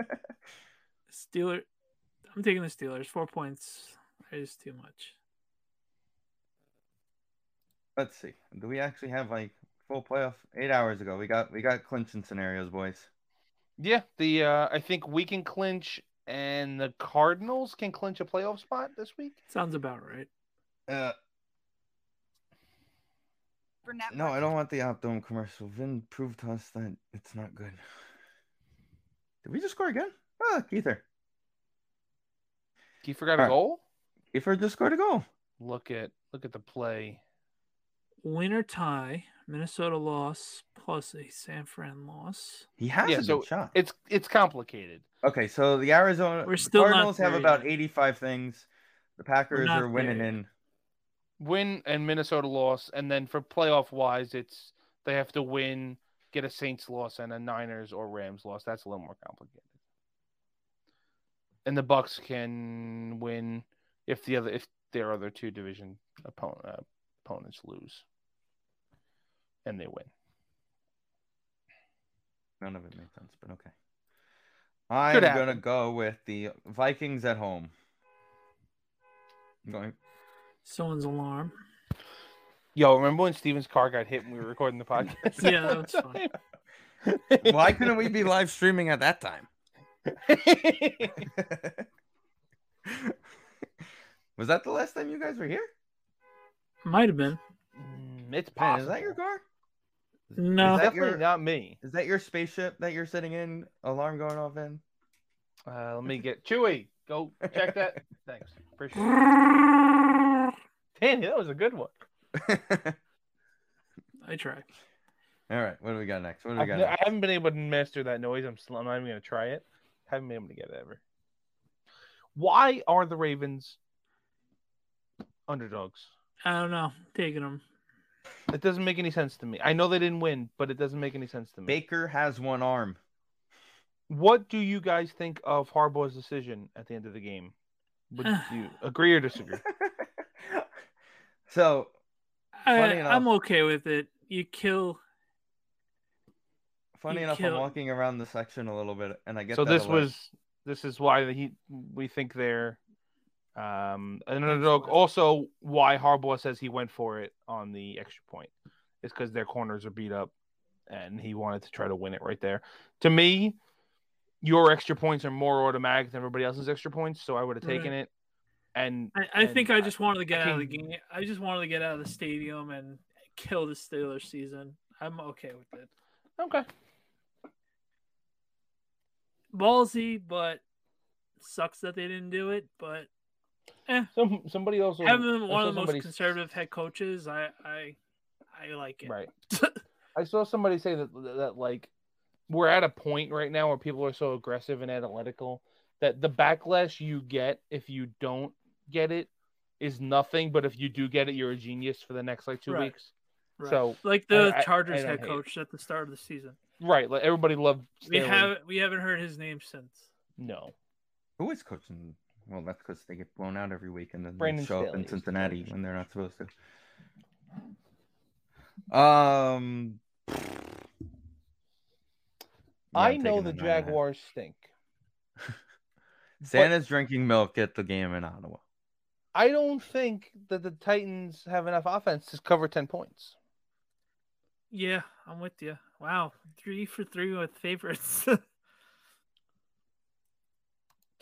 [SPEAKER 3] *laughs*
[SPEAKER 1] Steeler, I'm taking the Steelers. Four points is too much.
[SPEAKER 2] Let's see. Do we actually have like full playoff? Eight hours ago, we got we got clinching scenarios, boys.
[SPEAKER 3] Yeah, the uh, I think we can clinch and the Cardinals can clinch a playoff spot this week.
[SPEAKER 1] Sounds about right.
[SPEAKER 2] Uh,
[SPEAKER 5] for Netflix.
[SPEAKER 2] no, I don't want the Optum commercial. Vin proved to us that it's not good. Did we just score again? Ah, Keither.
[SPEAKER 3] You forgot a
[SPEAKER 2] All right.
[SPEAKER 3] goal?
[SPEAKER 2] Kiefer just scored a goal.
[SPEAKER 3] Look at look at the play.
[SPEAKER 1] Win or tie, Minnesota loss plus a San Fran loss.
[SPEAKER 2] He has
[SPEAKER 3] Yeah,
[SPEAKER 2] a
[SPEAKER 3] so
[SPEAKER 2] good shot.
[SPEAKER 3] It's it's complicated.
[SPEAKER 2] okay, so the Arizona
[SPEAKER 1] We're
[SPEAKER 2] the
[SPEAKER 1] still not
[SPEAKER 2] Cardinals have
[SPEAKER 1] there
[SPEAKER 2] about
[SPEAKER 1] yet.
[SPEAKER 2] 85 things. The Packers
[SPEAKER 1] not
[SPEAKER 2] are winning
[SPEAKER 1] there yet.
[SPEAKER 2] in.
[SPEAKER 3] Win and Minnesota loss, and then for playoff wise, it's they have to win, get a Saints loss and a Niners or Rams loss. That's a little more complicated. And the Bucks can win if the other if their other two division opponent, uh, opponents lose, and they win.
[SPEAKER 2] None of it makes sense, but okay. I'm
[SPEAKER 3] Could
[SPEAKER 2] going to
[SPEAKER 3] happen.
[SPEAKER 2] go with the Vikings at home. I'm going.
[SPEAKER 1] Someone's alarm.
[SPEAKER 3] Yo, remember when Steven's car got hit when we were recording the podcast?
[SPEAKER 1] *laughs* Yeah, that was funny.
[SPEAKER 3] *laughs*
[SPEAKER 2] Why couldn't we be live streaming at that time? *laughs* Was that the last time you guys were here?
[SPEAKER 1] Might have been.
[SPEAKER 3] Mm, it's
[SPEAKER 2] Man,
[SPEAKER 3] possible.
[SPEAKER 2] is that your car?
[SPEAKER 1] No.
[SPEAKER 3] It's
[SPEAKER 2] that
[SPEAKER 3] definitely
[SPEAKER 2] your-
[SPEAKER 3] not me.
[SPEAKER 2] Is that your spaceship that you're sitting in? Alarm going off in? *laughs*
[SPEAKER 3] Uh, *laughs* let me get Chewy. Go check that. Thanks. Appreciate *laughs* it.
[SPEAKER 1] I
[SPEAKER 3] Danny, that was a good one.
[SPEAKER 1] try.
[SPEAKER 2] All right, what do we got next? What do we
[SPEAKER 3] I've
[SPEAKER 2] got?
[SPEAKER 3] n- I
[SPEAKER 2] next?
[SPEAKER 3] haven't been able to master that noise. I'm, still, I'm not even going to try it. Haven't been able to get it ever. Why are the Ravens underdogs?
[SPEAKER 1] I don't know. Taking them.
[SPEAKER 3] It doesn't make any sense to me. I know they didn't win, but it doesn't make any sense to me.
[SPEAKER 2] *laughs* Baker has one
[SPEAKER 3] *laughs*
[SPEAKER 2] arm.
[SPEAKER 3] What do you guys think of Harbaugh's decision at the end of the game? Would you agree or disagree?
[SPEAKER 2] so Funny
[SPEAKER 1] I,
[SPEAKER 2] enough-
[SPEAKER 1] I'm okay with it. You kill.
[SPEAKER 2] funny
[SPEAKER 1] He
[SPEAKER 2] enough, I'm
[SPEAKER 1] killed-
[SPEAKER 2] walking around the section a little bit, and I get.
[SPEAKER 3] so
[SPEAKER 2] that
[SPEAKER 3] this
[SPEAKER 2] alert.
[SPEAKER 3] was this is why he we think they're um an underdog. Also, why Harbaugh says he went for it on the extra point is because their corners are beat up, and he wanted to try to win it right there. To me, your extra points are more automatic than everybody else's extra points, so I would have
[SPEAKER 1] Right.
[SPEAKER 3] taken it. And
[SPEAKER 1] I, I
[SPEAKER 3] and
[SPEAKER 1] think I just wanted to get
[SPEAKER 3] I
[SPEAKER 1] out of the
[SPEAKER 3] can-
[SPEAKER 1] game. I just wanted to get out of the stadium and kill the Steelers season. I'm okay with it.
[SPEAKER 3] okay.
[SPEAKER 1] Ballsy, but sucks that they didn't do it. But
[SPEAKER 3] Some somebody else will-
[SPEAKER 1] having them one
[SPEAKER 3] saw
[SPEAKER 1] of the most
[SPEAKER 3] somebody's-
[SPEAKER 1] conservative head coaches, I I I like it. *laughs*
[SPEAKER 3] Right. I saw somebody say that that like we're at a point right now where people are so aggressive and analytical that the backlash you get if you don't get it is nothing, but if you do get it, you're a genius for the next like two
[SPEAKER 1] Right.
[SPEAKER 3] weeks.
[SPEAKER 1] Right.
[SPEAKER 3] So
[SPEAKER 1] like the
[SPEAKER 3] I- I-
[SPEAKER 1] Chargers
[SPEAKER 3] I don't
[SPEAKER 1] head
[SPEAKER 3] hate it.
[SPEAKER 1] coach at the start of the season.
[SPEAKER 3] right, like everybody loved.
[SPEAKER 1] We
[SPEAKER 3] Staley.
[SPEAKER 1] haven't we haven't heard his name since.
[SPEAKER 3] no.
[SPEAKER 2] who is coaching Well, that's because they get blown out every week and then
[SPEAKER 3] Brandon
[SPEAKER 2] they show up
[SPEAKER 3] Staley
[SPEAKER 2] in
[SPEAKER 3] is
[SPEAKER 2] Cincinnati
[SPEAKER 3] coach.
[SPEAKER 2] when they're not supposed to. Um, yeah,
[SPEAKER 3] I know
[SPEAKER 2] I'm taking
[SPEAKER 3] the
[SPEAKER 2] nine and a half.
[SPEAKER 3] Jaguars stink.
[SPEAKER 2] Santa's drinking milk at the game in Ottawa. *sighs*
[SPEAKER 3] I don't think that the Titans have enough offense to cover ten points.
[SPEAKER 1] Yeah, I'm with you. Wow, three for three with favorites. *laughs*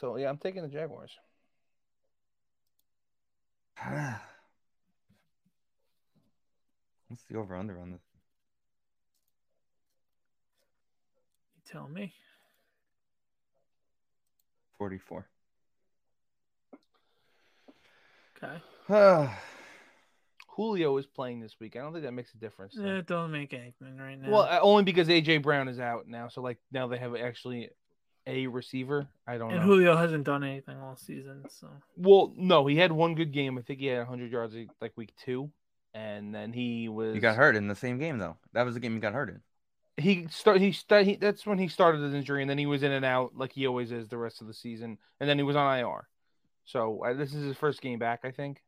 [SPEAKER 3] So yeah, I'm taking the Jaguars.
[SPEAKER 2] What's the over under on this?
[SPEAKER 1] you tell me.
[SPEAKER 2] *sighs* 44.
[SPEAKER 1] Okay.
[SPEAKER 3] Julio is playing this week. I don't think that makes a difference. though.
[SPEAKER 1] Yeah, it Eh, don't make anything right now.
[SPEAKER 3] Well, uh, only because AJ Brown is out now, so like now they have actually a receiver. I don't
[SPEAKER 1] and
[SPEAKER 3] know.
[SPEAKER 1] Julio hasn't done anything all season, so *laughs*
[SPEAKER 3] Well, no, he had one good game. I think he had 100 yards like week two, and then he was
[SPEAKER 2] You got hurt in the same game, though. That was the game you got hurt in.
[SPEAKER 3] He start he, sta- he that's when he started his injury, and then he was in and out like he always is the rest of the season, and then he was on IR. So uh, this is his first game back, I think.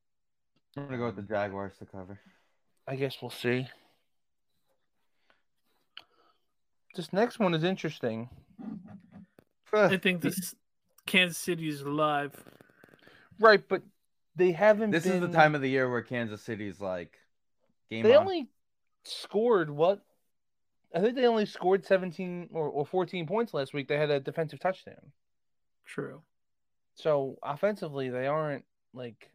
[SPEAKER 2] I'm going to go with the Jaguars to cover. *sighs*
[SPEAKER 3] I guess we'll see. This next one is interesting.
[SPEAKER 1] I think this Kansas City's live.
[SPEAKER 3] Right, but they haven't.
[SPEAKER 2] This is the
[SPEAKER 3] been-
[SPEAKER 2] time of the year where Kansas City's like game
[SPEAKER 3] They
[SPEAKER 2] on.
[SPEAKER 3] only scored what? I think they only scored 17 or, or 14 points last week. They had a defensive touchdown.
[SPEAKER 1] True.
[SPEAKER 3] So offensively, they aren't like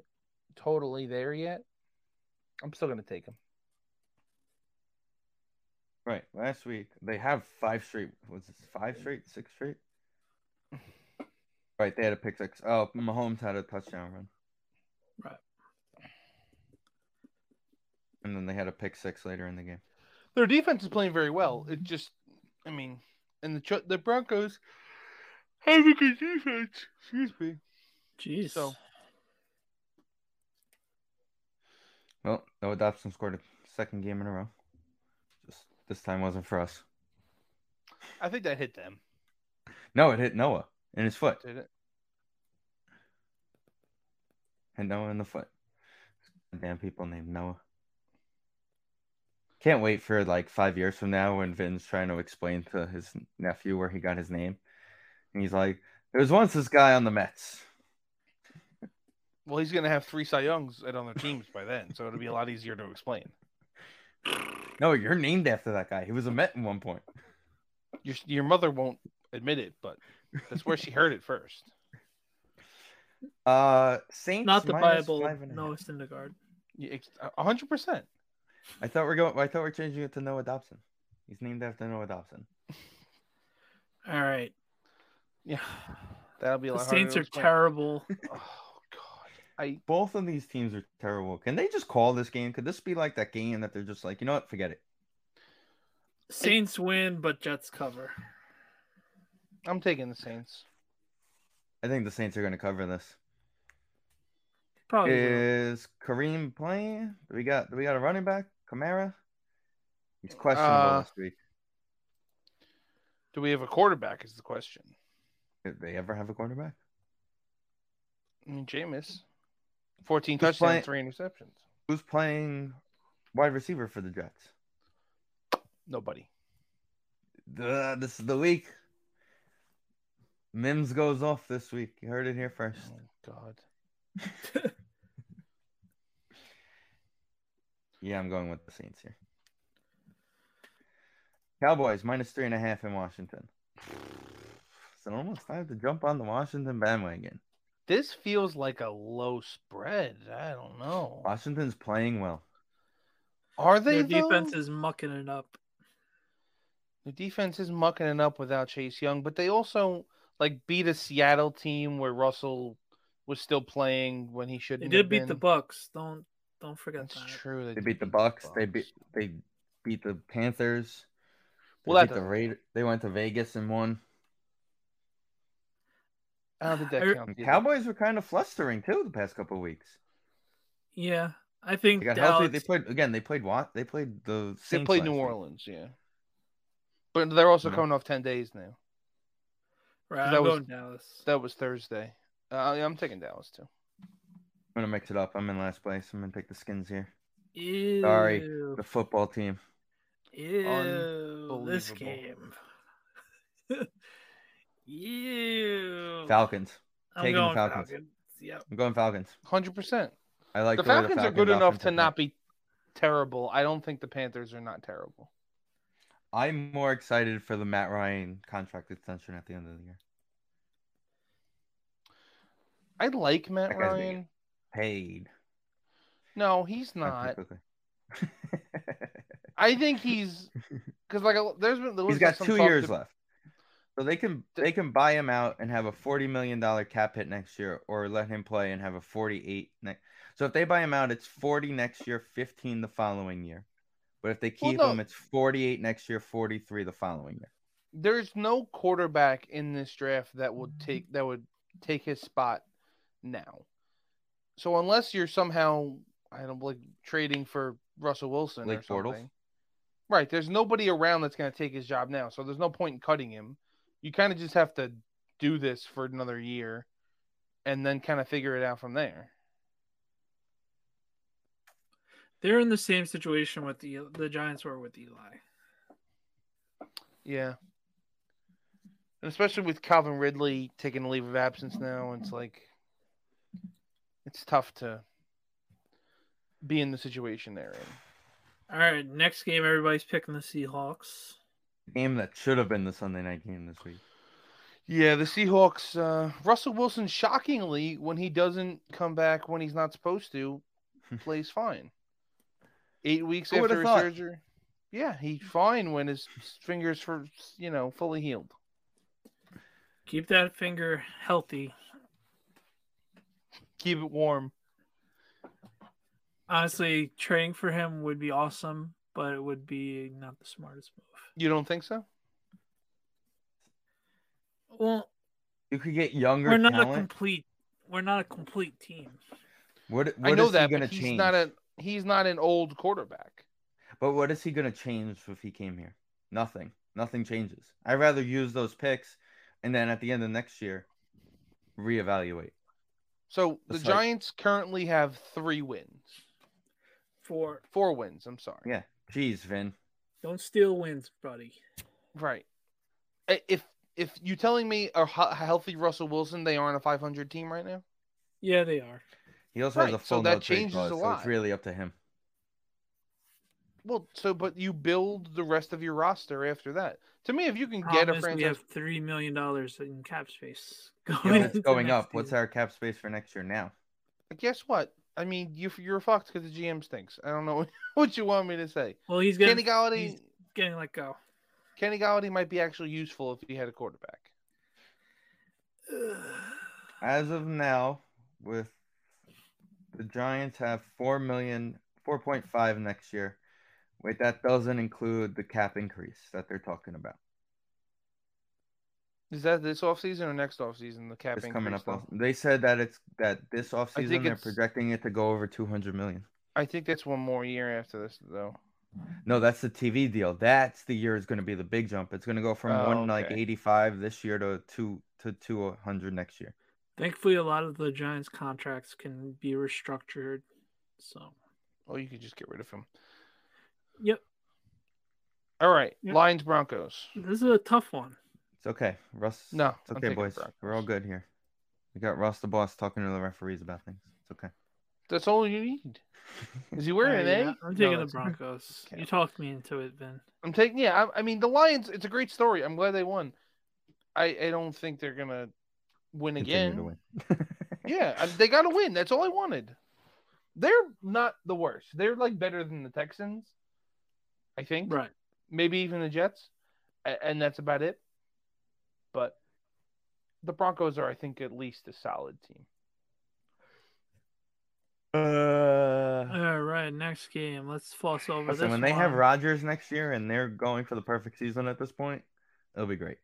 [SPEAKER 3] totally there yet. I'm still going to take them.
[SPEAKER 2] Right. Last week they have five straight. Was it five straight? Six straight? Right. They had a pick six. Oh, Mahomes had a touchdown run.
[SPEAKER 1] Right.
[SPEAKER 2] And then they had a pick six later in the game.
[SPEAKER 3] Their defense is playing very well. It just, I mean, and the Ch- the Broncos have a good defense. Excuse me.
[SPEAKER 1] Jeez.
[SPEAKER 3] So-
[SPEAKER 2] Well, Noah Dobson scored a second game in a row. Just this time wasn't for us.
[SPEAKER 3] I think that hit them.
[SPEAKER 2] No, it hit Noah in his foot.
[SPEAKER 3] Did it?
[SPEAKER 2] Hit Noah in the foot. Damn people named Noah. Can't wait for like five years from now when Vin's trying to explain to his nephew where he got his name. And he's like, There was once this guy on the Mets. *sighs*
[SPEAKER 3] Well, he's going to have three Cy Youngs at other teams by then, so it'll be a lot easier to explain.
[SPEAKER 2] No, you're named after that guy. He was a Met at one point.
[SPEAKER 3] Your your mother won't admit it, but that's where she heard it first.
[SPEAKER 2] Uh Saints.
[SPEAKER 1] not the
[SPEAKER 2] minus
[SPEAKER 1] Bible.
[SPEAKER 2] five and a
[SPEAKER 1] No,
[SPEAKER 2] half.
[SPEAKER 1] Syndergaard.
[SPEAKER 3] Yeah, ex- A hundred percent.
[SPEAKER 2] I thought we're going I thought we're changing it to Noah Dobson. He's named after Noah Dobson.
[SPEAKER 1] All right. *sighs*
[SPEAKER 3] Yeah, that'll be a
[SPEAKER 1] The
[SPEAKER 3] lot.
[SPEAKER 1] Saints are
[SPEAKER 3] harder to explain.
[SPEAKER 1] terrible. *laughs*
[SPEAKER 3] Oh god, I
[SPEAKER 2] Both of these teams are terrible. Can they just call this game? Could this be like that game that they're just like, you know what? Forget it.
[SPEAKER 1] Saints win, but Jets cover.
[SPEAKER 3] I'm taking the Saints.
[SPEAKER 2] I think the Saints are gonna cover this.
[SPEAKER 1] Probably.
[SPEAKER 3] Eh,
[SPEAKER 1] will.
[SPEAKER 2] Is Kareem playing? Do we got do we got a running back? Kamara? He's questionable
[SPEAKER 3] Uh,
[SPEAKER 2] this week.
[SPEAKER 3] Do we have a quarterback? Is the question.
[SPEAKER 2] Did they ever have a quarterback?
[SPEAKER 3] I mean, Jameis, fourteen
[SPEAKER 2] Who's
[SPEAKER 3] touchdowns,
[SPEAKER 2] playing-
[SPEAKER 3] three interceptions.
[SPEAKER 2] Who's playing wide receiver for the Jets?
[SPEAKER 3] Nobody.
[SPEAKER 2] Duh, this is the week. Mims goes off this week. You heard it here first.
[SPEAKER 3] Oh god.
[SPEAKER 2] Yeah, I'm going with the Saints here. Cowboys minus three and a half in Washington. It's almost time to jump on the Washington bandwagon.
[SPEAKER 3] This feels like a low spread. I don't know.
[SPEAKER 2] Washington's playing well.
[SPEAKER 3] Are they?
[SPEAKER 1] Their defense
[SPEAKER 3] though?
[SPEAKER 1] is mucking it up.
[SPEAKER 3] The defense is mucking it up without Chase Young, but they also like beat a Seattle team where Russell was still playing when he
[SPEAKER 1] They
[SPEAKER 3] shouldn't.
[SPEAKER 1] did
[SPEAKER 3] have
[SPEAKER 1] beat
[SPEAKER 3] been.
[SPEAKER 1] the Bucks. Don't don't forget
[SPEAKER 3] That's
[SPEAKER 1] that.
[SPEAKER 3] true.
[SPEAKER 2] They beat the Bucks. They beat they beat the Panthers. They
[SPEAKER 3] Well, that
[SPEAKER 2] beat the
[SPEAKER 3] doesn't-
[SPEAKER 2] Raiders. They went to Vegas and won.
[SPEAKER 3] I don't think
[SPEAKER 1] I-
[SPEAKER 3] that counts.
[SPEAKER 2] And
[SPEAKER 3] either.
[SPEAKER 2] Cowboys were kind of flustering too the past couple of weeks.
[SPEAKER 1] Yeah, I
[SPEAKER 2] They
[SPEAKER 1] think
[SPEAKER 2] got
[SPEAKER 1] Dallas,
[SPEAKER 2] healthy. They played again. They played what? They played the.
[SPEAKER 3] They
[SPEAKER 2] Saints
[SPEAKER 3] played
[SPEAKER 2] last
[SPEAKER 3] New
[SPEAKER 2] week.
[SPEAKER 3] Orleans, yeah. But they're also
[SPEAKER 2] Mhm.
[SPEAKER 3] coming off ten days now.
[SPEAKER 1] right,
[SPEAKER 3] that
[SPEAKER 1] I'm
[SPEAKER 3] was-
[SPEAKER 1] going Dallas.
[SPEAKER 3] That was Thursday. Uh, yeah, I'm taking Dallas too.
[SPEAKER 2] I'm gonna mix it up. I'm in last place. I'm gonna take the skins here.
[SPEAKER 1] Ew.
[SPEAKER 2] Sorry. The football team.
[SPEAKER 1] Ew. This game. *laughs* Ew.
[SPEAKER 2] Falcons.
[SPEAKER 1] I'm
[SPEAKER 2] taking the
[SPEAKER 1] going
[SPEAKER 2] Falcons.
[SPEAKER 1] Yep.
[SPEAKER 2] I'm going Falcons.
[SPEAKER 3] Hundred percent.
[SPEAKER 2] I like
[SPEAKER 3] The
[SPEAKER 2] way
[SPEAKER 3] Falcons are good enough
[SPEAKER 2] offense
[SPEAKER 3] to
[SPEAKER 2] is.
[SPEAKER 3] not be terrible. I don't think the Panthers are not terrible.
[SPEAKER 2] I'm more excited for the Matt Ryan contract extension at the end of the year.
[SPEAKER 3] I like Matt
[SPEAKER 2] That guy's gonna
[SPEAKER 3] Ryan.
[SPEAKER 2] Paid.
[SPEAKER 3] No, he's not.
[SPEAKER 2] Quickly. *laughs*
[SPEAKER 3] I think he's because like a- there's been there
[SPEAKER 2] He's
[SPEAKER 3] was
[SPEAKER 2] got
[SPEAKER 3] some
[SPEAKER 2] two
[SPEAKER 3] talk
[SPEAKER 2] years
[SPEAKER 3] to-
[SPEAKER 2] left. So they can
[SPEAKER 3] Th-
[SPEAKER 2] they can buy him out and have a forty million dollar cap hit next year, or let him play and have a forty eight next. So if they buy him out, it's forty next year, fifteen the following year. But if they
[SPEAKER 3] Well,
[SPEAKER 2] keep
[SPEAKER 3] no.
[SPEAKER 2] him, it's forty eight next year, forty three the following year.
[SPEAKER 3] There's no quarterback in this draft that would take that would take his spot now. So unless you're somehow I don't like trading for Russell Wilson or
[SPEAKER 2] Blake Bortles?
[SPEAKER 3] something. Right, there's nobody around that's going to take his job now, so there's no point in cutting him. You kind of just have to do this for another year and then kind of figure it out from there.
[SPEAKER 1] They're in the same situation with the the Giants were with Eli.
[SPEAKER 3] Yeah. And especially with Calvin Ridley taking a leave of absence now, it's like it's tough to be in the situation they're in.
[SPEAKER 1] All right, next game, everybody's picking the Seahawks.
[SPEAKER 2] Game that should have been the Sunday night game this week.
[SPEAKER 3] Yeah, the Seahawks, uh, Russell Wilson, shockingly, when he doesn't come back when he's not supposed to, plays fine. Eight weeks
[SPEAKER 2] Who would've
[SPEAKER 3] after his
[SPEAKER 2] thought?
[SPEAKER 3] surgery. Yeah, he's fine when his fingers for you know fully healed.
[SPEAKER 1] Keep that finger healthy.
[SPEAKER 3] Keep it warm.
[SPEAKER 1] Honestly, trading for him would be awesome, but it would be not the smartest move.
[SPEAKER 3] You don't think so?
[SPEAKER 1] Well,
[SPEAKER 2] You could get younger
[SPEAKER 1] we're not a
[SPEAKER 2] talent.
[SPEAKER 1] complete. We're not a complete team.
[SPEAKER 2] What,
[SPEAKER 3] I
[SPEAKER 2] what
[SPEAKER 3] know
[SPEAKER 2] is
[SPEAKER 3] that,
[SPEAKER 2] he going
[SPEAKER 3] but
[SPEAKER 2] to
[SPEAKER 3] he's
[SPEAKER 2] change?
[SPEAKER 3] not a he's not an old quarterback.
[SPEAKER 2] But what is he going to change if he came here? Nothing. Nothing changes. I'd rather use those picks and then at the end of next year, reevaluate.
[SPEAKER 3] So the
[SPEAKER 2] It's like-
[SPEAKER 3] Giants currently have three wins,
[SPEAKER 1] For
[SPEAKER 3] four wins. I'm sorry.
[SPEAKER 2] Yeah. Jeez, Vin.
[SPEAKER 1] don't steal wins, buddy.
[SPEAKER 3] Right. I- If if you telling me a he- healthy Russell Wilson, they aren't a 500 team right now.
[SPEAKER 1] Yeah, they are.
[SPEAKER 2] He also has a
[SPEAKER 3] Right, so
[SPEAKER 2] full
[SPEAKER 3] that
[SPEAKER 2] no trade
[SPEAKER 3] changes
[SPEAKER 2] clause,
[SPEAKER 3] a
[SPEAKER 2] so
[SPEAKER 3] lot.
[SPEAKER 2] it's really up to him.
[SPEAKER 3] Well, so but you build the rest of your roster after that. To me, if you can get a
[SPEAKER 1] Promise we
[SPEAKER 3] franchise,
[SPEAKER 1] have three million dollars in cap space. *laughs*
[SPEAKER 2] Yeah, but it's
[SPEAKER 1] into
[SPEAKER 2] going
[SPEAKER 1] next
[SPEAKER 2] up. What's
[SPEAKER 1] season.
[SPEAKER 2] our cap space for next year now?
[SPEAKER 3] guess what? I mean, you you're fucked because the GM stinks. I don't know *laughs* what you want me to say.
[SPEAKER 1] Well, he's
[SPEAKER 3] Kenny
[SPEAKER 1] getting
[SPEAKER 3] Galladay,
[SPEAKER 1] he's getting let go. *sighs*
[SPEAKER 3] Kenny Galladay might be actually useful if he had a quarterback.
[SPEAKER 2] As of now, with the Giants have four million, four point five next year. Wait, that doesn't include the cap increase that they're talking about.
[SPEAKER 3] Is that this offseason or next offseason? The cap
[SPEAKER 2] It's coming
[SPEAKER 3] increase,
[SPEAKER 2] up.
[SPEAKER 3] though?
[SPEAKER 2] off- They said that it's that this offseason
[SPEAKER 3] think
[SPEAKER 2] they're
[SPEAKER 3] it's-
[SPEAKER 2] projecting it to go over 200 million.
[SPEAKER 3] I think that's one more year after this, though.
[SPEAKER 2] No, that's the TV deal. That's the year is going to be the big jump. It's going to go from
[SPEAKER 3] Oh,
[SPEAKER 2] one like
[SPEAKER 3] okay.
[SPEAKER 2] 85 this year to two to 200 next year.
[SPEAKER 1] Thankfully, a lot of the Giants' contracts can be restructured. So,
[SPEAKER 3] Oh, you could just get rid of him.
[SPEAKER 1] yep,
[SPEAKER 3] All right,
[SPEAKER 1] Yep.
[SPEAKER 3] Lions Broncos.
[SPEAKER 1] this is a tough one.
[SPEAKER 2] It's okay, Russ.
[SPEAKER 3] No,
[SPEAKER 2] it's
[SPEAKER 3] I'm
[SPEAKER 2] okay,
[SPEAKER 3] taking
[SPEAKER 2] boys.
[SPEAKER 3] Broncos.
[SPEAKER 2] We're all good here. We got Russ the boss talking to the referees about things. It's okay.
[SPEAKER 3] That's all you need. Is he wearing
[SPEAKER 1] Alright,
[SPEAKER 3] an
[SPEAKER 1] Uh, yeah,
[SPEAKER 3] A?
[SPEAKER 1] I'm taking
[SPEAKER 3] No,
[SPEAKER 1] the
[SPEAKER 3] it's-
[SPEAKER 1] Broncos.
[SPEAKER 2] *laughs*
[SPEAKER 3] Okay.
[SPEAKER 1] You talked me into it, Vin.
[SPEAKER 3] I'm taking. Yeah, I, I mean the Lions. It's a great story. I'm glad they won. I I don't think they're gonna win
[SPEAKER 2] *laughs* Continue
[SPEAKER 3] again.
[SPEAKER 2] to win.
[SPEAKER 3] Yeah, I- they got to win. That's all I wanted. They're not the worst. They're like better than the Texans. I think.
[SPEAKER 1] Right.
[SPEAKER 3] maybe even the Jets, a- and that's about it. But the Broncos are, I think, at least a solid team. *laughs*
[SPEAKER 2] Uh,
[SPEAKER 1] All right, next game. Let's floss over
[SPEAKER 2] listen,
[SPEAKER 1] this
[SPEAKER 2] when they
[SPEAKER 1] one.
[SPEAKER 2] have Rodgers next year and they're going for the perfect season at this point, it'll be great.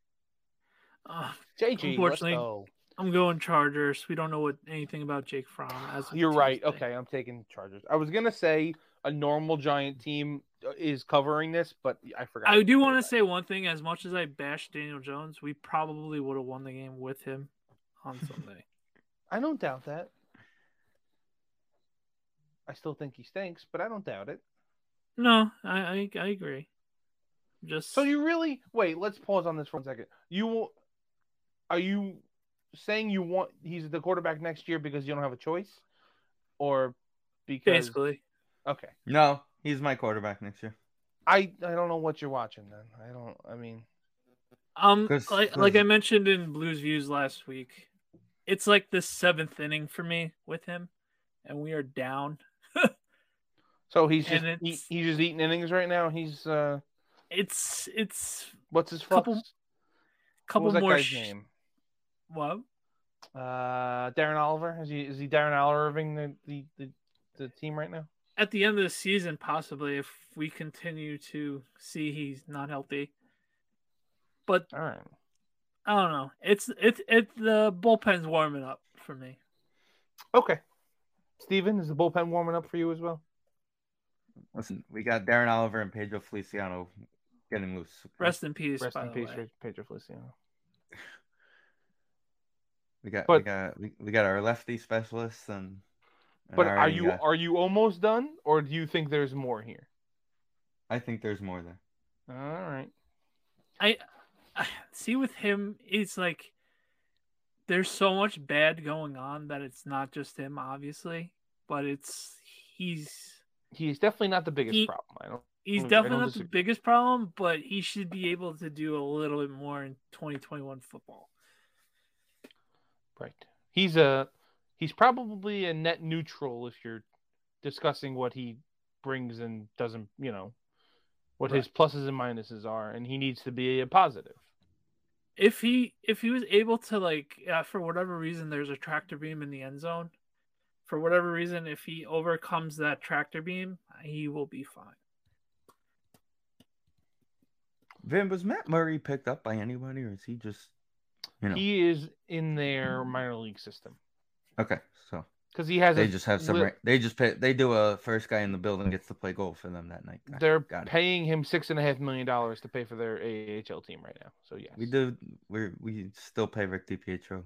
[SPEAKER 1] Ugh,
[SPEAKER 3] JG,
[SPEAKER 1] Unfortunately, I'm going Chargers. We don't know what anything about Jake Fromm. As of
[SPEAKER 3] you're right.
[SPEAKER 1] Tuesday.
[SPEAKER 3] Okay, I'm taking Chargers. I was gonna say a normal Giant team uh, is covering this, but I forgot.
[SPEAKER 1] I do want to say one thing. As much
[SPEAKER 3] *laughs*
[SPEAKER 1] as I bashed Daniel Jones, we probably would have won the game with him on Sunday.
[SPEAKER 3] I don't doubt that. I still think he stinks, but I don't doubt it.
[SPEAKER 1] No, I I, I agree. Just
[SPEAKER 3] So you really wait? Let's pause on this for one second. You will- are you saying you want he's the quarterback next year because you don't have a choice, or because
[SPEAKER 1] basically
[SPEAKER 3] okay?
[SPEAKER 2] No, he's my quarterback next year.
[SPEAKER 3] I I don't know what you're watching then. I don't. I mean,
[SPEAKER 1] Um,
[SPEAKER 2] 'Cause-
[SPEAKER 1] like,
[SPEAKER 2] 'cause-
[SPEAKER 1] like I mentioned in Blues Views last week, it's like the seventh inning for me with him, and we are down.
[SPEAKER 3] so he's just
[SPEAKER 1] And
[SPEAKER 3] he,
[SPEAKER 1] it's-
[SPEAKER 3] he's just eating innings right now. He's uh,
[SPEAKER 1] It's it's
[SPEAKER 3] what's his fuck?
[SPEAKER 1] Couple-
[SPEAKER 3] what
[SPEAKER 1] couple
[SPEAKER 3] was that
[SPEAKER 1] more.
[SPEAKER 3] guy's
[SPEAKER 1] sh-
[SPEAKER 3] name?
[SPEAKER 1] What?
[SPEAKER 3] Uh, Darren Oliver. Is he is he Darren Oliver Irving the the, the, the team right now?
[SPEAKER 1] At the end of the season, possibly if we continue to see he's not healthy. But
[SPEAKER 3] All right.
[SPEAKER 1] I don't know. It's it's it the bullpen's warming up for me.
[SPEAKER 3] Okay. Steven, is the bullpen warming up for you as well?
[SPEAKER 2] Listen, we got Darren Oliver and Pedro Feliciano getting loose.
[SPEAKER 1] Rest in peace.
[SPEAKER 3] Rest
[SPEAKER 1] by
[SPEAKER 3] in
[SPEAKER 1] the
[SPEAKER 3] peace,
[SPEAKER 1] way.
[SPEAKER 3] Pedro- Pedro Feliciano.
[SPEAKER 2] We got we
[SPEAKER 3] But-
[SPEAKER 2] got we, we got our lefty specialists and. and
[SPEAKER 3] But
[SPEAKER 2] our-
[SPEAKER 3] are you
[SPEAKER 2] yeah,
[SPEAKER 3] are you almost done, or do you think there's more here?
[SPEAKER 2] I think there's more there.
[SPEAKER 3] All right.
[SPEAKER 1] see with him it's like there's so much bad going on that it's not just him obviously but it's he's
[SPEAKER 3] He's definitely not the biggest
[SPEAKER 1] He-
[SPEAKER 3] problem. I don't.
[SPEAKER 1] he's
[SPEAKER 3] Mm, I
[SPEAKER 1] definitely
[SPEAKER 3] don't
[SPEAKER 1] not the
[SPEAKER 3] disagree.
[SPEAKER 1] biggest problem but he should be able to do a little bit more in 2021 football
[SPEAKER 3] Right. He's a he's probably a net neutral if you're discussing what he brings and doesn't, you know, what his pluses and minuses are, and he needs to be a positive.
[SPEAKER 1] if he if he was able to like uh, for whatever reason there's a tractor beam in the end zone for whatever reason if he overcomes that tractor beam he will be fine
[SPEAKER 2] Vin, was Matt Murray picked up by anybody, or is he just, you know?
[SPEAKER 3] He is in their minor league system
[SPEAKER 2] Okay, so
[SPEAKER 3] because he has
[SPEAKER 2] they
[SPEAKER 3] a
[SPEAKER 2] just have some.
[SPEAKER 3] li-
[SPEAKER 2] ra- They just pay. They do a first guy in the building gets to play goal for them that night. Got it,
[SPEAKER 3] they're
[SPEAKER 2] got it.
[SPEAKER 3] paying him six and a half million dollars to pay for their AHL team right now. So yes,
[SPEAKER 2] We do. We we still pay Rick DiPietro.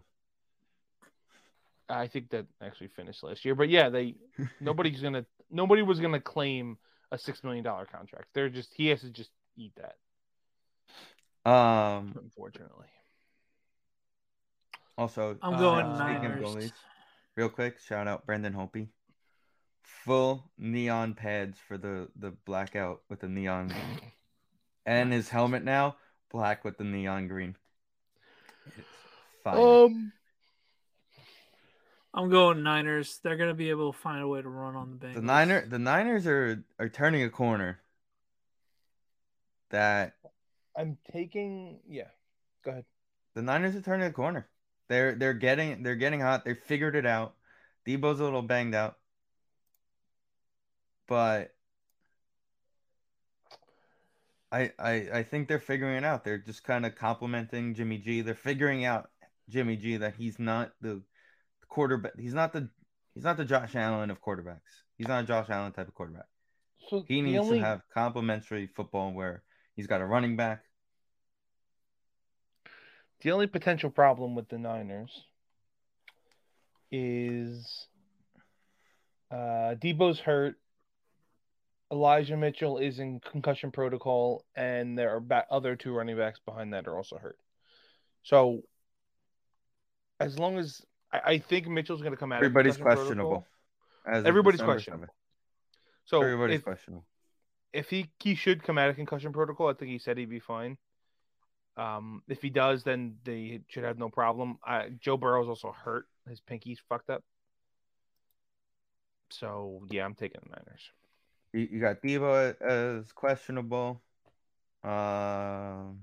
[SPEAKER 3] I think that actually finished last year, but yeah, they nobody's gonna nobody was gonna claim a six million dollar contract. They're just he has to just eat that.
[SPEAKER 2] *laughs* Um. *laughs*
[SPEAKER 3] unfortunately.
[SPEAKER 2] Also,
[SPEAKER 1] i'm
[SPEAKER 2] uh,
[SPEAKER 1] going
[SPEAKER 3] speaking of
[SPEAKER 1] niners
[SPEAKER 2] goalies, real quick, shout out Brendan Hopi. Full neon pads for the the blackout with the neon, and his helmet now black with the neon green. It's fire.
[SPEAKER 3] Um,
[SPEAKER 1] i'm going niners they're gonna be able to find a way to run on the Bengals.
[SPEAKER 2] The Niner, the Niners are are turning a corner. That
[SPEAKER 3] I'm taking yeah. Go ahead.
[SPEAKER 2] the Niners are turning a corner. They're they're getting they're getting hot. They figured it out. Debo's a little banged out, but I I I think they're figuring it out. They're just kind of complimenting Jimmy G. They're figuring out Jimmy G. That he's not the quarterback. He's not the he's not the Josh Allen of quarterbacks. He's not a Josh Allen type of quarterback.
[SPEAKER 3] So
[SPEAKER 2] He
[SPEAKER 3] the
[SPEAKER 2] needs
[SPEAKER 3] only-
[SPEAKER 2] to have complimentary football where he's got a running back.
[SPEAKER 3] the only potential problem with the Niners is uh Debo's hurt. Elijah Mitchell is in concussion protocol, and there are ba- other two running backs behind that are also hurt. So, as long as I, I think Mitchell's going to come out, of
[SPEAKER 2] Everybody's
[SPEAKER 3] concussion
[SPEAKER 2] questionable.
[SPEAKER 3] protocol.
[SPEAKER 2] as of
[SPEAKER 3] Everybody's
[SPEAKER 2] December
[SPEAKER 3] questionable.
[SPEAKER 2] 7th.
[SPEAKER 3] So
[SPEAKER 2] Everybody's
[SPEAKER 3] if-
[SPEAKER 2] questionable.
[SPEAKER 3] if he he should come out of concussion protocol, I think he said he'd be fine. Um, if he does, then they should have no problem. I, Joe Burrow's also hurt; his pinky's fucked up. So yeah, I'm taking the Niners.
[SPEAKER 2] You, you got Debo as questionable. Um,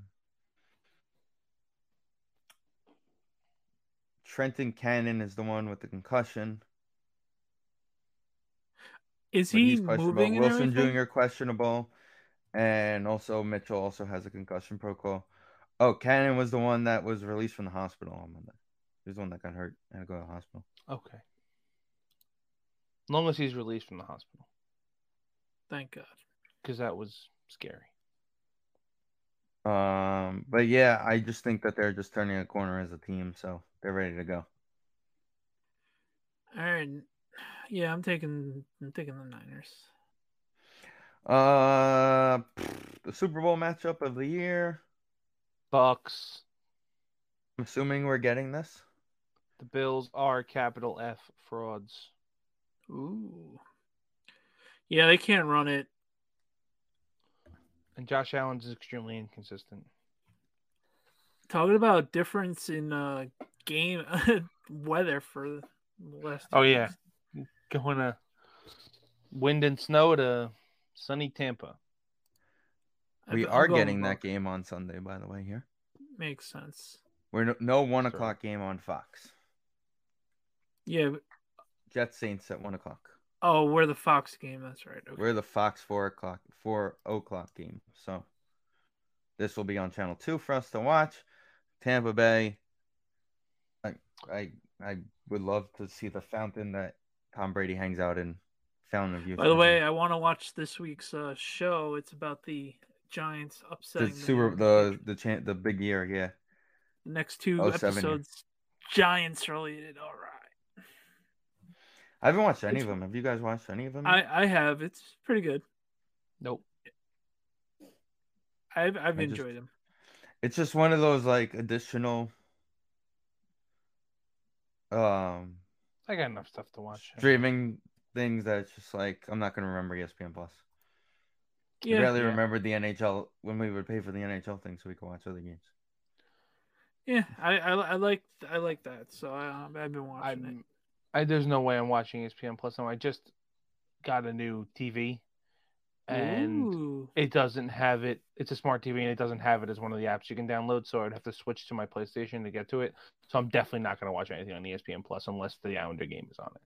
[SPEAKER 2] Trenton Cannon is the one with the concussion.
[SPEAKER 1] Is
[SPEAKER 2] but
[SPEAKER 1] he
[SPEAKER 2] he's questionable.
[SPEAKER 1] moving? and
[SPEAKER 2] Wilson
[SPEAKER 1] everything?
[SPEAKER 2] Jr. questionable, and also Mitchell also has a concussion protocol. Oh, Cannon was the one that was released from the hospital on Monday. He was the one that got hurt and had to go to the hospital.
[SPEAKER 3] Okay. As long as he's released from the hospital,
[SPEAKER 1] Thank God.
[SPEAKER 3] because that was scary.
[SPEAKER 2] Um, but yeah, I just think that they're just turning a corner as a team, so they're ready to go.
[SPEAKER 1] All right. Yeah, I'm taking I'm taking the Niners.
[SPEAKER 2] Uh, the Super Bowl matchup of the year.
[SPEAKER 3] Bucks.
[SPEAKER 2] I'm assuming we're getting this.
[SPEAKER 3] The Bills are capital F frauds.
[SPEAKER 1] Ooh. Yeah, they can't run it.
[SPEAKER 3] And Josh Allen's extremely inconsistent.
[SPEAKER 1] Talking about difference in uh game *laughs* weather for the last two
[SPEAKER 3] Oh, yeah.
[SPEAKER 1] weeks.
[SPEAKER 3] Going to
[SPEAKER 5] Wind and snow to sunny Tampa.
[SPEAKER 1] I
[SPEAKER 2] We
[SPEAKER 1] th- I'm
[SPEAKER 2] are
[SPEAKER 1] going
[SPEAKER 2] getting that
[SPEAKER 1] Bucs.
[SPEAKER 2] game on Sunday, by the way. Here,
[SPEAKER 1] Makes sense.
[SPEAKER 2] we're no, no one
[SPEAKER 5] Sure.
[SPEAKER 2] o'clock game on Fox.
[SPEAKER 1] Yeah. but-
[SPEAKER 2] Jets Saints at one o'clock.
[SPEAKER 1] Oh, we're the Fox game. That's right. Okay.
[SPEAKER 2] We're the Fox four o'clock four o'clock game. So this will be on channel two for us to watch. Tampa Bay. I I I would love to see the fountain that Tom Brady hangs out in. Fountain of Youth.
[SPEAKER 1] By the
[SPEAKER 2] Fountain.
[SPEAKER 1] way, I want to watch this week's uh, show. It's about the Giants upsetting
[SPEAKER 2] the super the the chan the big year, yeah.
[SPEAKER 1] the next two
[SPEAKER 2] oh, seven, yeah.
[SPEAKER 1] episodes. Giants related. All right.
[SPEAKER 2] I haven't watched any
[SPEAKER 1] It's-
[SPEAKER 2] of them. Have you guys watched any of them? yet?
[SPEAKER 1] I I have. It's pretty good.
[SPEAKER 3] Nope.
[SPEAKER 1] I've I've
[SPEAKER 2] I just-
[SPEAKER 1] enjoyed them.
[SPEAKER 2] It's just one of those like additional um
[SPEAKER 3] I got enough stuff to watch.
[SPEAKER 2] streaming things that it's just like I'm not gonna remember E ESPN Plus. I
[SPEAKER 1] Yeah.
[SPEAKER 2] barely
[SPEAKER 3] Yeah.
[SPEAKER 2] remembered the NHL when we would pay for the NHL thing so we could watch other games.
[SPEAKER 1] Yeah. I I, I like I like that. So I, um, I've been watching it.
[SPEAKER 3] I'm, I there's no way I'm watching E ESPN Plus now. I just got a new TV, and
[SPEAKER 1] Ooh.
[SPEAKER 3] it doesn't have it. It's a smart TV, and it doesn't have it as one of the apps you can download. So I'd have to switch to my PlayStation to get to it. So I'm definitely not going to watch anything on E ESPN Plus unless the Islander game is on it.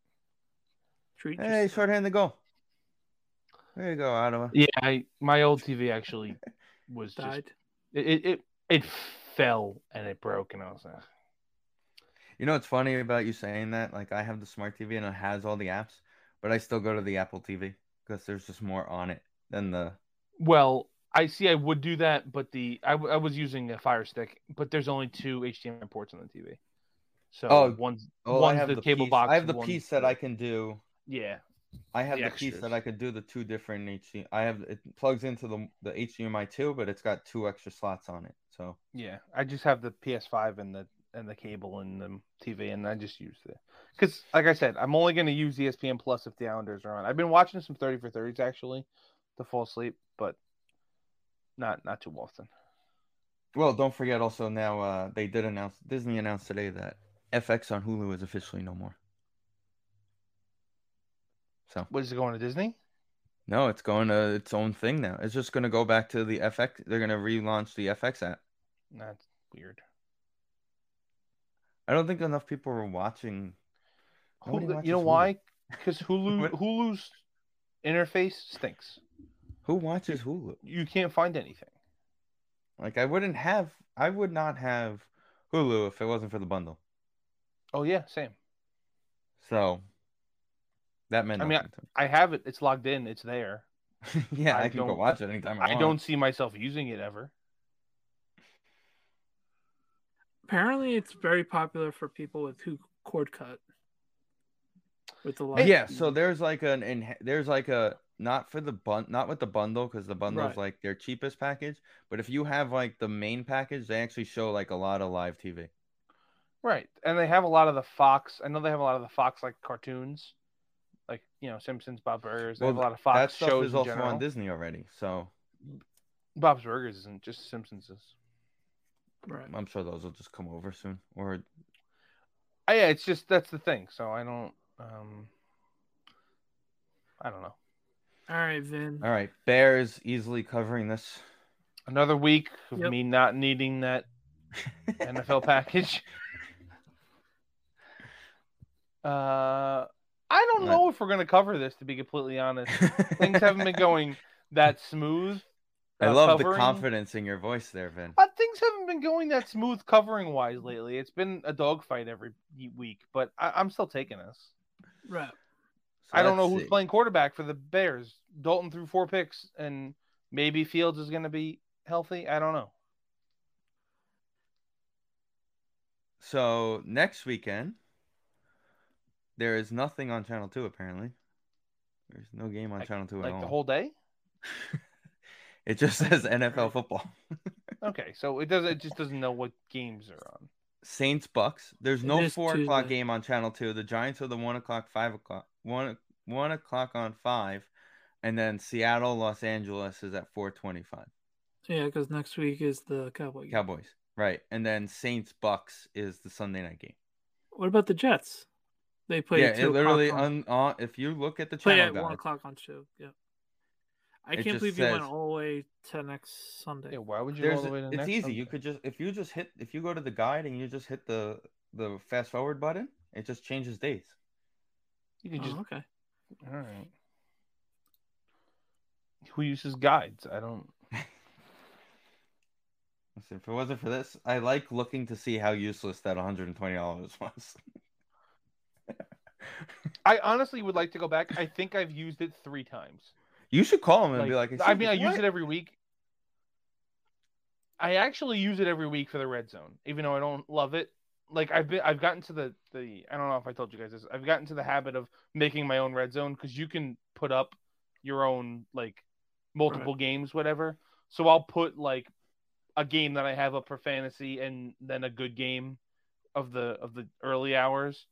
[SPEAKER 1] Treat
[SPEAKER 2] Hey,
[SPEAKER 1] yourself.
[SPEAKER 2] shorthand the goal. There you go, Ottawa.
[SPEAKER 3] Yeah, I, my old TV actually was just
[SPEAKER 1] died.
[SPEAKER 3] it, it it it fell and it broke, and I was like,
[SPEAKER 2] You know what's funny about you saying that? Like I have the smart TV and it has all the apps, but I still go to the Apple TV because there's just more on it than the
[SPEAKER 3] well. I see. I would do that, but the I, w- I was using a Fire Stick, but there's only two HDMI ports on the TV. So
[SPEAKER 2] Oh,
[SPEAKER 3] one's
[SPEAKER 2] Oh, I
[SPEAKER 3] One's
[SPEAKER 2] have
[SPEAKER 3] the cable
[SPEAKER 2] piece.
[SPEAKER 3] box,
[SPEAKER 2] I have the
[SPEAKER 3] one's
[SPEAKER 2] piece that
[SPEAKER 3] the-
[SPEAKER 2] I can do.
[SPEAKER 3] yeah.
[SPEAKER 2] I have
[SPEAKER 3] The
[SPEAKER 2] the, piece
[SPEAKER 3] extras.
[SPEAKER 2] that I could do the two different HDMI. I have it plugs into the the HDMI two, but it's got two extra slots on it. So
[SPEAKER 3] Yeah, I just have the PS5 and the and the cable and the TV, and I just use the because, like I said, I'm only going to use E ESPN Plus if the Islanders are on. I've been watching some 30 for 30s actually to fall asleep, but not not too often.
[SPEAKER 2] well, don't forget also now uh, they did announce Disney announced today that FX on Hulu is officially no more. So
[SPEAKER 3] What is it going to Disney?
[SPEAKER 2] no, it's going to its own thing now. It's just going to go back to the FX. They're going to relaunch the FX app.
[SPEAKER 3] That's weird.
[SPEAKER 2] I don't think enough people are watching. Nobody
[SPEAKER 3] Hulu,
[SPEAKER 2] watches
[SPEAKER 3] you know
[SPEAKER 2] Hulu.
[SPEAKER 3] why? Because Hulu
[SPEAKER 2] What?
[SPEAKER 3] Hulu's interface stinks.
[SPEAKER 2] Who watches Hulu?
[SPEAKER 3] You can't find anything.
[SPEAKER 2] Like I wouldn't have I would not have Hulu if it wasn't for the bundle.
[SPEAKER 3] Oh yeah, same.
[SPEAKER 2] So that meant
[SPEAKER 3] I mean,
[SPEAKER 2] nothing
[SPEAKER 3] I have it. It's logged in. It's there.
[SPEAKER 2] to me. *laughs* yeah,
[SPEAKER 3] I
[SPEAKER 2] I, can go
[SPEAKER 3] don't-
[SPEAKER 2] watch it anytime I,
[SPEAKER 3] I
[SPEAKER 2] want.
[SPEAKER 3] don't see myself using it ever.
[SPEAKER 1] Apparently, it's very popular for people with who cord cut. With a lot.
[SPEAKER 2] Yeah, so there's like an and there's like a not for the bun not with the bundle because the bundle's
[SPEAKER 1] Right.
[SPEAKER 2] like their cheapest package, but if you have like the main package, they actually show like a lot of live TV.
[SPEAKER 3] Right. And they have a lot of the Fox. I know they have a lot of the Fox like cartoons. Like, you know, Simpsons, Bob Burgers. They have a
[SPEAKER 2] Well,
[SPEAKER 3] lot of Fox
[SPEAKER 2] that stuff
[SPEAKER 3] shows
[SPEAKER 2] is
[SPEAKER 3] in
[SPEAKER 2] also
[SPEAKER 3] general.
[SPEAKER 2] on Disney already, so
[SPEAKER 3] Bob's Burgers isn't just Simpsons is.
[SPEAKER 1] Right.
[SPEAKER 2] I'm sure those will just come over soon. Or
[SPEAKER 3] Oh, yeah, it's just that's the thing. So I don't um I don't know.
[SPEAKER 1] All right, Vin.
[SPEAKER 2] all right, Bears easily covering this.
[SPEAKER 3] Another week of
[SPEAKER 1] Yep.
[SPEAKER 3] me not needing that
[SPEAKER 2] *laughs*
[SPEAKER 3] NFL package. *laughs* Uh I don't
[SPEAKER 2] Right.
[SPEAKER 3] know if we're gonna cover this to be completely honest. Things haven't been going that smooth.
[SPEAKER 2] I
[SPEAKER 3] uh,
[SPEAKER 2] love the
[SPEAKER 3] covering.
[SPEAKER 2] confidence in your voice there, Vin.
[SPEAKER 3] But things haven't been going that smooth covering wise lately. It's been a dogfight every ye- week, but I, I'm still taking us.
[SPEAKER 1] Right.
[SPEAKER 2] So
[SPEAKER 3] I don't know
[SPEAKER 2] let's
[SPEAKER 3] who's
[SPEAKER 2] see.
[SPEAKER 3] playing quarterback for the Bears. Dalton threw four picks, and maybe Fields is going to be healthy. I don't know.
[SPEAKER 2] So next weekend, There is nothing on Channel Two apparently. There's no game on Channel Two at
[SPEAKER 3] like
[SPEAKER 2] all.
[SPEAKER 3] the whole day.
[SPEAKER 2] It
[SPEAKER 1] *laughs*
[SPEAKER 2] just says NFL football.
[SPEAKER 3] Okay, so it does. It just doesn't know what games are on.
[SPEAKER 2] Saints Bucks. There's
[SPEAKER 1] It
[SPEAKER 2] no
[SPEAKER 1] is
[SPEAKER 2] four o'clock
[SPEAKER 1] Tuesday.
[SPEAKER 2] game on Channel Two. The Giants are the one o'clock, five o'clock, one one o'clock on five, and then Seattle, Los Angeles is at four twenty-five.
[SPEAKER 1] Yeah, because next week is the Cowboys.
[SPEAKER 2] Cowboys, right? And then Saints Bucks is the Sunday night game.
[SPEAKER 1] What about the Jets? They play
[SPEAKER 2] yeah,
[SPEAKER 1] at two
[SPEAKER 2] it
[SPEAKER 1] o'clock
[SPEAKER 2] literally.
[SPEAKER 1] on,
[SPEAKER 2] Un, uh, if you look at the
[SPEAKER 1] play
[SPEAKER 2] channel
[SPEAKER 1] at one
[SPEAKER 2] guide,
[SPEAKER 1] o'clock on show. Yeah, I
[SPEAKER 2] It
[SPEAKER 1] can't
[SPEAKER 2] just
[SPEAKER 1] believe you went
[SPEAKER 2] says-
[SPEAKER 1] all the way to next Sunday.
[SPEAKER 3] Yeah, why would you go
[SPEAKER 2] there's
[SPEAKER 3] all the way to
[SPEAKER 2] a- it's
[SPEAKER 3] next
[SPEAKER 2] easy.
[SPEAKER 3] Sunday?
[SPEAKER 2] You could just if you just hit if you go to the guide and you just hit the the fast forward button, it just changes days.
[SPEAKER 3] You could
[SPEAKER 1] Oh,
[SPEAKER 3] just.
[SPEAKER 1] okay.
[SPEAKER 2] Uh-huh.
[SPEAKER 3] All right. Who uses guides? I don't.
[SPEAKER 2] Listen, if it wasn't for this, I like looking to see how useless that one hundred and twenty dollars *laughs* was.
[SPEAKER 3] I honestly would like to go back. I think I've used it three times.
[SPEAKER 2] You should call him and be like,
[SPEAKER 3] Like, I
[SPEAKER 2] "Excuse
[SPEAKER 3] mean, I
[SPEAKER 2] me,
[SPEAKER 3] use
[SPEAKER 2] what?"
[SPEAKER 3] it every week. I actually use it every week for the red zone, even though I don't love it. Like I've been, I've gotten to the the. I don't know if I told you guys this. I've gotten to the habit of making my own red zone because you can put up your own like multiple games, whatever. So I'll put like a game that I have up for fantasy, and then a good game of the of the early hours,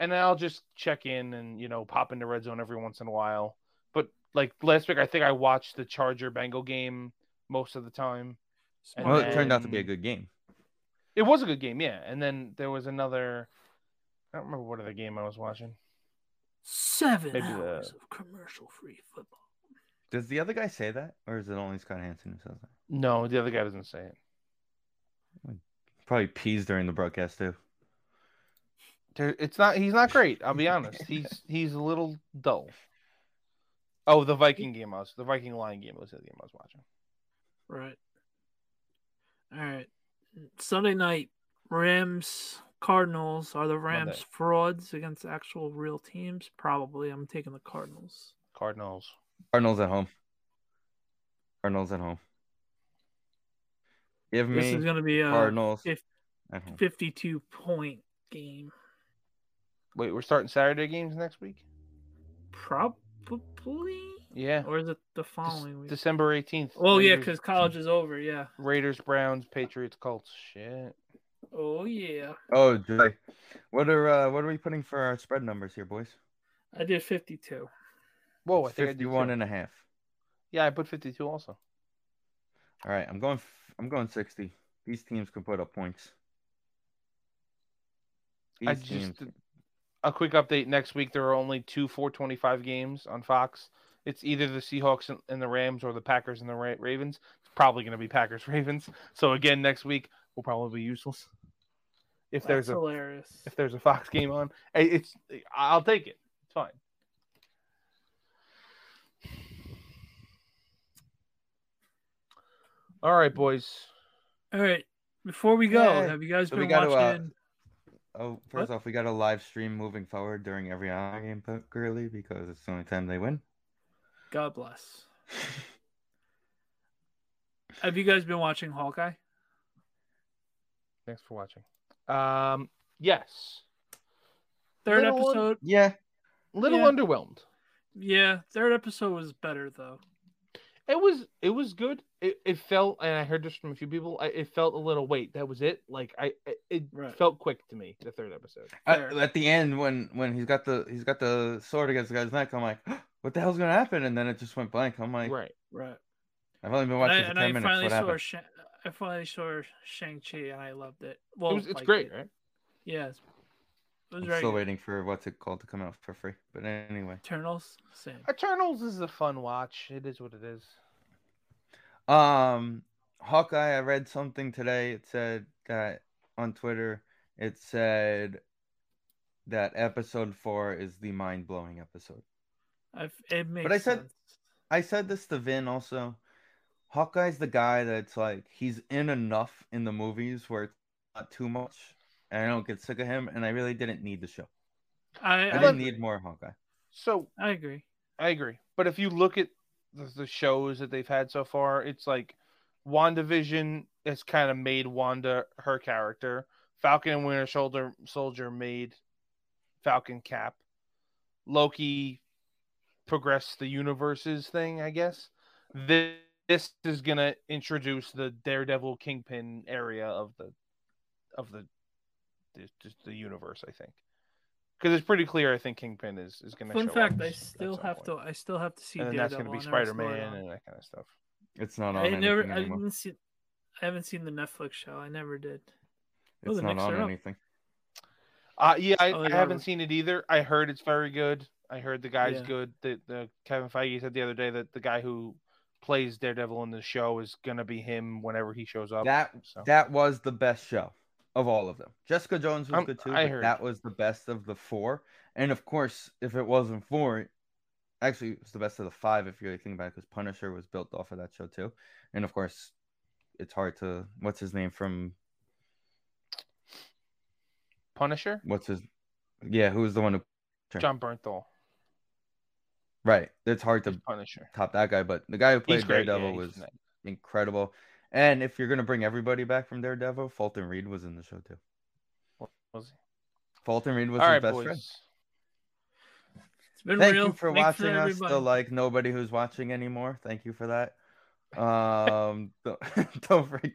[SPEAKER 3] and then I'll just check in and you know pop into red zone every once in a while but like last week, I think I watched the Charger Bengal game most of the time.
[SPEAKER 1] Smart.
[SPEAKER 2] Well, it turned out to be a
[SPEAKER 3] and-
[SPEAKER 2] good game.
[SPEAKER 3] It was a good game, yeah. And then there was another. I don't remember what other game I was watching.
[SPEAKER 1] Seven
[SPEAKER 3] Maybe
[SPEAKER 1] hours of commercial-free football.
[SPEAKER 2] Does the other guy say that, or is it only Scott Hansen who says that?
[SPEAKER 3] No, the other guy doesn't say it.
[SPEAKER 2] Probably pees during the broadcast too.
[SPEAKER 3] There, it's not. He's not great. I'll be honest.
[SPEAKER 1] *laughs*
[SPEAKER 3] He's he's a little dull. Oh, the Viking game. I was the Viking Lion game was the other game I was watching.
[SPEAKER 1] Right. All right. Sunday night, Rams Cardinals. Are the Rams
[SPEAKER 3] Monday.
[SPEAKER 1] frauds against actual real teams? Probably. I'm taking the Cardinals.
[SPEAKER 3] Cardinals.
[SPEAKER 2] Cardinals at home. Cardinals at home. Give
[SPEAKER 1] This
[SPEAKER 2] me
[SPEAKER 1] is going to be a
[SPEAKER 2] Cardinals
[SPEAKER 1] fif-
[SPEAKER 2] at home.
[SPEAKER 1] 52 point game.
[SPEAKER 3] Wait, we're starting Saturday games next week.
[SPEAKER 1] Probably.
[SPEAKER 3] Yeah,
[SPEAKER 1] Or is it the
[SPEAKER 3] Dec-
[SPEAKER 1] following week?
[SPEAKER 3] December eighteenth.
[SPEAKER 1] Oh, yeah, because college is over. Yeah.
[SPEAKER 3] Raiders, Browns, Patriots, Colts. Shit.
[SPEAKER 1] Oh, yeah.
[SPEAKER 2] Oh, joy. What are uh, what are we putting for our spread numbers here, boys?
[SPEAKER 1] I did 52.
[SPEAKER 3] Whoa, Oh, I think I did too.
[SPEAKER 2] 51 and a half.
[SPEAKER 3] Yeah, I put 52 also.
[SPEAKER 2] All right, I'm going f- I'm going 60. These teams can put up points. These
[SPEAKER 3] I
[SPEAKER 2] teams.
[SPEAKER 3] just a quick update next week there are only two 425 games on Fox. It's either the Seahawks and- and the Rams or the Packers and the Ra- Ravens. It's probably going to be Packers *laughs* Ravens. So again next week will probably be useless. If
[SPEAKER 1] That's
[SPEAKER 3] there's a
[SPEAKER 1] hilarious.
[SPEAKER 3] if there's a Fox game on, I- it's I'll take it. It's fine. All right, boys.
[SPEAKER 1] All right. Before we go,
[SPEAKER 2] Yeah.
[SPEAKER 1] have you guys
[SPEAKER 2] So we
[SPEAKER 1] been
[SPEAKER 2] gotta, uh,
[SPEAKER 1] watching?
[SPEAKER 2] Oh, first off, we got a live stream moving forward during every hour game, but Gurley, because it's the only time they win. *laughs*
[SPEAKER 1] God bless. Have you guys been watching Hawkeye?
[SPEAKER 3] Thanks for watching. Um, yes.
[SPEAKER 1] Third
[SPEAKER 3] Little one-
[SPEAKER 1] episode,
[SPEAKER 2] Yeah,
[SPEAKER 3] Little
[SPEAKER 1] Yeah.
[SPEAKER 3] underwhelmed.
[SPEAKER 1] yeah, third episode was better though.
[SPEAKER 3] It was it was good. It, it felt, and I heard this from a few people. I, it felt a little wait. That was it. Like I, it- it
[SPEAKER 1] Right.
[SPEAKER 3] felt quick to me. The third episode.
[SPEAKER 2] I,
[SPEAKER 1] Fair.
[SPEAKER 2] at the end when when he's got the he's got the sword against the guy's neck i'm like *gasps* what the hell's gonna happen and then it just went blank i'm like
[SPEAKER 3] right.
[SPEAKER 1] Right.
[SPEAKER 2] i've only been
[SPEAKER 1] And I,
[SPEAKER 2] watching for
[SPEAKER 1] and
[SPEAKER 2] 10
[SPEAKER 1] I
[SPEAKER 2] minutes
[SPEAKER 1] finally
[SPEAKER 2] what
[SPEAKER 1] saw
[SPEAKER 2] happened
[SPEAKER 1] Shang, I finally saw Shang Chi, and I loved it. Well,
[SPEAKER 3] it was, it's
[SPEAKER 1] liked
[SPEAKER 3] great,
[SPEAKER 1] it.
[SPEAKER 3] right?
[SPEAKER 1] Yeah, it's, it was
[SPEAKER 2] i'm
[SPEAKER 1] very
[SPEAKER 2] still
[SPEAKER 1] good.
[SPEAKER 2] waiting for what's it called to come out for free but anyway
[SPEAKER 1] Eternals, same.
[SPEAKER 3] Eternals is a fun watch. It is what it is.
[SPEAKER 2] um hawkeye i read something today it said that on twitter it said that episode four is the mind-blowing episode
[SPEAKER 1] I've, it makes.
[SPEAKER 2] I said-
[SPEAKER 1] sense.
[SPEAKER 2] I said this to Vin also. Hawkeye's the guy that's like he's in enough in the movies where it's not too much, and I don't get sick of him. And I really didn't need the show.
[SPEAKER 1] I
[SPEAKER 2] I
[SPEAKER 1] I,
[SPEAKER 2] didn't need more Hawkeye.
[SPEAKER 3] So
[SPEAKER 1] I agree.
[SPEAKER 3] I agree. But if you look at the, the shows that they've had so far, it's like WandaVision has kind of made Wanda her character. Falcon and Winter Soldier Soldier made Falcon Cap. Loki progressed the universes thing, I guess. This, this is gonna introduce the Daredevil Kingpin area of the of the the, just the universe, I think. Because it's pretty clear, I think Kingpin is is gonna.
[SPEAKER 1] Fun
[SPEAKER 3] show
[SPEAKER 1] fact:
[SPEAKER 3] up
[SPEAKER 1] I
[SPEAKER 3] at
[SPEAKER 1] still
[SPEAKER 3] some
[SPEAKER 1] have
[SPEAKER 3] point.
[SPEAKER 1] to. I still have to see.
[SPEAKER 3] And then that's gonna
[SPEAKER 1] Daredevil.
[SPEAKER 3] be
[SPEAKER 1] I never
[SPEAKER 3] Spider
[SPEAKER 1] saw it
[SPEAKER 3] Man
[SPEAKER 1] on-
[SPEAKER 3] and that kind of stuff.
[SPEAKER 2] It's not on.
[SPEAKER 1] I
[SPEAKER 2] anything
[SPEAKER 1] never. I
[SPEAKER 2] anymore.
[SPEAKER 1] didn't see. I haven't seen the Netflix show. I never did. Oh,
[SPEAKER 2] It's
[SPEAKER 1] the
[SPEAKER 2] not
[SPEAKER 1] Knicks are
[SPEAKER 2] on
[SPEAKER 1] up.
[SPEAKER 2] anything.
[SPEAKER 3] Uh, yeah, I,
[SPEAKER 1] Oh,
[SPEAKER 3] I
[SPEAKER 1] yeah.
[SPEAKER 3] haven't seen it either. I heard it's very good. I heard the guy's
[SPEAKER 1] Yeah.
[SPEAKER 3] good. The, the Kevin Feige said the other day that the guy who plays Daredevil in the show is gonna be him whenever he shows up.
[SPEAKER 2] That
[SPEAKER 3] so.
[SPEAKER 2] That was the best show of all of them. Jessica Jones was
[SPEAKER 3] Um,
[SPEAKER 2] good too,
[SPEAKER 3] I
[SPEAKER 2] but
[SPEAKER 3] heard.
[SPEAKER 2] that was the best of the four. And of course, if it wasn't for, actually, it was the best of the five if you really think about it, because Punisher was built off of that show too. And of course, it's hard to what's his name from
[SPEAKER 3] Punisher,
[SPEAKER 2] what's his, yeah, who was the one who, Sure.
[SPEAKER 3] John Bernthal,
[SPEAKER 2] right? It's hard
[SPEAKER 3] is
[SPEAKER 2] to
[SPEAKER 3] Punisher.
[SPEAKER 2] top that guy, but the guy who
[SPEAKER 3] He's
[SPEAKER 2] played
[SPEAKER 3] great.
[SPEAKER 2] Daredevil
[SPEAKER 3] yeah, he's
[SPEAKER 2] was
[SPEAKER 3] nice.
[SPEAKER 2] incredible. And if you're gonna bring everybody back from Daredevil, Fulton Reed was in the show too.
[SPEAKER 3] Was he?
[SPEAKER 2] Fulton Reed was
[SPEAKER 3] All
[SPEAKER 2] his
[SPEAKER 3] right,
[SPEAKER 2] best
[SPEAKER 3] boys.
[SPEAKER 2] friend.
[SPEAKER 1] It's been
[SPEAKER 2] Thank
[SPEAKER 1] real.
[SPEAKER 2] you for
[SPEAKER 1] Thanks
[SPEAKER 2] watching us.
[SPEAKER 1] everybody.
[SPEAKER 2] The like nobody who's watching anymore. Thank you for that.
[SPEAKER 1] *laughs*
[SPEAKER 2] Um, don't, *laughs* don't forget.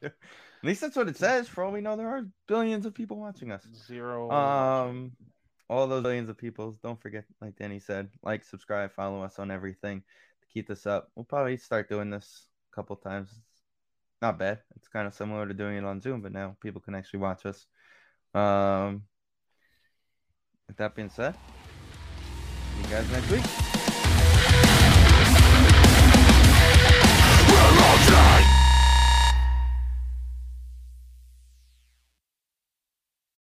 [SPEAKER 2] To, at least that's what it says. For all we know, there are billions of people watching us.
[SPEAKER 3] Zero.
[SPEAKER 2] Um, all those billions of people. Don't forget, like Danny said, like, subscribe, follow us on everything to keep this up. We'll probably start doing this a couple times. It's not bad. It's kind of similar to doing it on Zoom, but now people can actually watch us. Um, with that being said, see you guys next week.